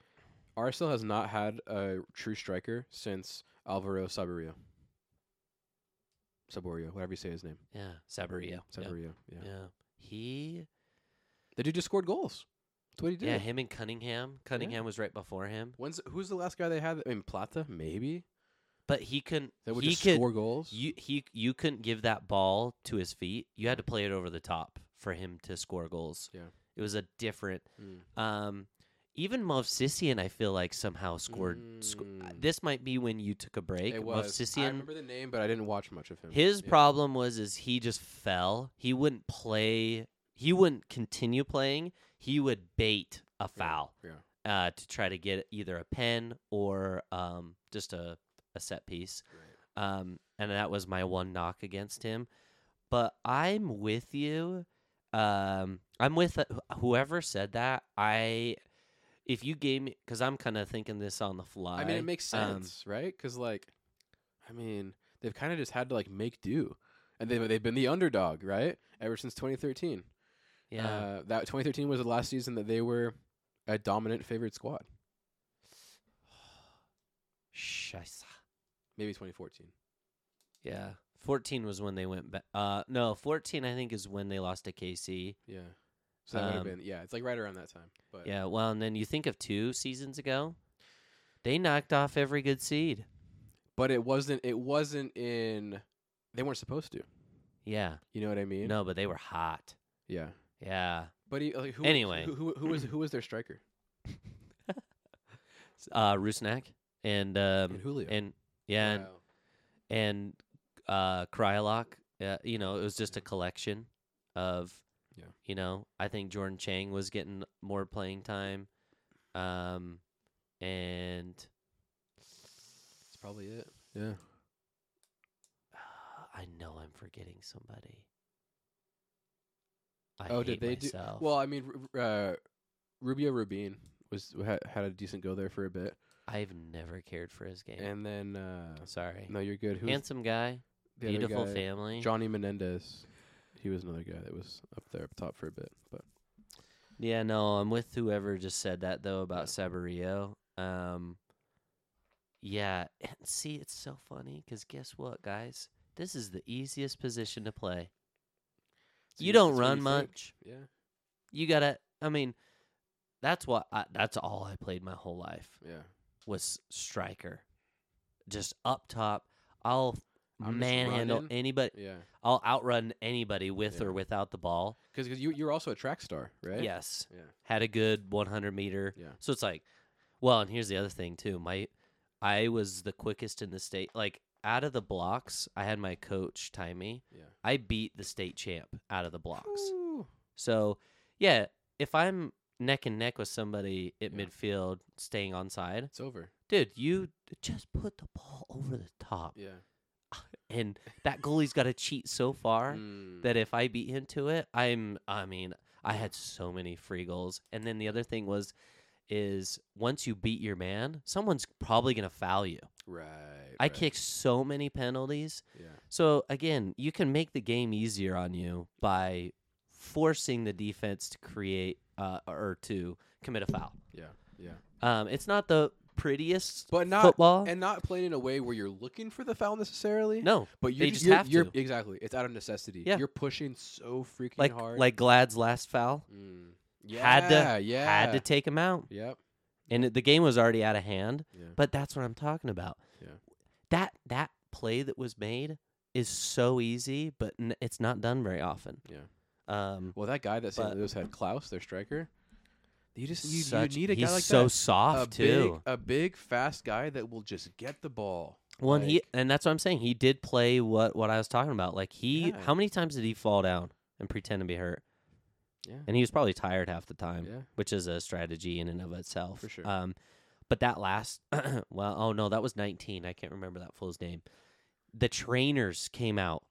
Speaker 5: "Arsenal has not had a true striker since Alvaro Saborio. Saborio, whatever you say his name.
Speaker 4: Yeah, Sabarillo. Yeah.
Speaker 5: Saborio. Yeah.
Speaker 4: yeah. He
Speaker 5: The dude just scored goals. That's what he did.
Speaker 4: Yeah, him and Cunningham. Cunningham was right before him.
Speaker 5: When's who's the last guy they had? I mean, Plata, maybe
Speaker 4: But he couldn't
Speaker 5: that would
Speaker 4: he
Speaker 5: just
Speaker 4: could
Speaker 5: score goals.
Speaker 4: you he you couldn't give that ball to his feet. You had to play it over the top for him to score goals.
Speaker 5: Yeah.
Speaker 4: It was a different
Speaker 5: Mm.
Speaker 4: um even Movsisian I feel like somehow scored sc-
Speaker 5: Mm.
Speaker 4: this might be when you took a break.
Speaker 5: It was. I
Speaker 4: Movsisian-
Speaker 5: remember the name, but I didn't watch much of him.
Speaker 4: His
Speaker 5: Yeah.
Speaker 4: problem was is he just fell. He wouldn't play. He wouldn't continue playing. He would bait a foul
Speaker 5: Yeah.
Speaker 4: uh, to try to get either a pen or um, just a, a set piece. Um, and that was my one knock against him. But I'm with you. Um, I'm with uh, wh- whoever said that. I, if you gave me, because I'm kind of thinking this on the fly.
Speaker 5: I mean, it makes
Speaker 4: um,
Speaker 5: sense, right? 'Cause right? Because like, I mean, they've kind of just had to like make do, and they they've been the underdog, right? Ever since 2013.
Speaker 4: yeah.
Speaker 5: Uh, that 2013 was the last season that they were a dominant favorite squad.
Speaker 4: Scheisse.
Speaker 5: Maybe 2014.
Speaker 4: Yeah. 14 was when they went back. Uh, no, 14 I think is when they lost to KC.
Speaker 5: Yeah. So that would have
Speaker 4: Um,
Speaker 5: been yeah. It's like right around that time. But
Speaker 4: Yeah. Well, and then you think of two seasons ago, they knocked off every good seed.
Speaker 5: But it wasn't. It wasn't in. They weren't supposed to.
Speaker 4: Yeah.
Speaker 5: You know what I mean?
Speaker 4: No, but they were hot.
Speaker 5: Yeah.
Speaker 4: Yeah.
Speaker 5: But he, like, who,
Speaker 4: Anyway.
Speaker 5: who, who, who was who was their striker?
Speaker 4: S- Uh, Rusnak and, um,
Speaker 5: And Julio.
Speaker 4: and yeah, and,
Speaker 5: Wow.
Speaker 4: and uh, Krylock. Uh, you know, it was just a collection of,
Speaker 5: Yeah.
Speaker 4: you know, I think Jordan Chang was getting more playing time. Um, and
Speaker 5: That's probably it. Yeah.
Speaker 4: I know I'm forgetting somebody. I
Speaker 5: oh,
Speaker 4: hate
Speaker 5: did they
Speaker 4: myself.
Speaker 5: do? Well, I mean, Ru- uh, Rubio Rubin was had, had a decent go there for a bit,
Speaker 4: I've never cared for his game.
Speaker 5: and then uh,
Speaker 4: Sorry.
Speaker 5: no, you're good. Who's
Speaker 4: Handsome guy,
Speaker 5: the other
Speaker 4: beautiful
Speaker 5: guy?
Speaker 4: family.
Speaker 5: Johnny Menendez. He was another guy that was up there up top for a bit, but
Speaker 4: Yeah, no, I'm with whoever just said that though about Sabarillo. Um, yeah, and see, it's so funny because guess what, guys? This is the easiest position to play.
Speaker 5: So
Speaker 4: you
Speaker 5: that's
Speaker 4: don't
Speaker 5: what
Speaker 4: run
Speaker 5: think?
Speaker 4: much.
Speaker 5: Yeah,
Speaker 4: You gotta. I mean, that's what. I, that's all I played my whole life.
Speaker 5: yeah.
Speaker 4: was striker. Just up top, I'll
Speaker 5: I'm just
Speaker 4: manhandle
Speaker 5: running.
Speaker 4: anybody.
Speaker 5: Yeah,
Speaker 4: I'll outrun anybody with
Speaker 5: Yeah.
Speaker 4: or without the ball.
Speaker 5: because you you're also a track star, right?
Speaker 4: Yes,
Speaker 5: yeah,
Speaker 4: had a good 100 meter.
Speaker 5: Yeah.
Speaker 4: So it's like, well, and here's the other thing too. My, I was the quickest in the state. Like out of the blocks, I had my coach time me.
Speaker 5: Yeah.
Speaker 4: I beat the state champ out of the blocks. So, yeah, if I'm neck and neck with somebody at
Speaker 5: Yeah.
Speaker 4: midfield, staying on side,
Speaker 5: It's over.
Speaker 4: dude, you just put the ball over the top,
Speaker 5: Yeah.
Speaker 4: and that goalie's got to cheat so far
Speaker 5: Mm.
Speaker 4: that if I beat him to it, I'm. I mean, I had so many free goals, and then the other thing was, is once you beat your man, someone's probably gonna foul you.
Speaker 5: right.
Speaker 4: I
Speaker 5: right.
Speaker 4: kicked so many penalties.
Speaker 5: Yeah.
Speaker 4: So again, you can make the game easier on you by forcing the defense to create uh, or to commit a foul.
Speaker 5: Yeah. Yeah.
Speaker 4: Um, it's not the prettiest,
Speaker 5: But not
Speaker 4: football.
Speaker 5: and not playing in a way where you're looking for the foul necessarily.
Speaker 4: Oh. no,
Speaker 5: But you're
Speaker 4: They
Speaker 5: ju-
Speaker 4: just
Speaker 5: you're,
Speaker 4: have
Speaker 5: you're-
Speaker 4: to.
Speaker 5: exactly. It's out of necessity.
Speaker 4: Yeah.
Speaker 5: You're pushing so freaking
Speaker 4: like
Speaker 5: hard.
Speaker 4: like Glad's last foul
Speaker 5: Mm.
Speaker 4: Had to-
Speaker 5: Yeah, yeah.
Speaker 4: had to take him out,
Speaker 5: Yep.
Speaker 4: and it- the game was already out of hand.
Speaker 5: Yeah.
Speaker 4: But that's what I'm talking about.
Speaker 5: Yeah.
Speaker 4: That that play that was made is so easy, but n- it's not done very often.
Speaker 5: Yeah.
Speaker 4: Um,
Speaker 5: Well, that guy that St.
Speaker 4: But-
Speaker 5: Louis had Klaus, their striker. You just you,
Speaker 4: such-
Speaker 5: you need a
Speaker 4: he's
Speaker 5: guy like
Speaker 4: so
Speaker 5: that.
Speaker 4: soft
Speaker 5: a
Speaker 4: too.
Speaker 5: big, a big, fast guy that will just get the ball.
Speaker 4: Well, and he
Speaker 5: Like-
Speaker 4: and that's what I'm saying. He did play what what I was talking about. Like he,
Speaker 5: Yeah.
Speaker 4: how many times did he fall down and pretend to be hurt?
Speaker 5: Yeah.
Speaker 4: And he was probably tired half the time,
Speaker 5: Yeah.
Speaker 4: which is a strategy in and of itself.
Speaker 5: For sure.
Speaker 4: Um, but that last, well, oh no, that was 19. I can't remember that fool's name. The trainers came out.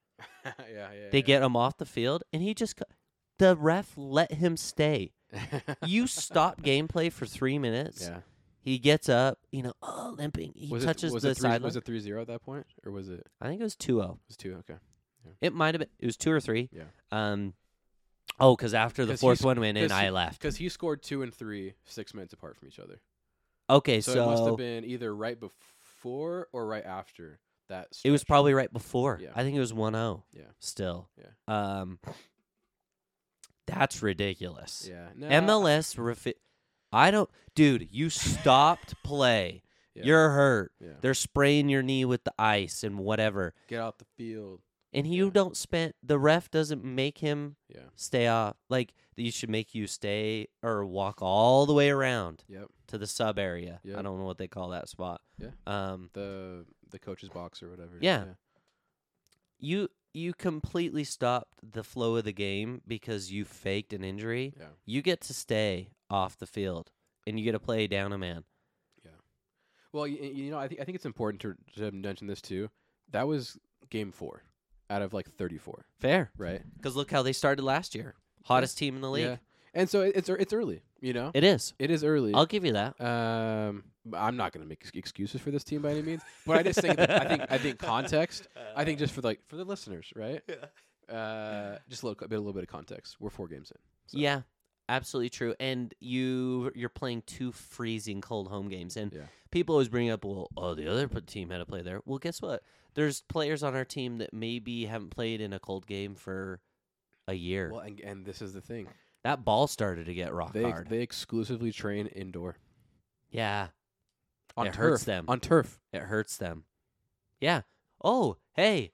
Speaker 5: yeah, yeah.
Speaker 4: They get him off the field, and he just, c- the ref let him stay.
Speaker 5: get
Speaker 4: You stop gameplay for three minutes.
Speaker 5: Yeah.
Speaker 4: He gets up, you know, oh, limping. He
Speaker 5: was
Speaker 4: touches
Speaker 5: it, was
Speaker 4: the
Speaker 5: it three,
Speaker 4: sideline.
Speaker 5: Was it three zero at that point, or was it it
Speaker 4: I think it was 2 0.
Speaker 5: was two? Okay.
Speaker 4: It might have been. It was two or three.
Speaker 5: Yeah.
Speaker 4: Um. Oh, because after the
Speaker 5: 'Cause
Speaker 4: fourth
Speaker 5: he's-
Speaker 4: one went in,
Speaker 5: 'cause he-
Speaker 4: I left.
Speaker 5: Because he scored two and three six minutes apart from each other.
Speaker 4: Okay,
Speaker 5: so,
Speaker 4: so,
Speaker 5: it must have been either right before or right after that.
Speaker 4: it was
Speaker 5: stretch.
Speaker 4: probably right before.
Speaker 5: Yeah.
Speaker 4: I think it was 1-0
Speaker 5: Yeah.
Speaker 4: Still.
Speaker 5: Yeah.
Speaker 4: Um. That's ridiculous.
Speaker 5: yeah. Nah,
Speaker 4: MLS. Refi- I don't, dude. You stopped play.
Speaker 5: Yeah.
Speaker 4: You're hurt.
Speaker 5: yeah.
Speaker 4: They're spraying your knee with the ice and whatever.
Speaker 5: Get out the field.
Speaker 4: And you
Speaker 5: Yeah.
Speaker 4: don't spend. The ref doesn't make him
Speaker 5: Yeah.
Speaker 4: stay off. Like you should make you stay or walk all the way around.
Speaker 5: Yep.
Speaker 4: to the sub area.
Speaker 5: Yeah.
Speaker 4: I don't know what they call that spot.
Speaker 5: Yeah.
Speaker 4: Um
Speaker 5: The the coach's box or whatever.
Speaker 4: Yeah. you you completely stopped the flow of the game because you faked an injury.
Speaker 5: Yeah. yeah.
Speaker 4: You get to stay off the field and you get to play down a man.
Speaker 5: Well, you, you know, I think I think it's important to, to mention this too. That was game four out of like thirty four,
Speaker 4: Fair.
Speaker 5: right?
Speaker 4: Cuz look how they started last year. Hottest team in the league.
Speaker 5: Yeah. And so it, it's ear- it's early, you know.
Speaker 4: It is.
Speaker 5: it is early.
Speaker 4: I'll give you that.
Speaker 5: Um, but I'm not going to make ex- excuses for this team by any means, but I just think that, I think I think context. I think just for like for the listeners, right? Uh, just a little, a, bit, a little bit of context. We're four games in. So,
Speaker 4: Yeah. Absolutely true. And you you're playing two freezing cold home games and
Speaker 5: Yeah.
Speaker 4: people always bring up, well, oh, the other p- team had to play there. Well, guess what? There's players on our team that maybe haven't played in a cold game for a year.
Speaker 5: Well, and, and this is the thing.
Speaker 4: That ball started to get rock
Speaker 5: They
Speaker 4: hard.
Speaker 5: they exclusively train indoor
Speaker 4: yeah,
Speaker 5: on
Speaker 4: It
Speaker 5: turf.
Speaker 4: hurts them.
Speaker 5: on turf.
Speaker 4: it hurts them. Yeah. Oh, hey,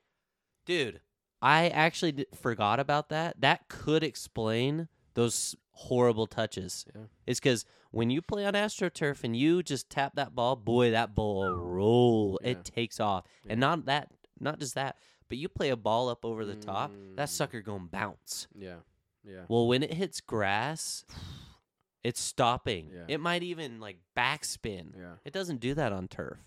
Speaker 4: dude, I actually d- forgot about that. That could explain those horrible touches.
Speaker 5: Yeah.
Speaker 4: It's because when you play on AstroTurf and you just tap that ball, boy, that ball will roll.
Speaker 5: Yeah.
Speaker 4: It takes off,
Speaker 5: Yeah.
Speaker 4: and not that, not just that, but you play a ball up over the top, that
Speaker 5: Mm.
Speaker 4: sucker gonna bounce.
Speaker 5: Yeah, yeah.
Speaker 4: Well, when it hits grass, it's stopping.
Speaker 5: Yeah.
Speaker 4: It might even like backspin.
Speaker 5: Yeah,
Speaker 4: It doesn't do that on turf.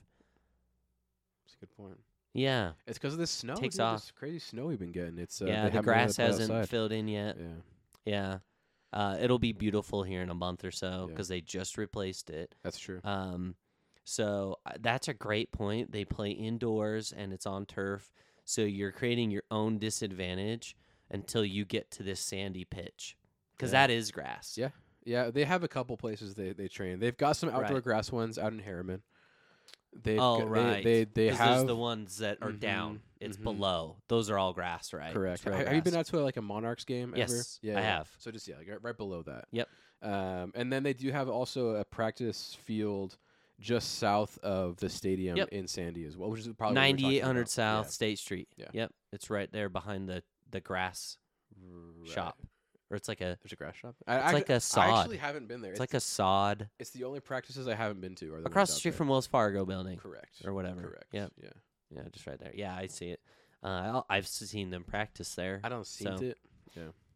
Speaker 5: it's a good point.
Speaker 4: Yeah,
Speaker 5: It's because of this snow.
Speaker 4: Takes
Speaker 5: dude,
Speaker 4: off.
Speaker 5: This crazy snow we've been getting. It's uh, they
Speaker 4: yeah. The
Speaker 5: haven't been able to
Speaker 4: grass
Speaker 5: play
Speaker 4: hasn't
Speaker 5: outside.
Speaker 4: filled in yet.
Speaker 5: Yeah,
Speaker 4: Yeah, Uh, it'll be beautiful here in a month or so
Speaker 5: Yeah.
Speaker 4: because they just replaced it.
Speaker 5: that's true.
Speaker 4: Um, so uh, that's a great point. They play indoors and it's on turf, so you're creating your own disadvantage until you get to this sandy pitch because
Speaker 5: Yeah.
Speaker 4: that is grass.
Speaker 5: Yeah. Yeah, they have a couple places they, they train. They've got some outdoor
Speaker 4: Right.
Speaker 5: grass ones out in Harriman. They've
Speaker 4: Oh,
Speaker 5: got- they-
Speaker 4: right.
Speaker 5: They they,
Speaker 4: Because those
Speaker 5: have
Speaker 4: are the ones that are down.
Speaker 5: Mhm,
Speaker 4: It's
Speaker 5: mhm.
Speaker 4: below. Those are all grass, right?
Speaker 5: correct.
Speaker 4: It's real
Speaker 5: Ha- Have you been
Speaker 4: grass.
Speaker 5: out to like a Monarchs game ever?
Speaker 4: Yes, I have.
Speaker 5: So just yeah, like right- right below that.
Speaker 4: Yep.
Speaker 5: Um, and then they do have also a practice field just south of the stadium
Speaker 4: Yep.
Speaker 5: in Sandy as well, which is probably what we're talking
Speaker 4: 9800
Speaker 5: about.
Speaker 4: South State Street.
Speaker 5: Yeah.
Speaker 4: Yep. It's right there behind the the grass
Speaker 5: Yeah. Right.
Speaker 4: shop, or it's like a
Speaker 5: There's a grass shop. I,
Speaker 4: it's
Speaker 5: I,
Speaker 4: like a
Speaker 5: I
Speaker 4: sod.
Speaker 5: actually haven't been there.
Speaker 4: It's like
Speaker 5: It's,
Speaker 4: a sod
Speaker 5: it's the only practices I haven't been to. Are the ones
Speaker 4: across the
Speaker 5: out
Speaker 4: street
Speaker 5: there.
Speaker 4: from Wells Fargo building.
Speaker 5: correct
Speaker 4: or whatever.
Speaker 5: Correct.
Speaker 4: Yep.
Speaker 5: Yeah.
Speaker 4: Yeah, just right there. Yeah, I see it. Uh, I'll- I've seen them practice there,
Speaker 5: I don't see
Speaker 4: So-
Speaker 5: it.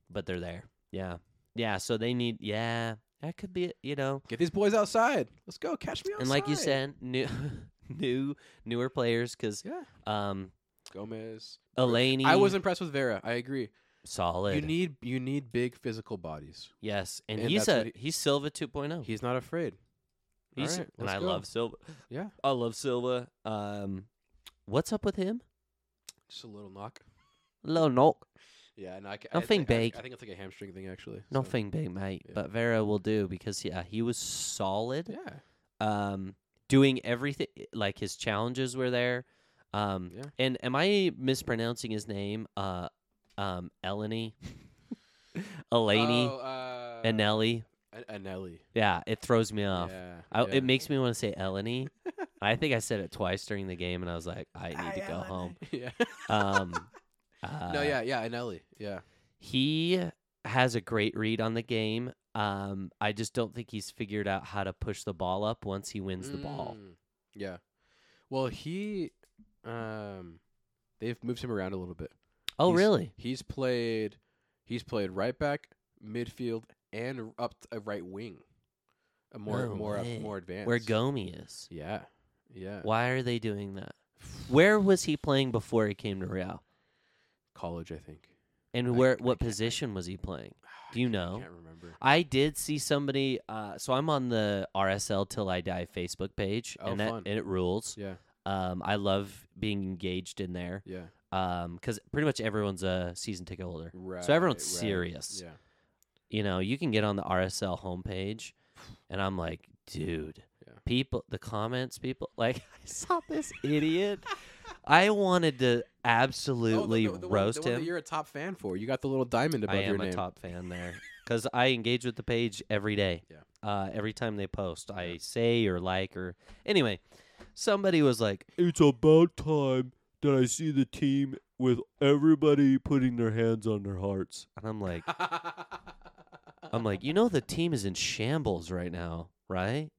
Speaker 4: but they're there. Yeah, yeah. So they need. Yeah, that could be. it, You know,
Speaker 5: Get these boys outside. Let's go. Catch me outside.
Speaker 4: and like you said, new, new, newer players because
Speaker 5: yeah,
Speaker 4: um,
Speaker 5: Gomez.
Speaker 4: Elaine.
Speaker 5: I was impressed with Vera. I agree.
Speaker 4: solid.
Speaker 5: You need you need big physical bodies.
Speaker 4: yes, and,
Speaker 5: and
Speaker 4: he's a
Speaker 5: that's what
Speaker 4: he's Silva 2.0.
Speaker 5: He's not afraid.
Speaker 4: He's
Speaker 5: All right,
Speaker 4: and
Speaker 5: let's
Speaker 4: I
Speaker 5: go.
Speaker 4: love Silva.
Speaker 5: Yeah,
Speaker 4: I love Silva. Um, what's up with him?
Speaker 5: just a little knock.
Speaker 4: Little knock,
Speaker 5: Yeah, and I, ca-
Speaker 4: Nothing
Speaker 5: I, think- I-
Speaker 4: big.
Speaker 5: I, think it's like a hamstring thing actually. so-
Speaker 4: nothing big, mate.
Speaker 5: Yeah.
Speaker 4: But Vera will do because yeah, he was solid.
Speaker 5: Yeah,
Speaker 4: um, doing everything like his challenges were there. Um,
Speaker 5: Yeah.
Speaker 4: and am I mispronouncing his name? Uh, um, Eleni, Eleni,
Speaker 5: Oh, uh,
Speaker 4: Anelli.
Speaker 5: An- Anelli.
Speaker 4: Yeah, it throws me off.
Speaker 5: Yeah,
Speaker 4: I,
Speaker 5: yeah.
Speaker 4: It makes me want to say Eleni. I think I said it twice during the game, and I was like, I need to go home.
Speaker 5: yeah.
Speaker 4: Um, uh,
Speaker 5: no, yeah, yeah, Anelli. Yeah.
Speaker 4: he has a great read on the game. Um, I just don't think he's figured out how to push the ball up once he wins the ball.
Speaker 5: Mm, Yeah. Well, he um they've moved him around a little bit.
Speaker 4: Oh,
Speaker 5: He's-
Speaker 4: really?
Speaker 5: He's played he's played right back, midfield and up t- a right wing. A more
Speaker 4: No
Speaker 5: more up,
Speaker 4: way.
Speaker 5: more advanced.
Speaker 4: Where Gomi is?
Speaker 5: Yeah. Yeah.
Speaker 4: Why are they doing that? Where was he playing before he came to Real?
Speaker 5: College, I think. I-
Speaker 4: And where
Speaker 5: I
Speaker 4: what
Speaker 5: can't- I-
Speaker 4: position was he playing?
Speaker 5: Ah,
Speaker 4: Do you
Speaker 5: I can't-
Speaker 4: know?
Speaker 5: I can't remember.
Speaker 4: I did see somebody uh, so I'm on the RSL Till I Die Facebook page
Speaker 5: Oh,
Speaker 4: and that
Speaker 5: fun.
Speaker 4: and it rules.
Speaker 5: Yeah.
Speaker 4: Um, I love being engaged in there.
Speaker 5: Yeah.
Speaker 4: Um, 'cause cuz pretty much everyone's a season ticket holder.
Speaker 5: Right.
Speaker 4: everyone's
Speaker 5: right,
Speaker 4: serious.
Speaker 5: Yeah.
Speaker 4: You know, you can get on the RSL homepage and I'm like, dude,
Speaker 5: Yeah.
Speaker 4: people the comments people like I saw this idiot. I wanted to absolutely
Speaker 5: oh, the, the, the
Speaker 4: roast
Speaker 5: one, the
Speaker 4: him.
Speaker 5: One that you're a top fan for. You got the little diamond above
Speaker 4: I am
Speaker 5: your
Speaker 4: a
Speaker 5: name.
Speaker 4: top fan there because I engage with the page every day.
Speaker 5: Yeah.
Speaker 4: Uh, every time they post, I say or like or anyway. Somebody was like, "It's about time that I see the team with everybody putting their hands on their hearts," and I'm like, "I'm like, you know, the team is in shambles right now, right?"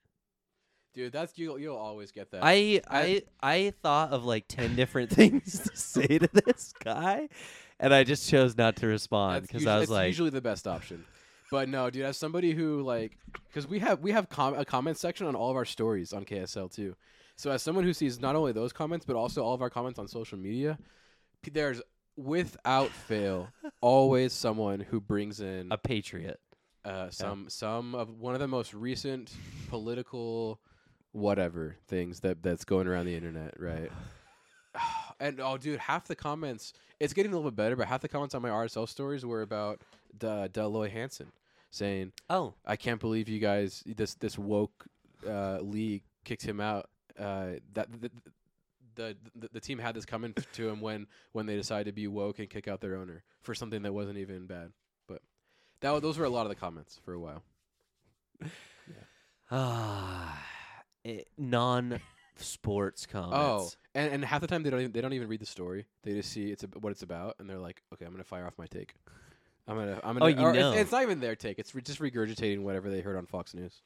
Speaker 5: Dude, that's you. You'll always get that.
Speaker 4: I I
Speaker 5: I-
Speaker 4: I thought of like ten different things to say to this guy, and I just chose not to respond
Speaker 5: That's
Speaker 4: because
Speaker 5: usually-
Speaker 4: I was
Speaker 5: that's
Speaker 4: like,
Speaker 5: usually the best option. But no, dude, as somebody who like, because we have we have com- a comment section on all of our stories on KSL too. So as someone who sees not only those comments but also all of our comments on social media, p- there's without fail always someone who brings in
Speaker 4: "A patriot."
Speaker 5: uh, some some of one of the most recent political whatever things that that's going around the internet, right? And oh, dude, half the comments it's getting a little bit better, but half the comments on my RSL stories were about Da Deloy Hansen saying,
Speaker 4: Oh,
Speaker 5: "I can't believe you guys this this woke uh, league kicked him out." Uh, that. The, the, the, the team had this coming to him when, when they decided to be woke and kick out their owner for something that wasn't even bad. But that wa- those were a lot of the comments for a while.
Speaker 4: Ah, non sports comments.
Speaker 5: Oh, and, and half the time they don't even, they don't even read the story. They just see it's ab- what it's about, and they're like, okay, I'm gonna fire off my take. I'm gonna I'm gonna.
Speaker 4: Oh, you
Speaker 5: or it's-
Speaker 4: know.
Speaker 5: It's, not even their take. It's re- just regurgitating whatever they heard on Fox News.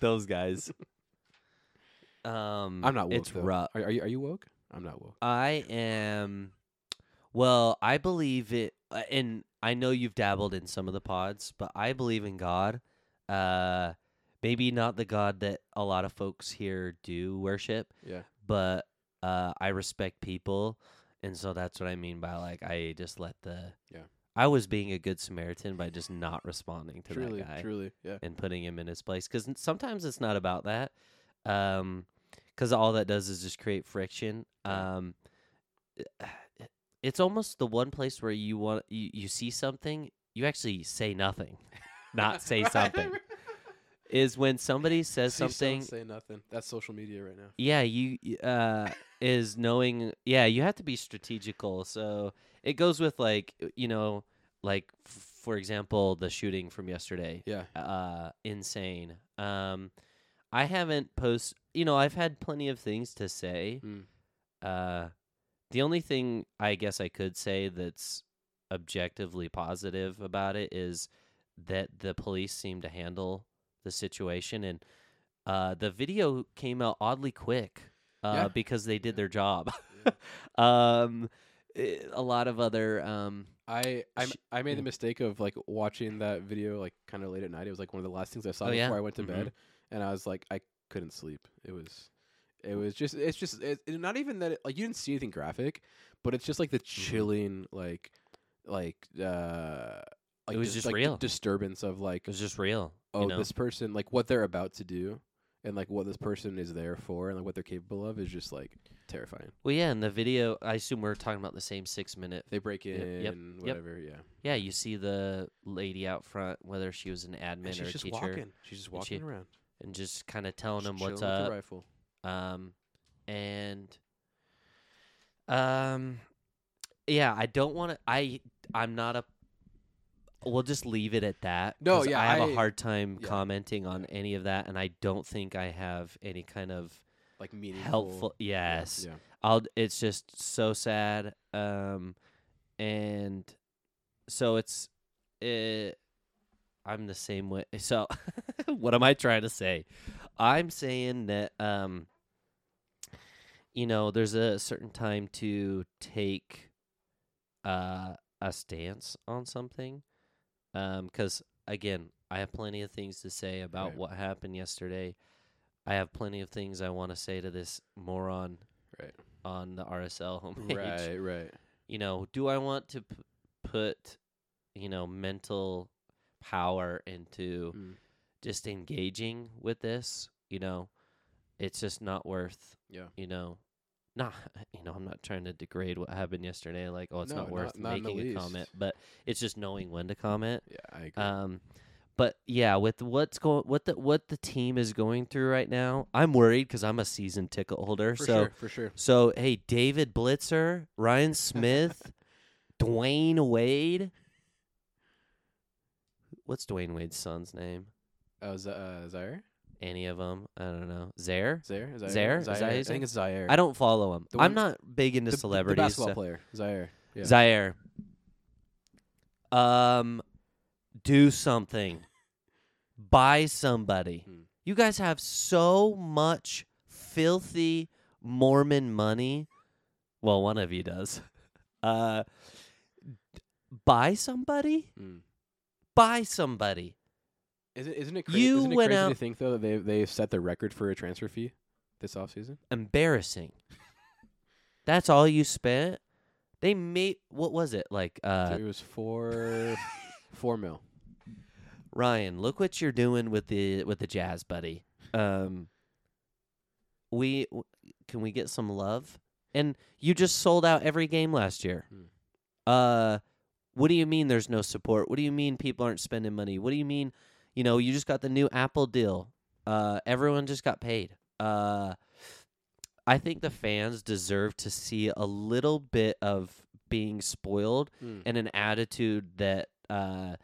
Speaker 4: those guys. um,
Speaker 5: I'm not woke.
Speaker 4: It's
Speaker 5: though.
Speaker 4: rough.
Speaker 5: Are, are you are you woke? I'm not woke.
Speaker 4: I am. Well, I believe it, uh, and I know you've dabbled in some of the pods, but I believe in God. Uh, maybe not the God that a lot of folks here do worship,
Speaker 5: Yeah.
Speaker 4: but uh, I respect people, and so that's what I mean by like I just let the.
Speaker 5: Yeah.
Speaker 4: I was being a good Samaritan by just not responding to
Speaker 5: Truly,
Speaker 4: that guy.
Speaker 5: truly, yeah.
Speaker 4: and putting him in his place because sometimes it's not about that because all that does is just create friction um, eh, it's almost the one place where you want you, you see something you actually say nothing not say
Speaker 5: Right,
Speaker 4: something
Speaker 5: right.
Speaker 4: is when somebody says
Speaker 5: See, some
Speaker 4: something
Speaker 5: Say nothing. That's social media right now.
Speaker 4: yeah you y- uh, is knowing yeah you have to be strategical so it goes with like you know like f- for example the shooting from yesterday
Speaker 5: Yeah.
Speaker 4: uh insane. Um I haven't post you know, I've had plenty of things to say.
Speaker 5: Mm.
Speaker 4: Uh the only thing I guess I could say that's objectively positive about it is that the police seem to handle the situation and uh the video came out oddly quick. uh,
Speaker 5: Yeah.
Speaker 4: because they did their job. um, eh, a lot of other um,
Speaker 5: I I,
Speaker 4: Sh-
Speaker 5: I made the
Speaker 4: yeah.
Speaker 5: mistake of like watching that video like kind of late at night. It was like one of the last things I saw
Speaker 4: Oh,
Speaker 5: before
Speaker 4: yeah.
Speaker 5: I went to
Speaker 4: Mhm.
Speaker 5: bed, and I was like, I couldn't sleep. It was, it was just, it's just, it, it- not even that. It, like you didn't see anything graphic, but it's just like the chilling, like, like, uh, like
Speaker 4: was
Speaker 5: dis-
Speaker 4: just
Speaker 5: like,
Speaker 4: real.
Speaker 5: disturbance of like,
Speaker 4: it was just real.
Speaker 5: oh,
Speaker 4: you know?
Speaker 5: this person, like what they're about to do, and like what this person is there for, and like what they're capable of, is just like terrifying.
Speaker 4: Well, yeah, in the video, I assume we're talking about the same six minute.
Speaker 5: They break
Speaker 4: Yep,
Speaker 5: in,
Speaker 4: yep, yep.
Speaker 5: whatever, yeah.
Speaker 4: Yeah, you see the lady out front, whether she was an admin
Speaker 5: And
Speaker 4: or
Speaker 5: she's
Speaker 4: a
Speaker 5: just
Speaker 4: teacher,
Speaker 5: walking. She's just
Speaker 4: and she-
Speaker 5: walking around.
Speaker 4: and just kind of telling them
Speaker 5: Just
Speaker 4: what's uh,
Speaker 5: chilling with
Speaker 4: up.
Speaker 5: the rifle.
Speaker 4: Um, and um, yeah, I don't want to. I I'm not a. We'll just leave it at that.
Speaker 5: No,
Speaker 4: 'cause
Speaker 5: yeah,
Speaker 4: I have a
Speaker 5: I-
Speaker 4: hard time
Speaker 5: yeah,
Speaker 4: commenting on any of that, and I don't think I have any kind of
Speaker 5: like meaningful,
Speaker 4: helpful.
Speaker 5: yeah,
Speaker 4: Yes,
Speaker 5: Yeah.
Speaker 4: I'll. It's just so sad. Um, and so it's. It, I'm the same way. So, what am I trying to say? I'm saying that um. You know, there's a certain time to take, uh, a stance on something, um, because again, I have plenty of things to say about
Speaker 5: Right.
Speaker 4: what happened yesterday. I have plenty of things I want to say to this moron
Speaker 5: Right.
Speaker 4: on the RSL homepage.
Speaker 5: Right. Right.
Speaker 4: You know, do I want to p- put, you know, mental power into
Speaker 5: Mm.
Speaker 4: just engaging with this? You know, it's just not worth,
Speaker 5: Yeah.
Speaker 4: you know, not, you know, I'm not trying to degrade what happened yesterday. Like, oh, it's
Speaker 5: No,
Speaker 4: not worth
Speaker 5: not- not in the
Speaker 4: making a
Speaker 5: least.
Speaker 4: comment, but it's just knowing when to comment.
Speaker 5: Yeah. I agree.
Speaker 4: Um, but yeah, with what's going, what the what the team is going through right now, I'm worried because I'm a season ticket holder.
Speaker 5: for
Speaker 4: so
Speaker 5: sure. For sure.
Speaker 4: so hey, David Blitzer, Ryan Smith, Dwayne Wade. What's Dwayne Wade's son's name?
Speaker 5: Oh, Z- uh, Zaire.
Speaker 4: Any of them? I don't know. Zaire?
Speaker 5: Zaire. Zaire.
Speaker 4: Zaire? Is
Speaker 5: Zaire.
Speaker 4: that how you
Speaker 5: I
Speaker 4: say
Speaker 5: think
Speaker 4: it?
Speaker 5: it's Zaire.
Speaker 4: I don't follow him.
Speaker 5: The
Speaker 4: I'm
Speaker 5: one-
Speaker 4: not big into
Speaker 5: The-
Speaker 4: celebrities.
Speaker 5: The basketball
Speaker 4: so-
Speaker 5: player. Zaire. Yeah.
Speaker 4: Zaire. Um, do something. Buy somebody.
Speaker 5: Hmm.
Speaker 4: You guys have so much filthy Mormon money. Well, one of you does. Uh, d- buy somebody.
Speaker 5: Mm.
Speaker 4: Buy somebody.
Speaker 5: Isn't, isn't it, cra-
Speaker 4: You
Speaker 5: isn't it
Speaker 4: went
Speaker 5: crazy
Speaker 4: out-
Speaker 5: to think though that they they set the record for a transfer fee this offseason?
Speaker 4: Embarrassing. That's all you spent. They made what was it like?
Speaker 5: So
Speaker 4: Uh,
Speaker 5: it was four four mil.
Speaker 4: Ryan, look what you're doing with the with the jazz, buddy. Um, we w- can we get some love? And you just sold out every game last year.
Speaker 5: Hmm.
Speaker 4: Uh, what do you mean there's no support? What do you mean people aren't spending money? What do you mean, you know, you just got the new Apple deal. Uh, everyone just got paid. Uh, I think the fans deserve to see a little bit of being spoiled
Speaker 5: Mm.
Speaker 4: and an attitude that uh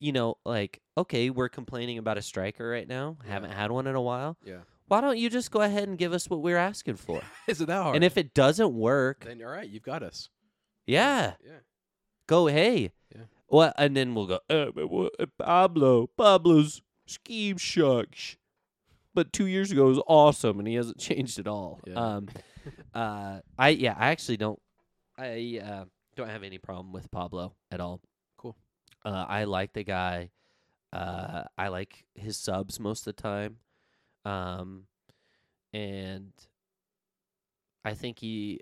Speaker 4: you know like okay we're complaining about a striker right now
Speaker 5: Yeah.
Speaker 4: haven't had one in a while
Speaker 5: Yeah.
Speaker 4: why don't you just go ahead and give us what we're asking for
Speaker 5: Is it that hard?
Speaker 4: and if it doesn't work
Speaker 5: then all right, you've got us.
Speaker 4: yeah
Speaker 5: Yeah.
Speaker 4: go hey
Speaker 5: Yeah.
Speaker 4: well and then we'll go uh, but what- uh, pablo pablo's scheme sucks but two years ago it was awesome and he hasn't changed at all
Speaker 5: Yeah.
Speaker 4: um uh i yeah i actually don't i uh don't have any problem with pablo at all
Speaker 5: Cool.
Speaker 4: uh i like the guy uh i like his subs most of the time um and i think he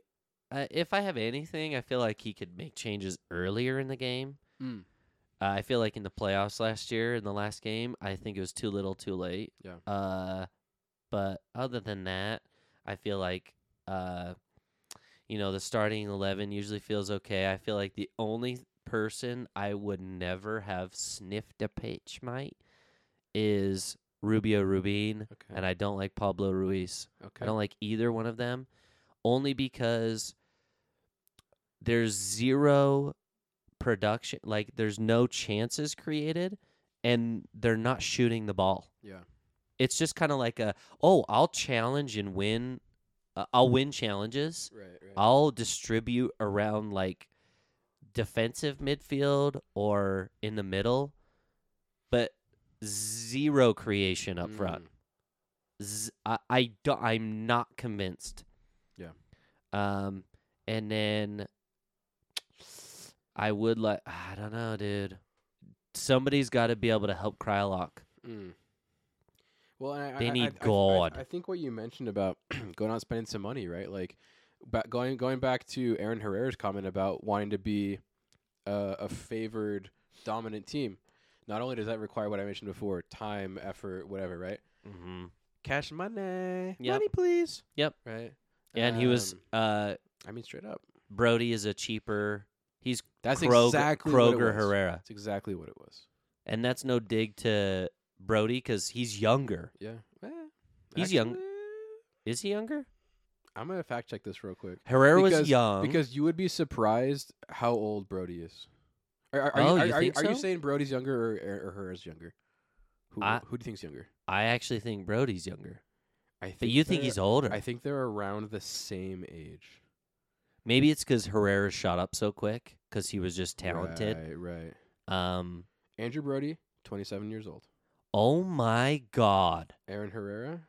Speaker 4: uh, if i have anything i feel like he could make changes earlier in the game
Speaker 5: Mm.
Speaker 4: uh, I feel like in the playoffs last year, in the last game, I think it was too little, too late.
Speaker 5: Yeah.
Speaker 4: Uh, but other than that, I feel like, uh, you know, the starting eleven usually feels okay. I feel like the only person I would never have sniffed a pitch might is Rubio Rubin,
Speaker 5: Okay.
Speaker 4: and I don't like Pablo Ruiz.
Speaker 5: okay.
Speaker 4: I don't like either one of them, only because there's zero production. Like there's no chances created, and they're not shooting the ball.
Speaker 5: yeah.
Speaker 4: It's just kind of like a oh, I'll challenge and win. Uh, I'll win challenges.
Speaker 5: Right. Right.
Speaker 4: I'll distribute around like defensive midfield or in the middle, but zero creation up front.
Speaker 5: Mm.
Speaker 4: z- I, I don't, I'm not convinced.
Speaker 5: Yeah.
Speaker 4: Um, and then I would like I don't know, dude. Somebody's got to be able to help Krylock.
Speaker 5: Mm. Well, and I,
Speaker 4: They
Speaker 5: I- I-
Speaker 4: need
Speaker 5: I- I-
Speaker 4: God.
Speaker 5: I, think what you mentioned about going out spending some money, right? Like, ba- going going back to Aaron Herrera's comment about wanting to be uh, a favored dominant team. Not only does that require what I mentioned before, time, effort, whatever, right?
Speaker 4: Mm-hmm.
Speaker 5: Cash money,
Speaker 4: Yep.
Speaker 5: money, please.
Speaker 4: Yep.
Speaker 5: Right.
Speaker 4: And he was
Speaker 5: Um,
Speaker 4: uh
Speaker 5: I mean, straight up.
Speaker 4: Brody is a cheaper. He's
Speaker 5: That's
Speaker 4: Kroger,
Speaker 5: exactly what it
Speaker 4: Kroger
Speaker 5: was.
Speaker 4: Herrera,
Speaker 5: That's exactly what it was.
Speaker 4: and that's no dig to Brody because he's younger.
Speaker 5: Yeah. Eh,
Speaker 4: He's young.
Speaker 5: actually, eh,
Speaker 4: Is he younger?
Speaker 5: I'm gonna fact check this real quick.
Speaker 4: Herrera was
Speaker 5: Because-
Speaker 4: young.
Speaker 5: Because you would be surprised how old Brody is. Are, are, are
Speaker 4: Oh,
Speaker 5: you, are,
Speaker 4: you
Speaker 5: are
Speaker 4: think
Speaker 5: are you
Speaker 4: so?
Speaker 5: saying Brody's younger or, or, or her is younger? Who,
Speaker 4: I-
Speaker 5: who do you think's younger?
Speaker 4: I actually think Brody's younger,
Speaker 5: I
Speaker 4: but you think
Speaker 5: they're-
Speaker 4: he's older.
Speaker 5: I think they're around the same age.
Speaker 4: Maybe it's because Herrera shot up so quick because he was just talented.
Speaker 5: Right, right.
Speaker 4: Um.
Speaker 5: Andrew Brody, 27 years old.
Speaker 4: Oh my God,
Speaker 5: Aaron Herrera,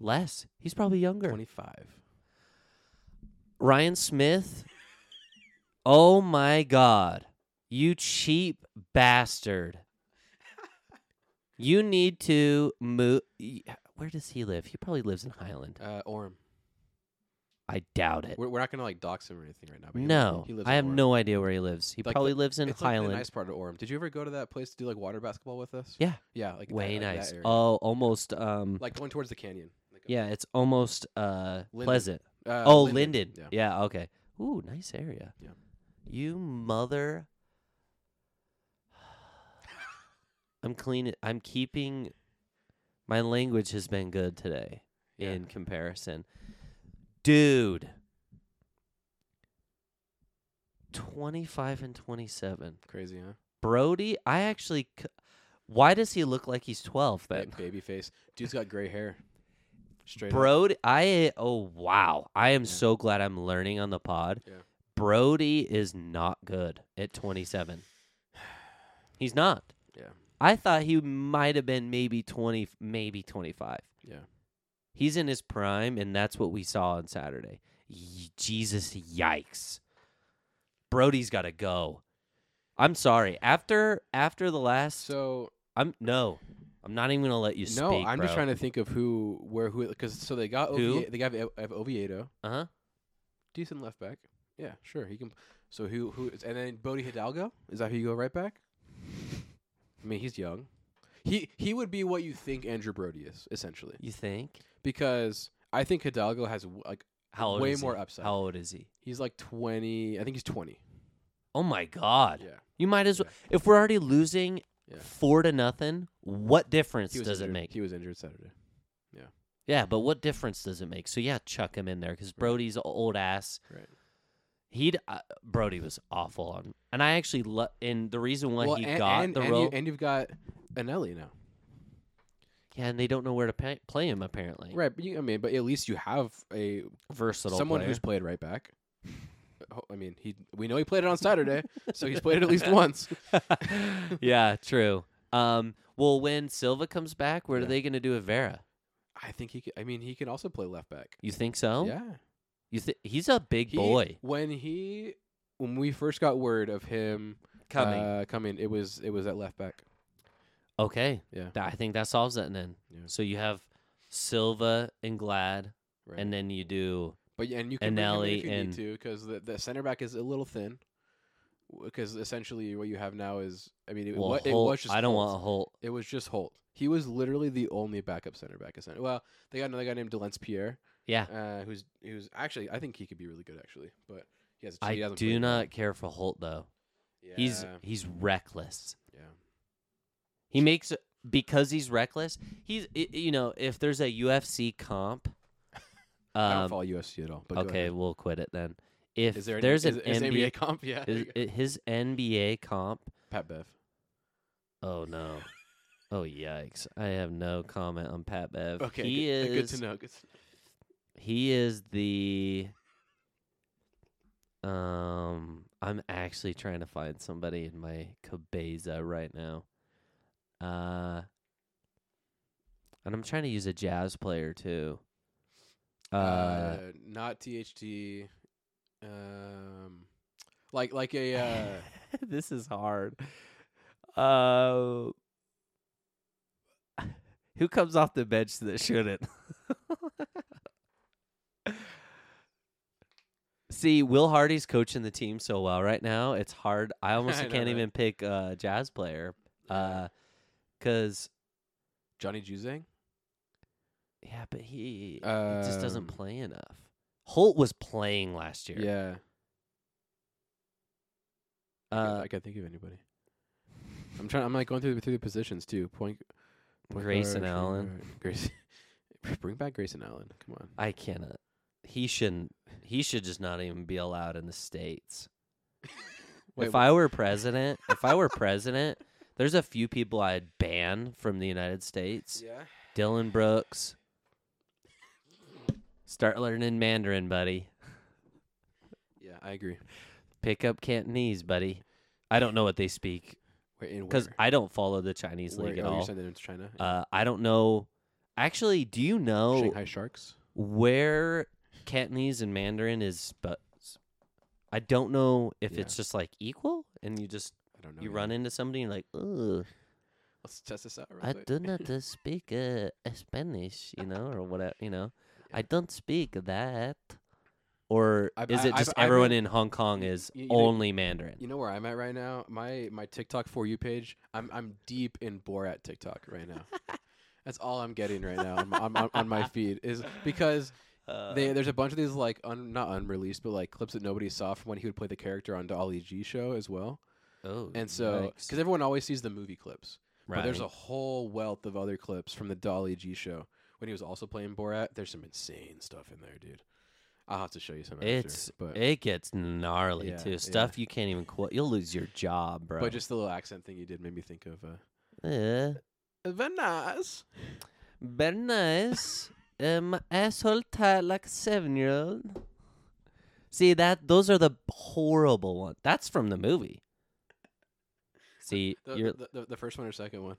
Speaker 4: less. He's probably younger.
Speaker 5: 25.
Speaker 4: Ryan Smith. Oh my God. You cheap bastard. You need to move. Where does he live? He probably lives in Highland.
Speaker 5: Uh, Orem.
Speaker 4: I doubt it.
Speaker 5: We're, we're not going to like dox him or anything right now. but he li-
Speaker 4: No,
Speaker 5: he lives
Speaker 4: I
Speaker 5: in
Speaker 4: have
Speaker 5: Orem.
Speaker 4: no idea where he lives. He
Speaker 5: Like the-
Speaker 4: probably lives in
Speaker 5: It's like
Speaker 4: Highland.
Speaker 5: the nice part of Orem. Did you ever go to that place to do like water basketball with us?
Speaker 4: Yeah.
Speaker 5: Yeah, like that-
Speaker 4: Way
Speaker 5: like that
Speaker 4: nice.
Speaker 5: area.
Speaker 4: Oh, almost. Um,
Speaker 5: like going towards the canyon. Like, uh,
Speaker 4: yeah, it's almost uh
Speaker 5: Linden.
Speaker 4: pleasant.
Speaker 5: Uh,
Speaker 4: oh, Linden.
Speaker 5: Yeah.
Speaker 4: Yeah. Okay. Ooh, nice area.
Speaker 5: Yeah.
Speaker 4: You mother. I'm clean. I'm keeping. My language has been good today
Speaker 5: Yeah.
Speaker 4: in comparison, dude. Twenty-five and twenty-seven.
Speaker 5: Crazy, huh?
Speaker 4: Brody, I actually. c- Why does he look like he's twelve then?
Speaker 5: Ba- baby face. Dude's got gray hair. Straight up.
Speaker 4: Brody, I oh wow, I am
Speaker 5: Yeah.
Speaker 4: so glad I'm learning on the pod.
Speaker 5: Yeah.
Speaker 4: Brody is not good at 27. He's not.
Speaker 5: Yeah.
Speaker 4: I thought he might have been maybe 20, maybe 25.
Speaker 5: Yeah.
Speaker 4: He's in his prime, and that's what we saw on Saturday. Ye- Jesus, yikes! Brody's got to go. I'm sorry. After after the last,
Speaker 5: So
Speaker 4: I'm no, I'm not even gonna let you
Speaker 5: no,
Speaker 4: speak.
Speaker 5: I'm just
Speaker 4: bro.
Speaker 5: trying to think of who, where, who, because so they got
Speaker 4: Who?
Speaker 5: Ovie- they got Ev- Ev- Oviedo,
Speaker 4: Uh-huh.
Speaker 5: decent left back. Yeah, sure he can. So who who is and then Bodie Hidalgo is that who you go right back? I mean he's young. He he would be what you think Andrew Brody is essentially
Speaker 4: You think? because
Speaker 5: because I think Hidalgo has w- like
Speaker 4: how old
Speaker 5: way
Speaker 4: is
Speaker 5: more
Speaker 4: he?
Speaker 5: upside.
Speaker 4: How old is he?
Speaker 5: he's like 20. I think he's 20.
Speaker 4: Oh my god!
Speaker 5: Yeah,
Speaker 4: You might as well. If we're already losing
Speaker 5: Yeah.
Speaker 4: four to nothing, what difference
Speaker 5: he was
Speaker 4: does it
Speaker 5: injured-
Speaker 4: make?
Speaker 5: He was injured Saturday.
Speaker 4: yeah, but what difference does it make? So yeah, chuck him in there because Brody's a old ass.
Speaker 5: Right.
Speaker 4: He'd uh, Brody was awful on, and I actually lo- and the reason why he
Speaker 5: and,
Speaker 4: got
Speaker 5: and,
Speaker 4: the
Speaker 5: and
Speaker 4: role,
Speaker 5: you, and you've got Anelli now.
Speaker 4: yeah, and they don't know where to pay, play him apparently.
Speaker 5: Right, but you, I mean, but at least you have a
Speaker 4: Versatile
Speaker 5: someone
Speaker 4: player.
Speaker 5: who's played right back. Ho- I mean, he we know he played it on Saturday, so he's played it at least once.
Speaker 4: yeah, true. Um, well, when Silva comes back, what are
Speaker 5: Yeah.
Speaker 4: they going to do with Vera?
Speaker 5: I think he. Could, I mean, he can also play left back.
Speaker 4: You think so?
Speaker 5: Yeah,
Speaker 4: You thi- he's a Oh, big
Speaker 5: He-
Speaker 4: boy
Speaker 5: When he when we first got word of him
Speaker 4: coming.
Speaker 5: uh, coming, it was it was at left back.
Speaker 4: Okay.
Speaker 5: Yeah.
Speaker 4: Tha- I think that solves that then.
Speaker 5: Yeah.
Speaker 4: So you have Silva and Glad,
Speaker 5: Right.
Speaker 4: and then you do.
Speaker 5: But yeah, and you can bring him in
Speaker 4: Anelli
Speaker 5: if you
Speaker 4: and-
Speaker 5: need to because the, the center back is a little thin. Because essentially, what you have now is, I mean, it,
Speaker 4: Well,
Speaker 5: wa- it
Speaker 4: Holt-
Speaker 5: was just
Speaker 4: I don't
Speaker 5: Holt.
Speaker 4: want Holt.
Speaker 5: It was just Holt. He was literally the only backup center back. Essentially, well, they got another guy named Delence Pierre,
Speaker 4: Yeah.
Speaker 5: uh, who's who's actually I think he could be really good actually, but he has. he
Speaker 4: I
Speaker 5: hasn't
Speaker 4: do
Speaker 5: played well.
Speaker 4: not care for Holt though. He's
Speaker 5: Yeah,
Speaker 4: he's reckless.
Speaker 5: yeah.
Speaker 4: He makes because he's reckless. He's i- you know if there's a UFC comp.
Speaker 5: I don't
Speaker 4: Um,
Speaker 5: follow UFC at all. But go
Speaker 4: okay,
Speaker 5: ahead.
Speaker 4: we'll quit it then. If
Speaker 5: is there any-
Speaker 4: there's
Speaker 5: is,
Speaker 4: an
Speaker 5: is
Speaker 4: NBA,
Speaker 5: NBA comp? Yeah, there
Speaker 4: is,
Speaker 5: you go.
Speaker 4: i- his NBA comp.
Speaker 5: Pat Bev.
Speaker 4: Oh no. Oh yikes! I have no comment on Pat Bev.
Speaker 5: Okay,
Speaker 4: he
Speaker 5: good,
Speaker 4: is
Speaker 5: good to know. Good to
Speaker 4: He is the um I'm actually trying to find somebody in my cabeza right now. Uh And I'm trying to use a jazz player too. Uh,
Speaker 5: Uh, not THT. Um, like like a uh,
Speaker 4: this is hard. Uh, who comes off the bench that shouldn't? See, Will Hardy's coaching the team so well right now. It's hard. I almost
Speaker 5: I know,
Speaker 4: can't
Speaker 5: right?
Speaker 4: even pick a jazz player.
Speaker 5: Yeah.
Speaker 4: Uh, cause
Speaker 5: Johnny Juzang.
Speaker 4: yeah, but he, he just doesn't
Speaker 5: Um,
Speaker 4: play enough. Holt was playing last year.
Speaker 5: Yeah,
Speaker 4: Uh,
Speaker 5: I can't think of anybody. I'm trying. I'm like going through the, through the positions too. Point. point
Speaker 4: Grayson
Speaker 5: guard, shooting
Speaker 4: Allen.
Speaker 5: guard. Grayson. Bring back Grayson Allen. Come on.
Speaker 4: I cannot. He shouldn't. He should just not even be allowed in the states.
Speaker 5: Wait,
Speaker 4: if I were president, if I were president, there's a few people I'd ban from the United States.
Speaker 5: Yeah.
Speaker 4: Dylan Brooks. Start learning Mandarin, buddy.
Speaker 5: Yeah, I agree.
Speaker 4: Pick up Cantonese, buddy. I don't know what they speak
Speaker 5: Wait, in
Speaker 4: because
Speaker 5: where?
Speaker 4: I don't follow the Chinese league
Speaker 5: Where-
Speaker 4: at
Speaker 5: oh, You're
Speaker 4: all.
Speaker 5: sending him to China.
Speaker 4: Uh, oh. I don't know. Actually, do you know
Speaker 5: Shanghai Sharks.
Speaker 4: where Cantonese and Mandarin is, but I don't know if
Speaker 5: Yeah.
Speaker 4: it's just like equal, and you just
Speaker 5: I don't know.
Speaker 4: you
Speaker 5: yeah.
Speaker 4: run into somebody and you're like, ugh,
Speaker 5: Let's test this out. Real
Speaker 4: I
Speaker 5: quick.
Speaker 4: do not uh, speak uh, Spanish, you know, or whatever, you know,
Speaker 5: Yeah.
Speaker 4: I don't speak that. Or
Speaker 5: I've-
Speaker 4: is
Speaker 5: I-
Speaker 4: it just
Speaker 5: I've- I've
Speaker 4: everyone in
Speaker 5: been-
Speaker 4: Hong Kong is
Speaker 5: you- you know-
Speaker 4: only Mandarin?
Speaker 5: You know where I'm at right now? My my TikTok for you page. I'm I'm deep in Borat TikTok right now. That's all I'm getting right now on, my- on, on, on my feed is because
Speaker 4: Uh,
Speaker 5: they, there's a bunch of these like un, not unreleased but like clips that nobody saw from when he would play the character on Dolly G show as well.
Speaker 4: oh,
Speaker 5: And so
Speaker 4: yikes.
Speaker 5: because everyone always sees the movie clips,
Speaker 4: right.
Speaker 5: but there's a whole wealth of other clips from the Dolly G show when he was also playing Borat. There's some insane stuff in there, dude. I'll have to show you some. After,
Speaker 4: it's
Speaker 5: but
Speaker 4: it gets gnarly
Speaker 5: Yeah, yeah.
Speaker 4: too. Stuff you can't even quote. You'll lose your job, bro.
Speaker 5: but just the little accent thing you did made me think of. Uh,
Speaker 4: Yeah.
Speaker 5: Venice.
Speaker 4: Very nice. um, asshole tight like a seven year old. See that? Those are the horrible ones. That's from the movie. See,
Speaker 5: The,
Speaker 4: you're
Speaker 5: the, the, the first one or second one?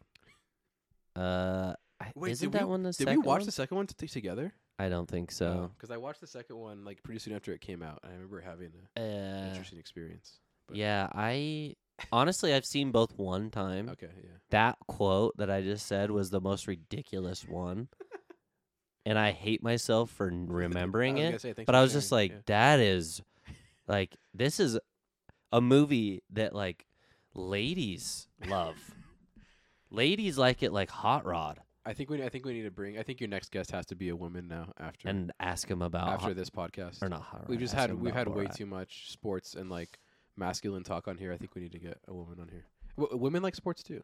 Speaker 4: uh, I-
Speaker 5: Wait,
Speaker 4: isn't
Speaker 5: did
Speaker 4: that
Speaker 5: we-
Speaker 4: one the
Speaker 5: Did
Speaker 4: second
Speaker 5: we watch
Speaker 4: one?
Speaker 5: the second one t- together?
Speaker 4: I don't think so.
Speaker 5: because I watched the second one like pretty soon after it came out, and I remember having an
Speaker 4: Uh,
Speaker 5: Oh. interesting experience. but-
Speaker 4: yeah, I honestly I've seen both one time.
Speaker 5: Okay, yeah,
Speaker 4: That quote that I just said was the most ridiculous one, and I hate myself for n- remembering
Speaker 5: I was
Speaker 4: it.
Speaker 5: gonna say, thanks
Speaker 4: but
Speaker 5: for
Speaker 4: I was just
Speaker 5: sharing,
Speaker 4: like, that is like this is a movie that like ladies love. ladies like it like hot rod
Speaker 5: yeah. I think we I think we need to bring. I think your next guest has to be a woman now after
Speaker 4: and ask him about
Speaker 5: after
Speaker 4: hot,
Speaker 5: this podcast.
Speaker 4: or not hot rod.
Speaker 5: We've just
Speaker 4: ask
Speaker 5: had
Speaker 4: him
Speaker 5: we've had
Speaker 4: about
Speaker 5: way
Speaker 4: Borat.
Speaker 5: too much sports and like masculine talk on here. I think we need to get a woman on here. W- women like sports too.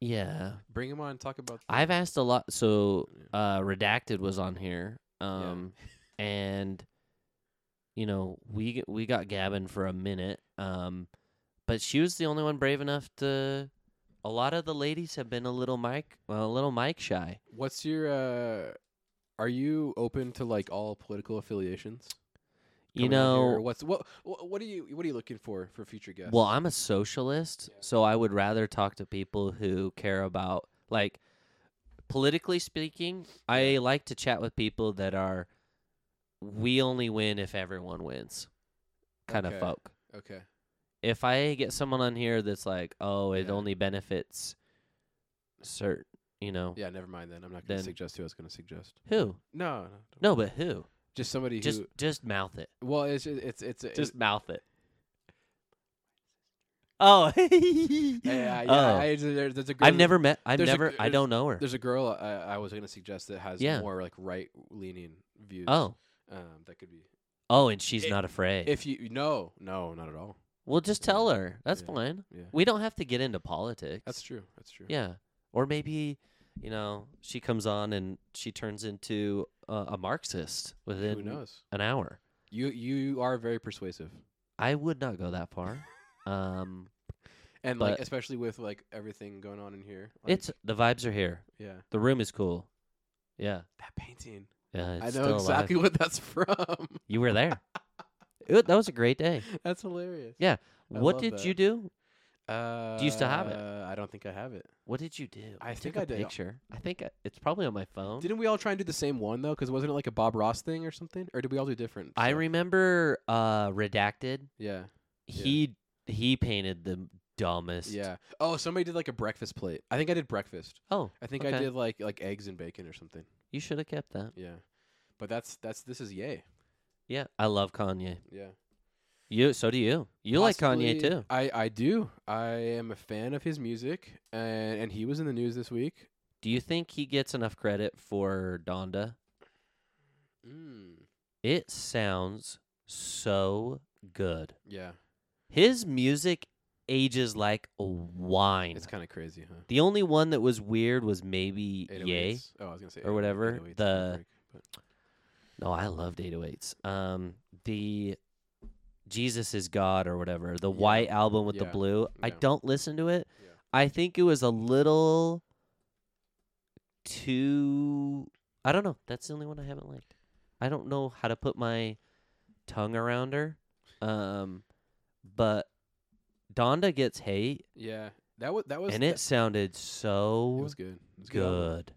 Speaker 4: Yeah,
Speaker 5: Bring them on and talk about.
Speaker 4: I've asked a lot. So
Speaker 5: Yeah.
Speaker 4: uh, redacted was on here, um, and you know we g- we got Gavin for a minute, um, but she was the only one brave enough to. A lot of the ladies have been a little mic, well, a little mic shy.
Speaker 5: What's your? uh Are you open to like all political affiliations?
Speaker 4: You
Speaker 5: coming out here, or
Speaker 4: know,
Speaker 5: what's what wha- what are you what are you looking for for future guests?
Speaker 4: well, I'm a socialist,
Speaker 5: Yeah.
Speaker 4: so I would rather talk to people who care about, like, politically speaking, I like to chat with people that are, we only win if everyone wins kind
Speaker 5: Okay.
Speaker 4: of folk.
Speaker 5: okay,
Speaker 4: If I get someone on here that's like, oh, it
Speaker 5: Yeah.
Speaker 4: only benefits certain, you know,
Speaker 5: yeah, never mind then. I'm not going
Speaker 4: Then-
Speaker 5: to suggest who I was going to suggest.
Speaker 4: who?
Speaker 5: No, no, don't
Speaker 4: No,
Speaker 5: worry.
Speaker 4: but who?
Speaker 5: just somebody
Speaker 4: Just
Speaker 5: who. Uh,
Speaker 4: just mouth it.
Speaker 5: Well, it's ju- it's it's a-
Speaker 4: Just mouth it. Oh,
Speaker 5: it- yeah, yeah.
Speaker 4: Oh.
Speaker 5: I, there, there's a girl.
Speaker 4: I've never met. I've
Speaker 5: there's a
Speaker 4: never.
Speaker 5: g-
Speaker 4: I don't know her.
Speaker 5: There's a girl I, I was going to suggest that has
Speaker 4: Yeah.
Speaker 5: more like right leaning views.
Speaker 4: Oh,
Speaker 5: um, that could be
Speaker 4: oh, and she's
Speaker 5: If-
Speaker 4: not afraid.
Speaker 5: if you no no not at all.
Speaker 4: well, just tell her. That's
Speaker 5: Yeah.
Speaker 4: fine.
Speaker 5: Yeah,
Speaker 4: We don't have to get into politics.
Speaker 5: that's true. That's true.
Speaker 4: Yeah, or maybe you know she comes on and she turns into uh, a Marxist
Speaker 5: Who
Speaker 4: within
Speaker 5: knows?
Speaker 4: an hour.
Speaker 5: You you are very persuasive.
Speaker 4: I would not go that far. um,
Speaker 5: And like
Speaker 4: But-
Speaker 5: especially with like everything going on in here, like,
Speaker 4: it's the vibes are here.
Speaker 5: yeah
Speaker 4: The room is cool. Yeah,
Speaker 5: that painting.
Speaker 4: yeah. It's
Speaker 5: I
Speaker 4: still
Speaker 5: know exactly
Speaker 4: Alive.
Speaker 5: what that's from.
Speaker 4: You were there. It- that was a great day.
Speaker 5: that's hilarious.
Speaker 4: Yeah.
Speaker 5: I
Speaker 4: what
Speaker 5: love
Speaker 4: did
Speaker 5: that.
Speaker 4: you do?
Speaker 5: Uh,
Speaker 4: you still have it?
Speaker 5: I don't think I have it.
Speaker 4: What did you do?
Speaker 5: I think
Speaker 4: took a
Speaker 5: I did-
Speaker 4: picture. I think I, it's probably on my phone.
Speaker 5: Didn't we all try and do the same one though? Because wasn't it like a Bob Ross thing or something? Or did we all do different?
Speaker 4: I
Speaker 5: stuff?
Speaker 4: remember uh redacted.
Speaker 5: Yeah, Yeah.
Speaker 4: He he painted the dumbest.
Speaker 5: yeah. Oh, somebody did like a breakfast plate. I think I did breakfast.
Speaker 4: Oh,
Speaker 5: I think I
Speaker 4: Okay.
Speaker 5: did like like eggs and bacon or something.
Speaker 4: you should have kept that.
Speaker 5: Yeah, but that's that's this is yay.
Speaker 4: Yeah, I love Kanye.
Speaker 5: Yeah.
Speaker 4: You so do you. You like Kanye
Speaker 5: Possibly-
Speaker 4: too.
Speaker 5: I I do. I am a fan of his music, and and he was in the news this week.
Speaker 4: Do you think he gets enough credit for Donda?
Speaker 5: Mm.
Speaker 4: It sounds so good.
Speaker 5: Yeah,
Speaker 4: His music ages like wine.
Speaker 5: it's kind of crazy, huh?
Speaker 4: the only one that was weird was maybe Yay.
Speaker 5: 808s. Oh, I was gonna say
Speaker 4: E Or whatever,
Speaker 5: 808s,
Speaker 4: the-
Speaker 5: break, but-
Speaker 4: No, Oh, I loved 808s. Um, the Jesus is God or whatever, the
Speaker 5: Yeah.
Speaker 4: white album with the
Speaker 5: Yeah.
Speaker 4: blue. I
Speaker 5: Yeah.
Speaker 4: don't listen to it.
Speaker 5: Yeah.
Speaker 4: I think it was a little too. I don't know. That's the only one I haven't liked. I don't know how to put my tongue around her. Um, but Donda gets hate,
Speaker 5: yeah, that was that was
Speaker 4: and
Speaker 5: that-
Speaker 4: it sounded so
Speaker 5: It was good. It was a album.
Speaker 4: good.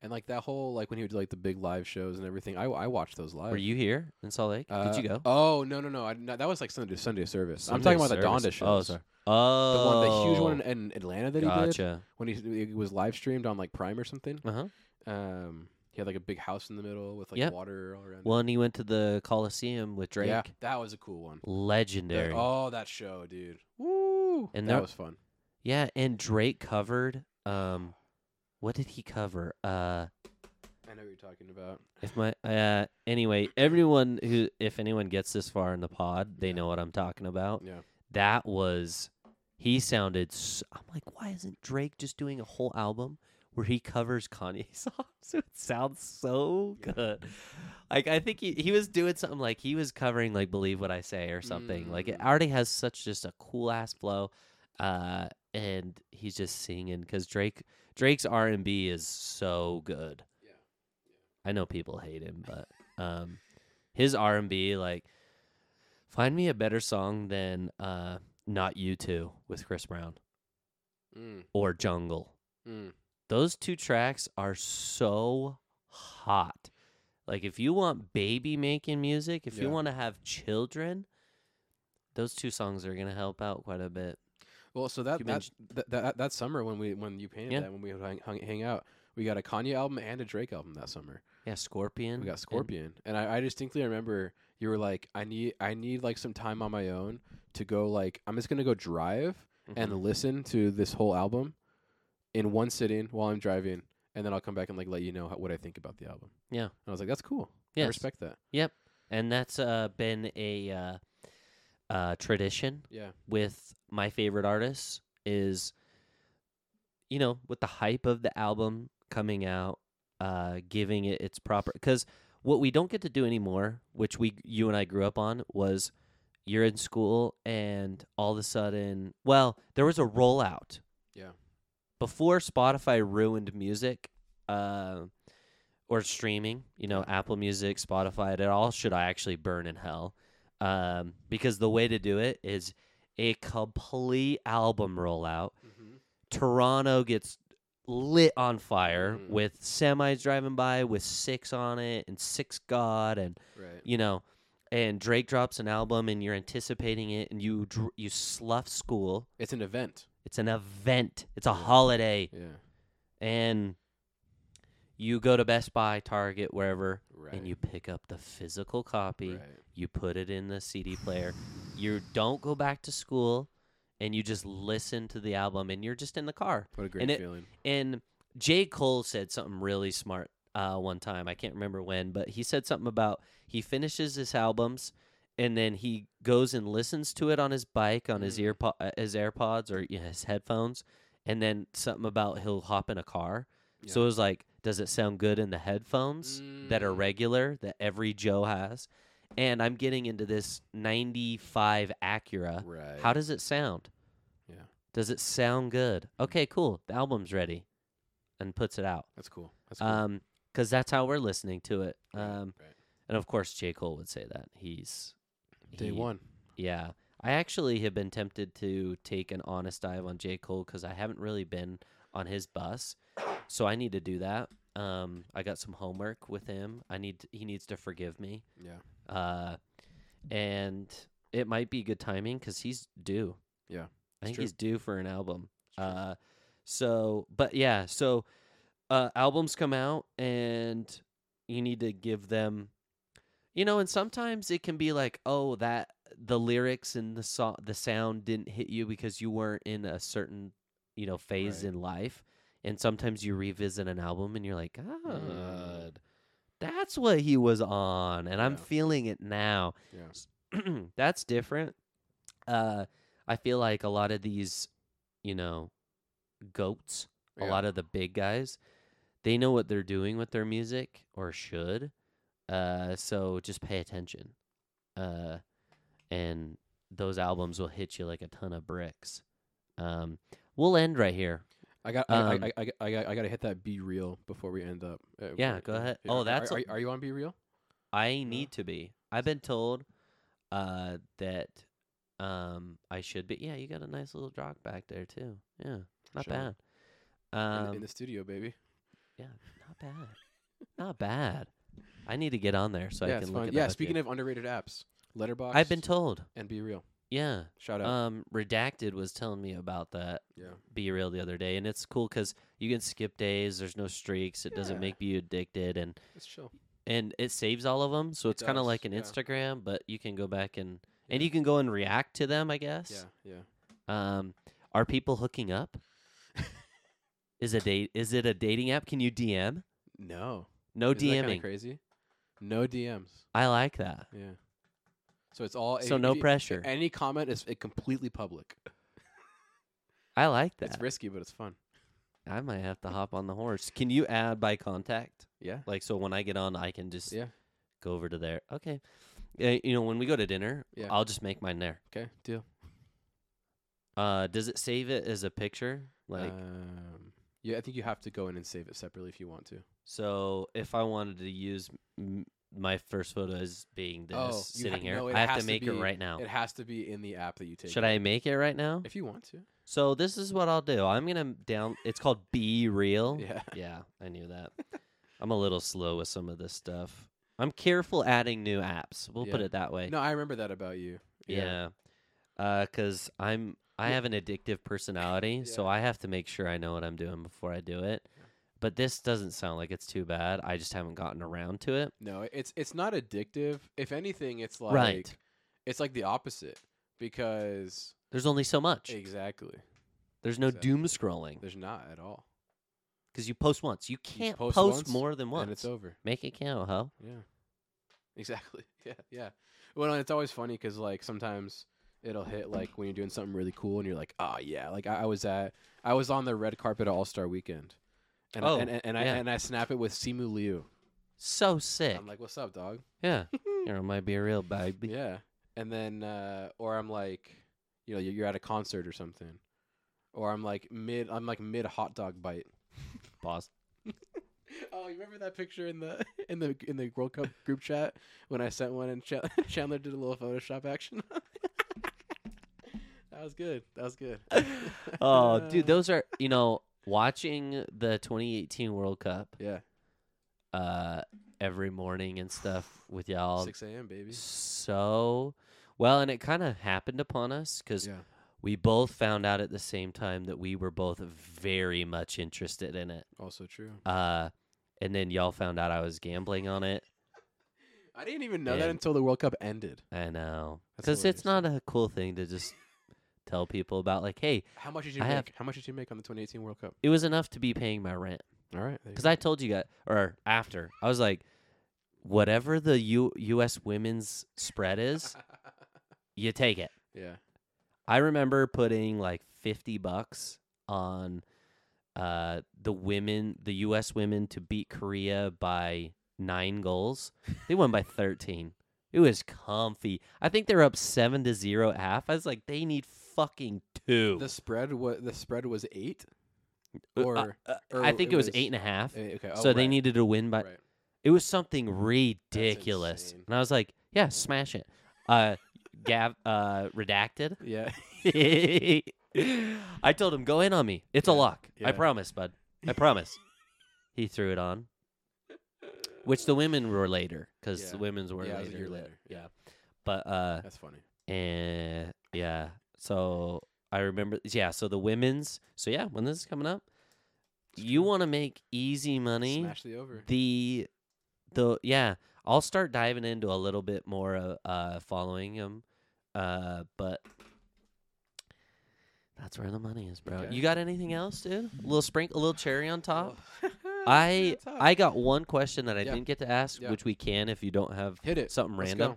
Speaker 5: And like that whole like when he would do like the big live shows and everything. I I watched those live.
Speaker 4: Were you here in Salt Lake?
Speaker 5: Uh,
Speaker 4: Did you go?
Speaker 5: Oh no no no! I, no that was like Sunday Sunday service.
Speaker 4: Sunday
Speaker 5: I'm talking about the Donda
Speaker 4: service.
Speaker 5: show.
Speaker 4: Oh, sorry. Oh,
Speaker 5: uh, The one, the huge one in, in Atlanta that he did
Speaker 4: Gotcha.
Speaker 5: when he it was live streamed on like Prime or something.
Speaker 4: Uh huh.
Speaker 5: Um, he had like a big house in the middle with like
Speaker 4: Yep.
Speaker 5: water all around. it.
Speaker 4: One he went to the Coliseum with Drake.
Speaker 5: Yeah, that was a cool one. The-
Speaker 4: Legendary.
Speaker 5: oh, that show, dude. Woo!
Speaker 4: And
Speaker 5: that
Speaker 4: there-
Speaker 5: was fun.
Speaker 4: Yeah, and Drake covered. Um, what did he cover? Uh,
Speaker 5: I know what you're talking about.
Speaker 4: if my uh, anyway, everyone who if anyone gets this far in the pod, they know what I'm talking about.
Speaker 5: Yeah.
Speaker 4: That was he sounded. s I'm like, why isn't Drake just doing a whole album where he covers Kanye songs? It sounds so
Speaker 5: Yeah.
Speaker 4: good. Like I think he, he was doing something like he was covering like Believe What I Say or something. Like it
Speaker 5: Mm.
Speaker 4: already has such just a cool ass flow, uh, and he's just singing because Drake Drake's R and B is so good.
Speaker 5: Yeah.
Speaker 4: I know people hate him, but um, his R and B like find me a better song than uh, not you two with Chris Brown
Speaker 5: Mm,
Speaker 4: or Jungle
Speaker 5: mm.
Speaker 4: those two tracks are so hot. Like if you want baby making music, if
Speaker 5: Yeah.
Speaker 4: you want to have children, those two songs are gonna help out quite a bit.
Speaker 5: Well, so that
Speaker 4: You
Speaker 5: that, that that that summer when we when you painted
Speaker 4: Yeah.
Speaker 5: that when we hung, hung, hang out, we got a Kanye album and a Drake album that summer.
Speaker 4: Yeah, Scorpion.
Speaker 5: We
Speaker 4: and-
Speaker 5: got Scorpion, and I, I distinctly remember you were like, "I need, I need like some time on my own to go like, I'm just gonna go drive
Speaker 4: Mhm.
Speaker 5: and listen to this whole album in one sitting while I'm driving, and then I'll come back and like let you know how, what I think about the album."
Speaker 4: Yeah.
Speaker 5: and I was like, "That's cool. I
Speaker 4: Yes.
Speaker 5: respect that."
Speaker 4: and that's uh, been a uh, uh, tradition
Speaker 5: Yeah,
Speaker 4: with my favorite artists is you know with the hype of the album coming out uh giving it its proper because what we don't get to do anymore which we you and i grew up on was you're in school and all of a sudden well there was a rollout
Speaker 5: Yeah.
Speaker 4: before spotify ruined music uh or streaming you know apple music spotify it all should i actually burn in hell um because the way to do it is a complete album rollout. Mm-hmm. Toronto gets lit on fire
Speaker 5: Mhm.
Speaker 4: with semis driving by with six on it and six God and
Speaker 5: right.
Speaker 4: you know, and Drake drops an album and you're anticipating it and you dr- you slough school.
Speaker 5: It's an event.
Speaker 4: It's an event. It's a
Speaker 5: Yeah.
Speaker 4: holiday
Speaker 5: Yeah,
Speaker 4: and you go to Best Buy, Target, wherever,
Speaker 5: right.
Speaker 4: and you pick up the physical copy
Speaker 5: right.
Speaker 4: you put it in the CD player. You don't go back to school and you just listen to the album and you're just in the car.
Speaker 5: What a great
Speaker 4: and it-
Speaker 5: feeling.
Speaker 4: And J. Cole said something really smart uh, one time. I can't remember when, but he said something about he finishes his albums and then he goes and listens to it on his bike, on his,
Speaker 5: Mm.
Speaker 4: earpo- uh, his AirPods or you know, his headphones, and then something about he'll hop in a car. So
Speaker 5: Yeah.
Speaker 4: it was like, does it sound good in the headphones that are
Speaker 5: Mm.
Speaker 4: regular that every Joe has? And I'm getting into this 95 Acura.
Speaker 5: Right.
Speaker 4: How does it sound?
Speaker 5: Yeah.
Speaker 4: Does it sound good? Okay, cool. The album's ready and puts it out.
Speaker 5: that's cool. That's cool.
Speaker 4: Um, cuz that's how we're listening to it.
Speaker 5: Right,
Speaker 4: Um,
Speaker 5: right.
Speaker 4: and of course J. Cole would say that. He's
Speaker 5: day
Speaker 4: he-
Speaker 5: one.
Speaker 4: Yeah. I actually have been tempted to take an honest dive on J. Cole because I haven't really been on his bus, so I need to do that. Um, I got some homework with him. I need he needs to forgive me,
Speaker 5: Yeah.
Speaker 4: uh, and it might be good timing because he's due.
Speaker 5: Yeah,
Speaker 4: I think
Speaker 5: true.
Speaker 4: he's due for an album.
Speaker 5: true.
Speaker 4: Uh, so, but yeah, so uh, albums come out and you need to give them, you know, and sometimes it can be like, oh, that the lyrics and the so- the sound didn't hit you because you weren't in a certain, you know, phase
Speaker 5: Right.
Speaker 4: in life. And sometimes you revisit an album and you're like,
Speaker 5: Mm.
Speaker 4: God, that's what he was on, and I'm
Speaker 5: Yeah.
Speaker 4: feeling it now.
Speaker 5: Yeah.
Speaker 4: that's different. Uh, I feel like a lot of these, you know, goats, a
Speaker 5: Yeah.
Speaker 4: lot of the big guys, they know what they're doing with their music or should. Uh, so just pay attention. Uh, and those albums will hit you like a ton of bricks. Um, we'll end right here.
Speaker 5: I got. I,
Speaker 4: Um,
Speaker 5: I, I, I, I, got to hit that be real before we end up. Uh,
Speaker 4: Yeah,
Speaker 5: we're-
Speaker 4: go
Speaker 5: uh,
Speaker 4: ahead.
Speaker 5: yeah,
Speaker 4: Oh,
Speaker 5: are-
Speaker 4: that's a-
Speaker 5: Are, are you on be real?
Speaker 4: I need to be. I've been told uh, that um, I should be. Yeah, you got a nice little jog back there too. Yeah, not
Speaker 5: Sure.
Speaker 4: bad.
Speaker 5: In the-
Speaker 4: Um,
Speaker 5: in, the studio, baby.
Speaker 4: yeah, not bad. not bad. I need to get on there so
Speaker 5: yeah,
Speaker 4: I
Speaker 5: it's
Speaker 4: can look
Speaker 5: fun.
Speaker 4: at
Speaker 5: Yeah. Speaking of underrated apps, Letterbox.
Speaker 4: I've been told.
Speaker 5: and be real.
Speaker 4: Yeah.
Speaker 5: Shout out.
Speaker 4: Um, Redacted was telling me about that
Speaker 5: yeah.
Speaker 4: be real the other day, and it's cool because you can skip days. There's no streaks. It doesn't
Speaker 5: Yeah.
Speaker 4: make you addicted, and
Speaker 5: It's chill.
Speaker 4: and it saves all of them. So
Speaker 5: It
Speaker 4: it's kind of
Speaker 5: does,
Speaker 4: like an
Speaker 5: yeah.
Speaker 4: Instagram, but you can go back and and
Speaker 5: Yeah.
Speaker 4: you can go and react to them, I
Speaker 5: Yeah.
Speaker 4: guess.
Speaker 5: Yeah.
Speaker 4: Um, are people hooking up? is a date? Is it a dating app? Can you DM?
Speaker 5: No.
Speaker 4: No
Speaker 5: Isn't that kinda
Speaker 4: DMing.
Speaker 5: Crazy. No DMs.
Speaker 4: I like that.
Speaker 5: Yeah. So it's all.
Speaker 4: So
Speaker 5: if
Speaker 4: no
Speaker 5: you-
Speaker 4: pressure.
Speaker 5: Any comment is uh, completely public.
Speaker 4: I like that.
Speaker 5: It's risky, but it's fun.
Speaker 4: I might have to hop on the horse. Can you add by contact?
Speaker 5: Yeah.
Speaker 4: Like so, when I get on, I can just
Speaker 5: Yeah.
Speaker 4: go over to there. Okay. Uh, you know, when we go to dinner,
Speaker 5: Yeah.
Speaker 4: I'll just make mine there.
Speaker 5: Okay. Deal.
Speaker 4: Uh, does it save it as a picture? Like,
Speaker 5: um, yeah, I think you have to go in and save it separately if you want to.
Speaker 4: So if I wanted to use m- my first photo as being this
Speaker 5: Oh, you ha-
Speaker 4: sitting here,
Speaker 5: no, it
Speaker 4: I have
Speaker 5: has
Speaker 4: to
Speaker 5: to
Speaker 4: make it
Speaker 5: be-
Speaker 4: right now.
Speaker 5: It has to be in the app that you take.
Speaker 4: Oh. Should I make it right now?
Speaker 5: If you want to.
Speaker 4: So this is what I'll do. I'm gonna down. It's called Be Real.
Speaker 5: Yeah.
Speaker 4: Yeah, I knew that. I'm a little slow with some of this stuff. I'm careful adding new apps. We'll put
Speaker 5: Yeah.
Speaker 4: it that way.
Speaker 5: No, I remember that about you.
Speaker 4: yeah. Uh, cause I'm I
Speaker 5: Yeah.
Speaker 4: have an addictive personality, so
Speaker 5: Yeah.
Speaker 4: I have to make sure I know what I'm doing before I do it. But this doesn't sound like it's too bad. I just haven't gotten around to it.
Speaker 5: No, it's it's not addictive. If anything, it's like
Speaker 4: Right.
Speaker 5: it's like the opposite because
Speaker 4: There's only so much.
Speaker 5: exactly.
Speaker 4: There's no
Speaker 5: Exactly.
Speaker 4: doom scrolling
Speaker 5: There's not at all.
Speaker 4: because you post once. You can't
Speaker 5: post
Speaker 4: post,
Speaker 5: once,
Speaker 4: more than once.
Speaker 5: And it's over.
Speaker 4: Make it count, huh?
Speaker 5: Yeah. Exactly. Yeah, yeah. Well, and it's always funny cuz like sometimes it'll hit like when you're doing something really cool and you're like, "Ah, yeah." Like I, I was at I was on the red carpet at All-Star weekend. And
Speaker 4: Oh,
Speaker 5: I, and, and, and
Speaker 4: yeah.
Speaker 5: I and I snap it with Simu Liu.
Speaker 4: So sick.
Speaker 5: I'm like, "What's up, dog?"
Speaker 4: yeah, you know, might be a real baby.
Speaker 5: Yeah. And then, uh, or I'm like, you know, you're you're at a concert or something, or I'm like mid, I'm like mid hot dog bite.
Speaker 4: Pause.
Speaker 5: Oh, you remember that picture in the in the in the World Cup group chat when I sent one and Chan- Chandler did a little Photoshop action. that was good. That was good.
Speaker 4: oh, dude, those are you know watching the 2018 World Cup
Speaker 5: yeah,
Speaker 4: uh every morning and stuff with y'all.
Speaker 5: six a.m. baby.
Speaker 4: So well, and it kind of happened upon us because
Speaker 5: Yeah,
Speaker 4: we both found out at the same time that we were both very much interested in it.
Speaker 5: also true.
Speaker 4: Uh, and then y'all found out I was gambling on it.
Speaker 5: I didn't even know that
Speaker 4: and-
Speaker 5: until the World Cup ended.
Speaker 4: I know,
Speaker 5: That's
Speaker 4: because it's not a cool thing to just tell people about. Like, hey,
Speaker 5: How much did you
Speaker 4: I
Speaker 5: make?
Speaker 4: have-
Speaker 5: How much did you make on the 2018 World Cup?
Speaker 4: it was enough to be paying my rent.
Speaker 5: All right, there you
Speaker 4: Because
Speaker 5: go.
Speaker 4: I told you guys, or after, I was like, whatever the U- U.S. women's spread is, you take it.
Speaker 5: yeah,
Speaker 4: I remember putting like fifty bucks on uh the women, the U.S. women to beat Korea by nine goals. They won by thirteen. It was comfy. I think they were up seven to zero at half. I was like, they need fucking two.
Speaker 5: the spread was the spread was eight.
Speaker 4: Uh,
Speaker 5: or,
Speaker 4: uh,
Speaker 5: or
Speaker 4: I think
Speaker 5: it
Speaker 4: it was,
Speaker 5: was-
Speaker 4: eight and a half.
Speaker 5: eh, okay, oh,
Speaker 4: so they
Speaker 5: right,
Speaker 4: needed to win by.
Speaker 5: right.
Speaker 4: It was something ridiculous,
Speaker 5: insane.
Speaker 4: and I was like, "Yeah, smash it." Uh, Gav uh, redacted.
Speaker 5: Yeah.
Speaker 4: I told him, go in on me. It's a
Speaker 5: Yeah,
Speaker 4: lock.
Speaker 5: yeah.
Speaker 4: I promise, bud. I promise. he threw it on, which the women were later because the
Speaker 5: Yeah.
Speaker 4: women's were
Speaker 5: Yeah, it
Speaker 4: later.
Speaker 5: was a year
Speaker 4: that-
Speaker 5: later, yeah.
Speaker 4: Yeah. But, uh,
Speaker 5: That's funny.
Speaker 4: and yeah. So I remember, yeah. So the women's, so yeah, when this is coming up, you want to make easy money
Speaker 5: Smash the over.
Speaker 4: the the yeah i'll start diving into a little bit more uh, uh following him uh but that's where the money is bro
Speaker 5: Okay. Oh,
Speaker 4: you got anything else dude a little sprinkle a little cherry on top i i got one question that i
Speaker 5: Yeah.
Speaker 4: didn't get to ask
Speaker 5: Yeah.
Speaker 4: which we can if you don't have
Speaker 5: hit it.
Speaker 4: something
Speaker 5: Let's
Speaker 4: random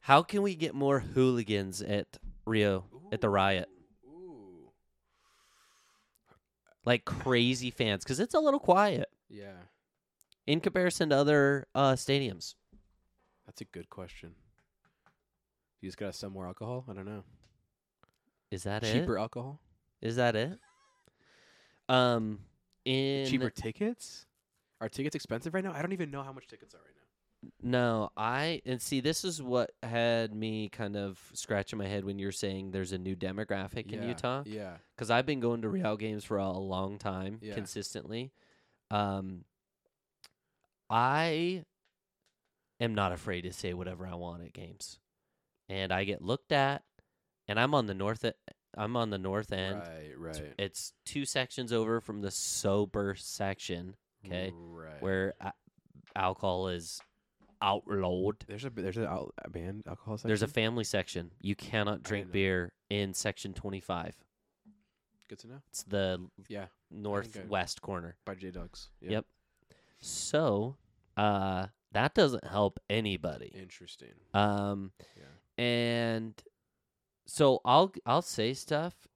Speaker 4: how can we get more hooligans at rio
Speaker 5: go.
Speaker 4: at the riot
Speaker 5: Ooh.
Speaker 4: like crazy fans because it's a little quiet
Speaker 5: Yeah.
Speaker 4: in comparison to other uh stadiums
Speaker 5: That's a good question. You just gotta sell more alcohol? I don't know.
Speaker 4: is that it
Speaker 5: Cheaper alcohol?
Speaker 4: Is that it? Um, in
Speaker 5: Cheaper tickets? Are tickets expensive right now? I don't even know how much tickets are right now.
Speaker 4: no, I and see this is what had me kind of scratching my head when you're saying there's a new demographic in Utah
Speaker 5: Yeah.
Speaker 4: because I've been going to Real games for a long time
Speaker 5: Yeah.
Speaker 4: consistently. Um, I am not afraid to say whatever I want at games, and I get looked at, and I'm on the north. e- I'm on the north end.
Speaker 5: right,
Speaker 4: It's-
Speaker 5: right.
Speaker 4: It's two sections over from the sober section. Okay.
Speaker 5: Right.
Speaker 4: where a- alcohol is outlawed.
Speaker 5: there's a there's a, al- a band alcohol section.
Speaker 4: There's a family section. You cannot drink
Speaker 5: know.
Speaker 4: beer in section 25.
Speaker 5: good to know.
Speaker 4: It's the
Speaker 5: Yeah,
Speaker 4: northwest corner.
Speaker 5: by J Dogs.
Speaker 4: Yep. So, uh that doesn't help anybody.
Speaker 5: Interesting.
Speaker 4: Um
Speaker 5: Yeah.
Speaker 4: and so I'll I'll say stuff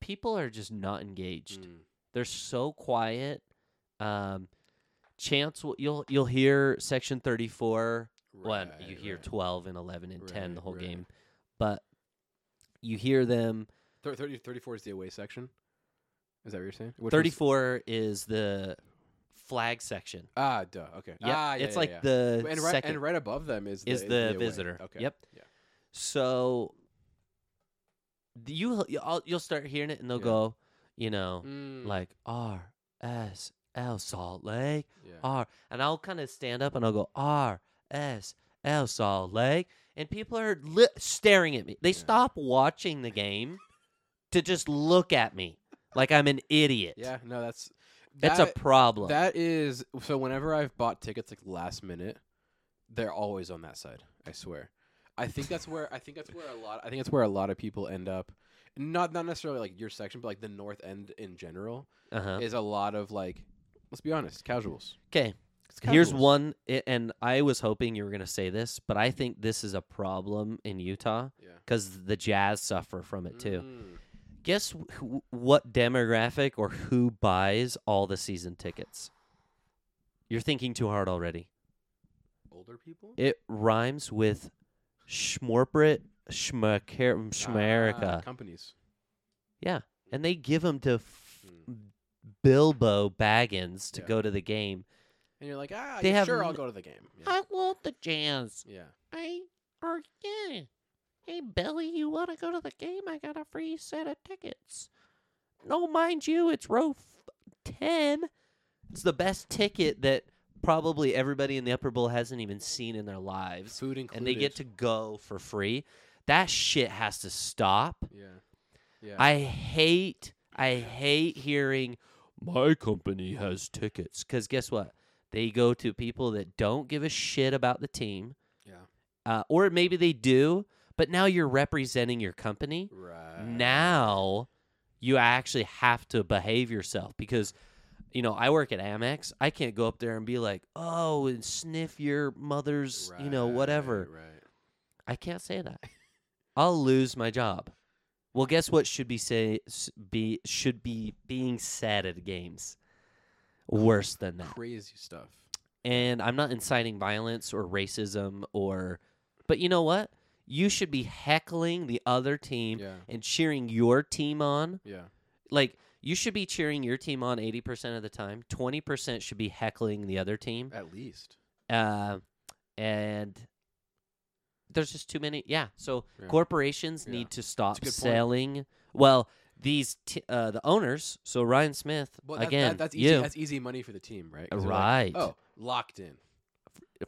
Speaker 4: people are just not engaged.
Speaker 5: Mm.
Speaker 4: They're so quiet. Um chance will, you'll you'll hear section 34 well,
Speaker 5: Right,
Speaker 4: you hear
Speaker 5: right.
Speaker 4: 12 and 11 and 10 the
Speaker 5: Right,
Speaker 4: whole
Speaker 5: right.
Speaker 4: game, but you hear them.
Speaker 5: Thir- 30, 34 is the away section. Is that what you're saying? Which one's-
Speaker 4: 34 is the flag section.
Speaker 5: Ah, duh. Okay.
Speaker 4: Yep,
Speaker 5: Ah, yeah,
Speaker 4: it's
Speaker 5: yeah,
Speaker 4: like
Speaker 5: yeah.
Speaker 4: the
Speaker 5: and right
Speaker 4: second.
Speaker 5: and right above them is the,
Speaker 4: is the
Speaker 5: away.
Speaker 4: visitor.
Speaker 5: Okay.
Speaker 4: Yep.
Speaker 5: Yeah.
Speaker 4: so th- you you'll, you'll start hearing it and they'll
Speaker 5: Yeah.
Speaker 4: go, you know,
Speaker 5: Mm,
Speaker 4: like R S L Salt Lake
Speaker 5: yeah.
Speaker 4: R, and I'll kind of stand up and I'll go R S L Salt Lake, and people are li- staring at me. They
Speaker 5: Yeah.
Speaker 4: stop watching the game to just look at me like I'm an idiot.
Speaker 5: yeah. No, that's
Speaker 4: that's
Speaker 5: that,
Speaker 4: a problem.
Speaker 5: That is so. Whenever I've bought tickets like last minute, they're always on that side. I swear. I think that's where I think that's where a lot. I think that's where a lot of people end up. Not not necessarily like your section, but like the north end in general
Speaker 4: uh-huh.
Speaker 5: is a lot of like. Let's be honest, casuals.
Speaker 4: Okay,
Speaker 5: It's
Speaker 4: here's
Speaker 5: casuals.
Speaker 4: one, i- and I was hoping you were gonna say this, but I think this is a problem in Utah
Speaker 5: Yeah.
Speaker 4: because the Jazz suffer from it too.
Speaker 5: Mm.
Speaker 4: Guess wh- who, what demographic or who buys all the season tickets? You're thinking too hard already.
Speaker 5: Older people.
Speaker 4: It rhymes with schmorprit schmaker
Speaker 5: Ah,
Speaker 4: schmerica.
Speaker 5: companies. Hmm.
Speaker 4: yeah, and they give them to f- Bilbo Baggins to
Speaker 5: Mm. Yeah.
Speaker 4: go to the game.
Speaker 5: And you're like, ah,
Speaker 4: They
Speaker 5: yeah,
Speaker 4: have
Speaker 5: sure, I'll
Speaker 4: n-
Speaker 5: go to the game. Yeah.
Speaker 4: I love the jazz.
Speaker 5: yeah.
Speaker 4: I or yeah. Hey Billy, you want to go to the game? I got a free set of tickets. No, mind you, it's row f- ten. It's the best ticket that probably everybody in the Upper Bowl hasn't even seen in their lives.
Speaker 5: Food included.
Speaker 4: and they get to go for free. That shit has to stop.
Speaker 5: Yeah. Yeah.
Speaker 4: I hate I hate hearing my company has tickets cuz guess what? They go to people that don't give a shit about the team.
Speaker 5: Yeah.
Speaker 4: Uh, or maybe they do, but now you're representing your company.
Speaker 5: Right.
Speaker 4: Now you actually have to behave yourself because you know, I work at Amex. I can't go up there and be like, "Oh, and sniff your mother's, you know,
Speaker 5: Right,
Speaker 4: whatever."
Speaker 5: Right.
Speaker 4: I can't say that. I'll lose my job. Well, guess what should be say s- be should be being said at games. Worse than that.
Speaker 5: Crazy stuff.
Speaker 4: And I'm not inciting violence or racism or but you know what? You should be heckling the other team
Speaker 5: Yeah.
Speaker 4: and cheering your team on.
Speaker 5: Yeah.
Speaker 4: Like you should be cheering your team on 80% of the time. 20% should be heckling the other team.
Speaker 5: At least.
Speaker 4: Uh, and Um, there's just too many. Yeah. So
Speaker 5: Yeah.
Speaker 4: corporations
Speaker 5: Yeah.
Speaker 4: need to stop
Speaker 5: good point.
Speaker 4: selling. Well, these t- uh, the owners. So Ryan Smith
Speaker 5: Well, that,
Speaker 4: again.
Speaker 5: that, that's easy.
Speaker 4: you
Speaker 5: That's easy money for the team, right? 'Cause they're like,
Speaker 4: right
Speaker 5: oh, locked in.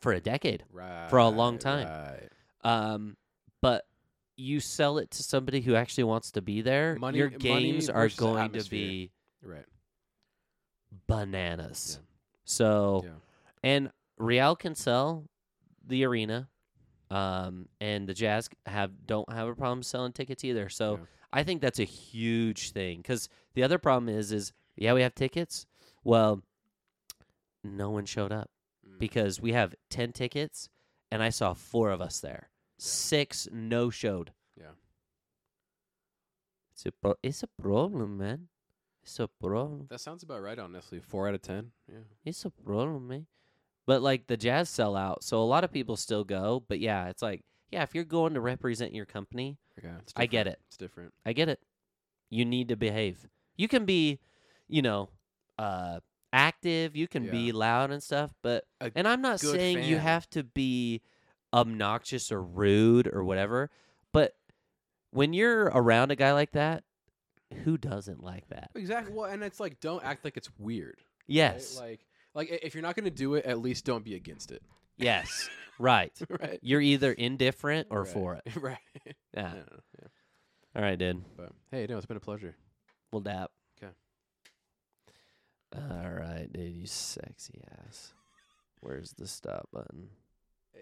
Speaker 4: for a decade.
Speaker 5: Right.
Speaker 4: For a long time.
Speaker 5: right.
Speaker 4: Um, but you sell it to somebody who actually wants to be there.
Speaker 5: Money-
Speaker 4: Your
Speaker 5: money
Speaker 4: games are
Speaker 5: versus
Speaker 4: going to
Speaker 5: atmosphere.
Speaker 4: be
Speaker 5: Right.
Speaker 4: bananas.
Speaker 5: Yeah.
Speaker 4: So
Speaker 5: Yeah.
Speaker 4: and Real can sell the arena. Um, and the Jazz have don't have a problem selling tickets either. So
Speaker 5: Yeah.
Speaker 4: I think that's a huge thing because the other problem is is yeah we have tickets. Well, no one showed up
Speaker 5: Mm.
Speaker 4: because we have ten tickets and I saw four of us there. Six no showed.
Speaker 5: Yeah.
Speaker 4: It's a pro- it's a problem, man. It's a problem.
Speaker 5: that sounds about right. Honestly, four out of ten. Yeah.
Speaker 4: It's a problem, man. But like the jazz sell out, so a lot of people still go. But yeah, it's like yeah, if you're going to represent your company,
Speaker 5: Okay. It's
Speaker 4: I get
Speaker 5: different.
Speaker 4: it.
Speaker 5: It's different.
Speaker 4: I get it. You need to behave. You can be, you know, uh active, you can be
Speaker 5: Yeah.
Speaker 4: loud and stuff, but
Speaker 5: A
Speaker 4: and I'm not
Speaker 5: good
Speaker 4: saying you
Speaker 5: fan.
Speaker 4: have to be obnoxious or rude or whatever, but when you're around a guy like that, who doesn't like that?
Speaker 5: Exactly. Well, and it's like don't act like it's weird. right?
Speaker 4: Yes.
Speaker 5: Like like i- if you're not gonna do it, at least don't be against it.
Speaker 4: yes. Right.
Speaker 5: right.
Speaker 4: You're either indifferent or
Speaker 5: Right.
Speaker 4: for it.
Speaker 5: right.
Speaker 4: Yeah.
Speaker 5: I don't know, yeah.
Speaker 4: All right, dude.
Speaker 5: But hey, no, it's been a pleasure.
Speaker 4: We'll dap.
Speaker 5: 'Kay.
Speaker 4: All right, dude. You sexy ass. Where's the stop button?